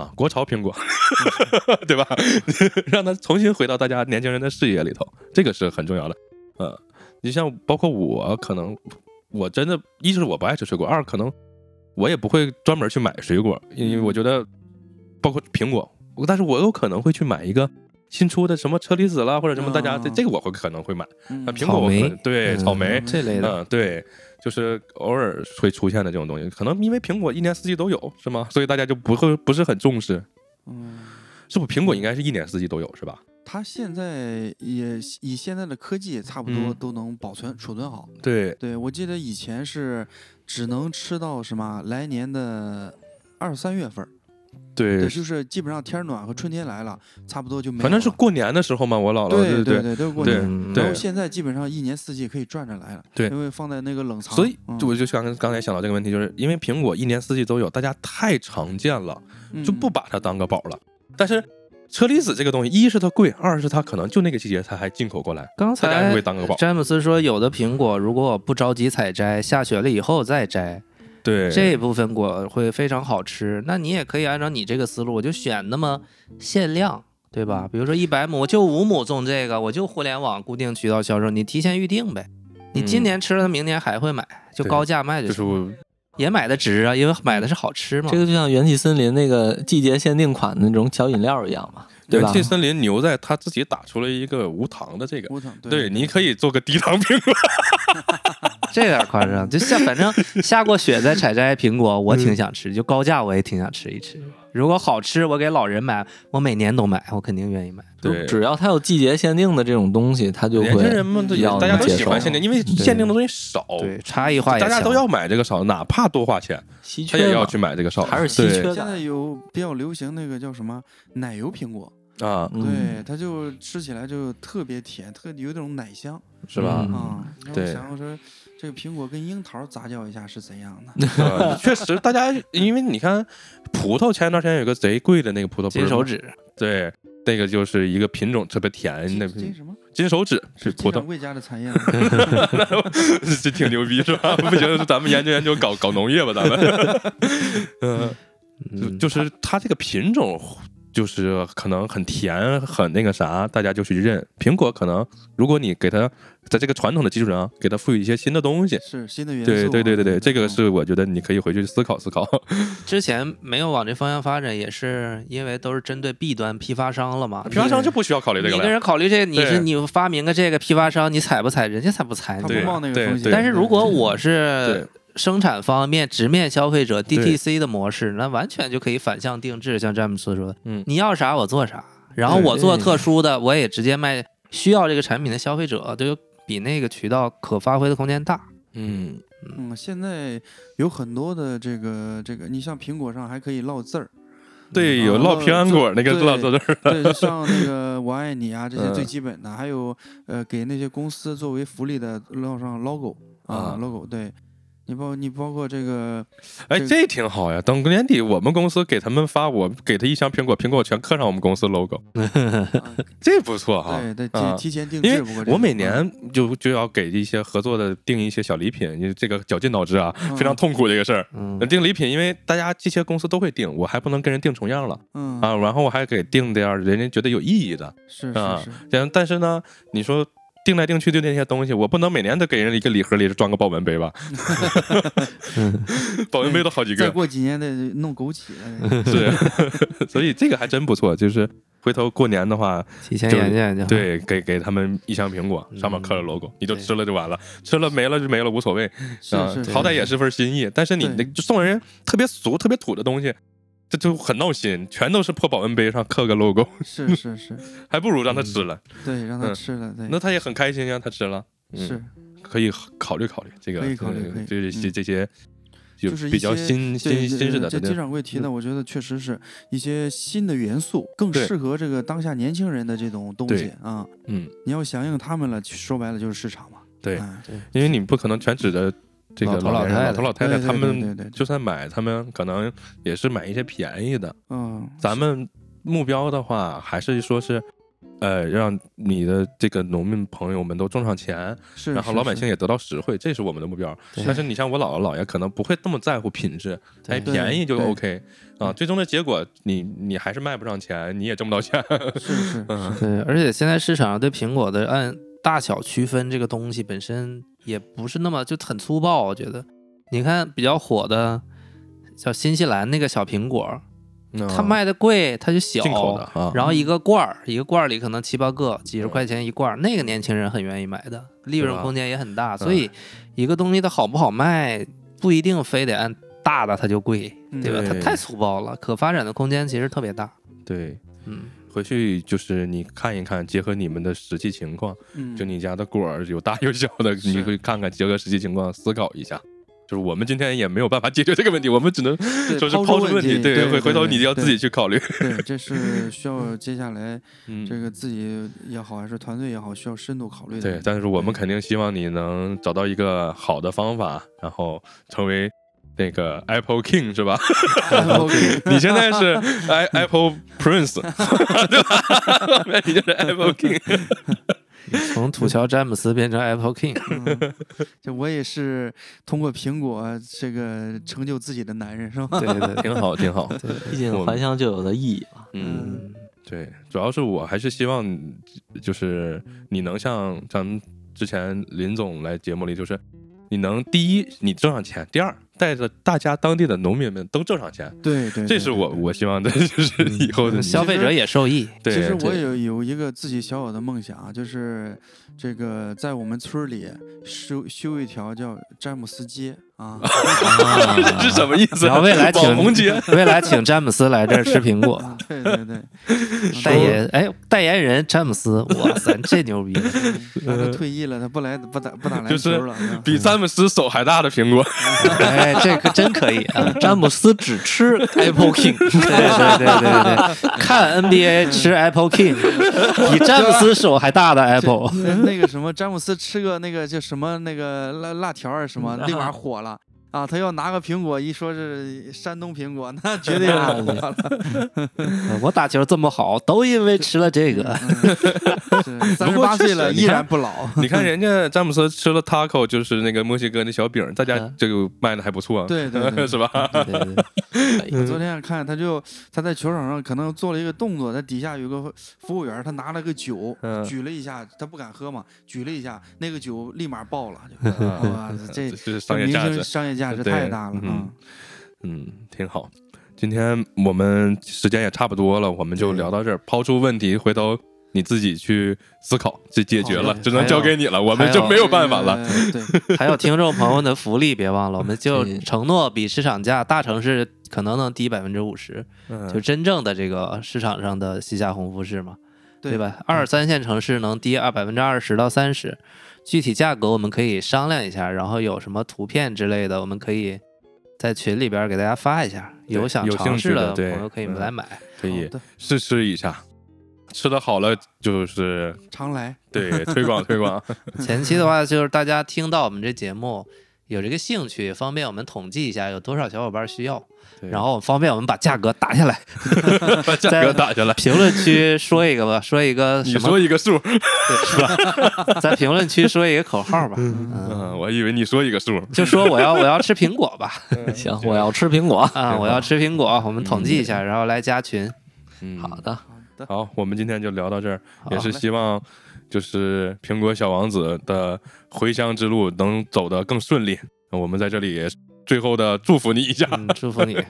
Speaker 4: 啊？国潮苹果， (laughs) 对吧？让他重新回到大家年轻人的视野里头，这个是很重要的。嗯，你像包括我，可能我真的一是我不爱吃水果，二可能我也不会专门去买水果，因为我觉得包括苹果，但是我有可能会去买一个。新出的什么车厘子啦，或者什么，大家这
Speaker 6: 嗯
Speaker 4: 这个我会可能会买。
Speaker 6: 嗯
Speaker 4: 那
Speaker 6: 嗯
Speaker 4: 苹果我可
Speaker 5: 草莓
Speaker 4: 对
Speaker 5: 嗯
Speaker 4: 草莓，
Speaker 5: 这类的。
Speaker 4: 嗯，对，就是偶尔会出现的这种东西，可能因为苹果一年四季都有，是吗？所以大家就不会不是很重视，
Speaker 6: 嗯，
Speaker 4: 是不？苹果应该是一年四季都有，是吧？
Speaker 6: 它现在也以现在的科技，差不多
Speaker 4: 嗯
Speaker 6: 都能保存储存好。
Speaker 4: 对，
Speaker 6: 对我记得以前是只能吃到什么来年的二三月份儿，对，
Speaker 4: 对，
Speaker 6: 就是基本上天儿暖和，春天来了，差不多就没有
Speaker 4: 反正是
Speaker 6: 了
Speaker 4: 过年的时候嘛，我姥姥，对
Speaker 6: 对对，对，都是过
Speaker 4: 对
Speaker 6: 年。
Speaker 5: 嗯
Speaker 6: 然后
Speaker 4: 对
Speaker 6: 现在基本上一年四季可以转着来了，
Speaker 4: 对
Speaker 6: 因为放在那个冷藏。
Speaker 4: 所以
Speaker 6: 嗯
Speaker 4: 我就想刚才想到这个问题，就是因为苹果一年四季都有，大家太常见了，
Speaker 6: 嗯
Speaker 4: 就不把它当个宝了。但是车厘子这个东西，一是它贵，二是它可能就那个季节它还进口过来，
Speaker 5: 刚
Speaker 4: 大家
Speaker 5: 才
Speaker 4: 不会当个宝。
Speaker 5: 詹姆斯说，有的苹果如果我不着急采摘，下雪了以后再摘，
Speaker 4: 对，
Speaker 5: 这部分果会非常好吃。那你也可以按照你这个思路，我就选那么限量，对吧？比如说一百亩，就五亩种这个，我就互联网固定渠道销售，你提前预定呗。你
Speaker 4: 嗯
Speaker 5: 今年吃了，明年还会买，就
Speaker 4: 对
Speaker 5: 高价卖
Speaker 4: 就
Speaker 5: 就是行，
Speaker 4: 我
Speaker 5: 也买的值啊，因为买的是好吃嘛。
Speaker 3: 这个就像元气森林那个季节限定款的那种小饮料一样嘛，对
Speaker 4: 元
Speaker 3: 吧？
Speaker 4: 气森林牛在他自己打出了一个无糖的这个。
Speaker 6: 无糖。
Speaker 4: 对，你可以做个低糖苹果。
Speaker 5: 这有点夸张，就下
Speaker 4: (laughs)
Speaker 5: 反正下过雪再采摘苹果，我
Speaker 4: 嗯
Speaker 5: 挺想吃，就高价我也挺想吃一吃。如果好吃，我给老人买，我每年都买，我肯定愿意买。
Speaker 4: 对
Speaker 3: 只要它有季节限定的这种东西，它就
Speaker 4: 年
Speaker 3: 会
Speaker 4: 轻人们都
Speaker 3: 比较
Speaker 4: 大家都
Speaker 3: 接
Speaker 4: 喜
Speaker 3: 受
Speaker 4: 欢限定，因为限定的东西少，
Speaker 5: 对，差异化也
Speaker 4: 哦大家
Speaker 5: 强
Speaker 4: 都要买这个少，哪怕多花钱，
Speaker 3: 稀
Speaker 4: 他
Speaker 3: 缺
Speaker 4: 也要
Speaker 3: 嘛
Speaker 4: 去买这个少的。
Speaker 3: 还是稀缺
Speaker 4: 对
Speaker 3: 感
Speaker 6: 现在有比较流行那个叫什么奶油苹果，
Speaker 4: 啊，
Speaker 3: 嗯
Speaker 6: 对，它就吃起来就特别甜，特有一种奶香
Speaker 4: 是吧？
Speaker 5: 嗯
Speaker 6: 啊。然后
Speaker 4: 对
Speaker 6: 想我说，这个苹果跟樱桃杂交一下是怎样的？
Speaker 4: 呃确实，大家因为你看，葡萄前段时间有个贼贵的那个葡萄，不是
Speaker 5: 金手指，
Speaker 4: 对，那个就是一个品种特别甜
Speaker 6: 金
Speaker 4: 的
Speaker 6: 金什么？
Speaker 4: 金手指是
Speaker 6: 是
Speaker 4: 葡
Speaker 6: 金
Speaker 4: 萄
Speaker 6: 掌，柜家的产业吗。
Speaker 4: (laughs) 这挺牛逼是吧？ (laughs) 不行，咱们研究研究搞搞农业吧，咱们。嗯，就
Speaker 5: 嗯
Speaker 4: 就是它这个品种，就是可能很甜，很那个啥，大家就去认。苹果可能，如果你给它在这个传统的基础上，给它赋予一些新的东西，
Speaker 6: 是新的元素啊。
Speaker 4: 对对对对对，这个
Speaker 6: 嗯
Speaker 4: 是我觉得你可以回去思考思考。
Speaker 5: 之前没有往这方向发展，也是因为都是针对 B 端批发商了嘛。
Speaker 4: 批发商就不需要啊考虑这
Speaker 5: 你
Speaker 4: 个
Speaker 5: 跟
Speaker 4: 了。
Speaker 5: 人考虑这，你
Speaker 4: 对
Speaker 5: 是你发明个这个批发商，你采不采？人家采不采你？
Speaker 6: 它不
Speaker 4: 对
Speaker 6: 冒那个
Speaker 4: 对
Speaker 6: 风险。
Speaker 4: 对
Speaker 5: 但是如果
Speaker 6: 对
Speaker 5: 我
Speaker 4: 对
Speaker 5: 是生产方面直面消费者
Speaker 4: 对
Speaker 5: DTC 的模式，那完全就可以反向定制。像詹姆斯说的，
Speaker 4: 嗯
Speaker 5: 你要啥我做啥，然后
Speaker 4: 对
Speaker 5: 我做特殊的，我也直接卖需要这个产品的消费者，都比那个渠道可发挥的空间大。
Speaker 4: 嗯，
Speaker 6: 嗯，现在有很多的这个这个，你像苹果上还可以烙
Speaker 4: (laughs)
Speaker 6: 字儿，
Speaker 4: 对，有
Speaker 6: 然
Speaker 4: 烙
Speaker 6: 后
Speaker 4: 平安
Speaker 6: 做
Speaker 4: 果那个
Speaker 6: 嗯对
Speaker 4: 烙到这儿，
Speaker 6: 对，就像那个我爱你啊，这些最
Speaker 4: 嗯
Speaker 6: 基本的，还有呃给那些公司作为福利的烙上 logo
Speaker 4: 啊
Speaker 6: 啊 logo，对你包你包括这个
Speaker 4: 哎，
Speaker 6: 这
Speaker 4: 这挺好呀。等年底我们公司给他们发，我给他一箱苹果，苹果全刻上我们公司 logo，
Speaker 6: 啊
Speaker 4: 这不错哈。
Speaker 6: 对对
Speaker 4: (laughs) 啊
Speaker 6: 提提前定
Speaker 4: 因
Speaker 6: 制，不过
Speaker 4: 为
Speaker 6: 这
Speaker 4: 我每
Speaker 6: 个嗯啊
Speaker 4: 年就就要给一些合作的订一些小礼品，因为这个绞尽脑汁啊，
Speaker 6: 嗯
Speaker 4: 非常痛苦这个事儿。
Speaker 5: 嗯，
Speaker 4: 订礼品，因为大家这些公司都会订，我还不能跟人订重样了
Speaker 6: 嗯
Speaker 4: 啊。然后我还给订点儿人家觉得有意义的。
Speaker 6: 是
Speaker 4: 啊
Speaker 6: 是是，
Speaker 4: 但但是呢，你说订来订去就那些东西，我不能每年都给人一个礼盒里装个保温杯
Speaker 6: (laughs)
Speaker 4: 吧？保温杯都好几
Speaker 6: 再
Speaker 4: 个，
Speaker 6: 过几年得弄枸杞
Speaker 4: (laughs)
Speaker 6: 了。
Speaker 4: 是，所以这个还真不错。就是回头过年的话，
Speaker 5: 提前
Speaker 4: 就是
Speaker 5: 研究研究。，
Speaker 4: 对，
Speaker 6: 嗯
Speaker 4: 给给他们一箱苹果，上面刻着 logo，你就吃了就完了，吃了没了就没了，无所谓。
Speaker 6: 是
Speaker 4: 啊
Speaker 6: 是，是
Speaker 4: 好歹也是份心意。但是你那
Speaker 6: 对
Speaker 4: 就送人特别俗、特别土的东西，这就很闹心，全都是破保温杯上刻个 logo，
Speaker 6: 是是是，
Speaker 4: 还不如让他吃了，
Speaker 6: 对，让他
Speaker 4: 嗯
Speaker 6: 吃嗯了，对，
Speaker 4: 那他也很开心呀，他吃了。嗯
Speaker 6: 是
Speaker 4: 可以考虑考虑这个，呃
Speaker 6: 可以考虑可以
Speaker 4: 这些
Speaker 6: 嗯
Speaker 4: 这些就
Speaker 6: 就是一
Speaker 4: 比较
Speaker 6: 些
Speaker 4: 新
Speaker 6: 对
Speaker 4: 新新式的
Speaker 6: 这
Speaker 4: 对
Speaker 6: 金掌柜提的，我觉得确实是一些新的元素，更
Speaker 4: 对
Speaker 6: 适合这个当下年轻人的这种东
Speaker 4: 对
Speaker 6: 西啊。
Speaker 4: 嗯，
Speaker 6: 你要响应他们了，说白了就是市场嘛。
Speaker 4: 对
Speaker 6: 哎
Speaker 4: 因为你不可能全指着这个
Speaker 5: 老头
Speaker 4: 老
Speaker 5: 老
Speaker 4: 年人
Speaker 5: 太
Speaker 4: 老
Speaker 5: 太
Speaker 4: 头老太太
Speaker 6: 对对
Speaker 4: 他
Speaker 6: 对
Speaker 4: 们
Speaker 6: 对对，
Speaker 4: 就算买，他们可能也是买一些便宜的。
Speaker 6: 嗯，
Speaker 4: 咱们目标的话，还是说是。呃，让你的这个农民朋友们都挣上钱，
Speaker 6: 是，
Speaker 4: 然后
Speaker 6: 是
Speaker 4: 老百姓
Speaker 6: 是
Speaker 4: 也得到实惠，这是我们的目标。
Speaker 5: 对
Speaker 4: 但是你像我姥姥姥爷，可能不会那么在乎品质，哎，
Speaker 5: 对
Speaker 4: 便宜就
Speaker 6: 对
Speaker 4: OK 啊。
Speaker 6: 嗯
Speaker 4: 最终的结果，你你还是卖不上钱，你也挣不到钱。
Speaker 6: 是是
Speaker 4: 嗯，
Speaker 5: 对，而且现在市场上对苹果的按大小区分这个东西本身也不是那么就很粗暴，我觉得。你看比较火的，叫新西兰那个小苹果，它
Speaker 6: 嗯
Speaker 4: 他
Speaker 5: 卖的贵，它就小，
Speaker 4: 进口的啊，
Speaker 5: 然后一个罐儿，一个罐儿里可能七八个，几十块钱一罐儿，那个年轻人很愿意买的，利
Speaker 4: 是吧
Speaker 5: 润空间也很大。所
Speaker 4: 嗯
Speaker 5: 以一个东西它好不好卖，不一定非得按大的它就贵，
Speaker 6: 嗯
Speaker 5: 对吧？
Speaker 4: 对
Speaker 5: 它太粗暴了，可发展的空间其实特别大。
Speaker 4: 对，
Speaker 5: 嗯，
Speaker 4: 回去就是你看一看，结合你们的实际情况，
Speaker 6: 嗯，
Speaker 4: 就你家的果儿有大有小的，
Speaker 6: 是
Speaker 4: 你会看看，结合实际情况思考一下。就是我们今天也没有办法解决这个问题，我们只能
Speaker 6: 对
Speaker 4: 说是
Speaker 6: 抛
Speaker 4: 出问题，
Speaker 6: 对，
Speaker 4: 回
Speaker 6: 对
Speaker 4: 回头
Speaker 6: 对
Speaker 4: 你要自己去考虑。
Speaker 6: (laughs) 对，
Speaker 4: (laughs)
Speaker 6: 这是需要接下来
Speaker 4: 嗯
Speaker 6: 这个自己也好，还是团队也好，需要深度考虑的
Speaker 4: 对
Speaker 6: 问，题。 (laughs)
Speaker 4: 但是我们肯定希望你能找到一个好的方法，然后成为那个 Apple King
Speaker 6: (laughs)
Speaker 4: 是吧？ (laughs)
Speaker 6: OK，
Speaker 4: 你现在是 i (laughs) Apple
Speaker 6: (laughs)
Speaker 4: Prince，对吧？ (laughs) 你就是 Apple
Speaker 6: 嗯
Speaker 4: King。
Speaker 5: 从土桥詹姆斯变成 Apple King，
Speaker 6: (laughs) 嗯这我也是通过苹果这个成就自己的男人，是
Speaker 5: (laughs)
Speaker 6: 吧？ (laughs)
Speaker 5: 对对对
Speaker 4: 挺好，挺好。
Speaker 3: 毕
Speaker 4: 我
Speaker 3: 竟还乡就有的意义了。
Speaker 4: 嗯，
Speaker 5: 嗯
Speaker 4: 对，主要是我还是希望，就是你能像咱们之前林总来节目里，就是你能第一你挣上钱，第二带着大家当地的农民们都挣上钱，
Speaker 6: 对对，
Speaker 4: 这
Speaker 6: 对
Speaker 4: 是我我希望的，就是以后的
Speaker 5: 消费者也受 (laughs) 益。
Speaker 4: 对，
Speaker 6: 嗯其实我
Speaker 4: 对
Speaker 6: 也有一个自己小小的梦想啊，就是这个在我们村儿里修修一条叫詹姆斯街啊，
Speaker 4: (laughs) 这是什么意思？
Speaker 5: 然后未来请
Speaker 4: 网红
Speaker 6: (laughs)
Speaker 4: 节，
Speaker 5: 未来请詹姆斯来这儿吃苹果，
Speaker 6: 啊对对
Speaker 4: (laughs)
Speaker 6: 对，
Speaker 5: 代言哎，代言人詹姆斯，哇塞，这牛 (laughs) 逼！
Speaker 6: 嗯他都退役了，他不来不打不打
Speaker 4: 就
Speaker 6: 篮
Speaker 4: 是
Speaker 6: 球了， (laughs) 啊
Speaker 4: 比詹姆斯手还大的
Speaker 6: (laughs)
Speaker 4: 苹果，
Speaker 5: 哎，这可真可以啊！
Speaker 3: 詹姆斯只吃 Apple King，
Speaker 5: (laughs) 对对对对对，看 NBA 吃 Apple King，比詹姆斯手还大的 Apple，
Speaker 6: 那 (laughs) 那个什么詹姆斯吃个那个叫什么那个辣辣条儿什么，
Speaker 4: 嗯
Speaker 6: 立马火了。啊，他要拿个苹果，一说是山东苹果，
Speaker 4: (laughs)
Speaker 6: 那绝对火了。
Speaker 5: (laughs) 我打球这么好，都因为吃了这个。
Speaker 4: (laughs)
Speaker 6: 嗯，三十
Speaker 4: 过
Speaker 6: 八
Speaker 4: 确
Speaker 6: 岁
Speaker 4: 实
Speaker 6: 了
Speaker 4: 你
Speaker 6: 依
Speaker 4: 看
Speaker 6: 然不老。
Speaker 4: 你看人家詹姆斯吃了 taco，就是那个墨西哥那小饼，大家
Speaker 5: 嗯
Speaker 4: 这个卖的还不错，啊
Speaker 6: 对对
Speaker 4: (laughs)
Speaker 6: 对
Speaker 4: 是吧？
Speaker 5: 对对对，
Speaker 4: 嗯
Speaker 6: 我昨天看他就他在球场上可能做了一个动作，他底下有个服务员儿，他拿了个酒
Speaker 4: 嗯
Speaker 6: 举了一下，他不敢喝嘛，举了一下，那个酒立马
Speaker 4: (laughs)
Speaker 6: 爆了，就哇
Speaker 4: 啊，
Speaker 6: 这
Speaker 4: 是
Speaker 6: 这
Speaker 4: 商业
Speaker 6: 嗯明
Speaker 4: 价
Speaker 6: 星
Speaker 4: 值，
Speaker 6: 商业价值
Speaker 4: 对
Speaker 6: 太大了啊
Speaker 4: 嗯！嗯，挺好。今天我们时间也差不多了，我们就聊到这儿，抛出问题，回头你自己去思考，去解决了，
Speaker 5: 对
Speaker 4: 只能交给你了，我
Speaker 5: 还
Speaker 4: 们
Speaker 5: 有
Speaker 4: 就没有办法了。
Speaker 6: 呃
Speaker 4: (laughs)
Speaker 6: 对，
Speaker 5: 还有听众朋友们的福利，别忘了，我们就
Speaker 3: 嗯
Speaker 5: 承诺比市场价，大城市可能能低百分之五十，
Speaker 4: 嗯
Speaker 5: 就真正的这个市场上的西夏红富士嘛，
Speaker 6: 对
Speaker 5: 对吧？二三线城市能低二百分之二十到三十，具体价格我们可以商量一下，然后有什么图片之类的，我们可以在群里边给大家发一下，
Speaker 4: 对
Speaker 5: 有想
Speaker 4: 有兴
Speaker 5: 尝
Speaker 4: 趣
Speaker 5: 试
Speaker 4: 的
Speaker 5: 的
Speaker 4: 对
Speaker 5: 朋友可以
Speaker 4: 嗯
Speaker 5: 来买。
Speaker 4: 可 (laughs) 以
Speaker 6: 好的
Speaker 4: 试吃一下，吃的好了就是
Speaker 6: 常来，
Speaker 4: 对推广推广。 (laughs)
Speaker 5: 前期的话，就是大家听到我们这节目有这个兴趣，也方便我们统计一下有多少小伙伴需要，
Speaker 4: 对
Speaker 5: 然后方便我们把价格打下来。
Speaker 4: (laughs) 把价格打下来，
Speaker 5: 评论区说一个吧，说一个
Speaker 4: 你
Speaker 5: 什么
Speaker 4: 说一个数，
Speaker 5: 是吧？ (laughs) 在评论区说一个口号吧，嗯，
Speaker 4: 嗯，我以为你说一个数，
Speaker 5: 就说我要我要吃苹果吧，
Speaker 3: 行，我要吃苹果。
Speaker 5: 啊，我要吃苹果，我们统计一下，然后来加群。
Speaker 4: 嗯
Speaker 3: 好的，
Speaker 6: 好的，
Speaker 4: 好，我们今天就聊到这儿，也是
Speaker 6: 嘞
Speaker 4: 希望就是苹果小王子的回乡之路能走得更顺利。我们在这里也最后的祝福你一下，
Speaker 5: 嗯，祝福你，
Speaker 6: 努力，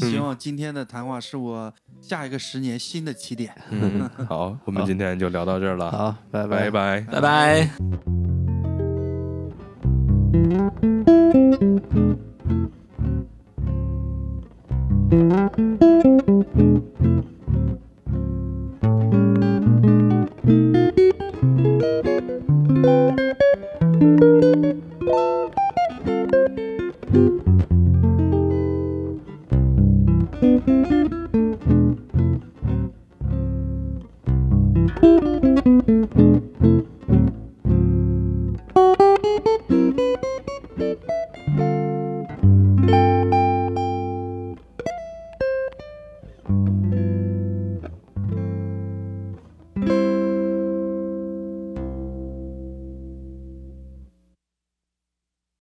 Speaker 6: 希望今天的谈话是我下一个十年新的起点。
Speaker 4: 嗯， (laughs) 好，我们今天就聊到这儿了，
Speaker 5: 好，拜
Speaker 4: 拜拜。
Speaker 3: 拜拜。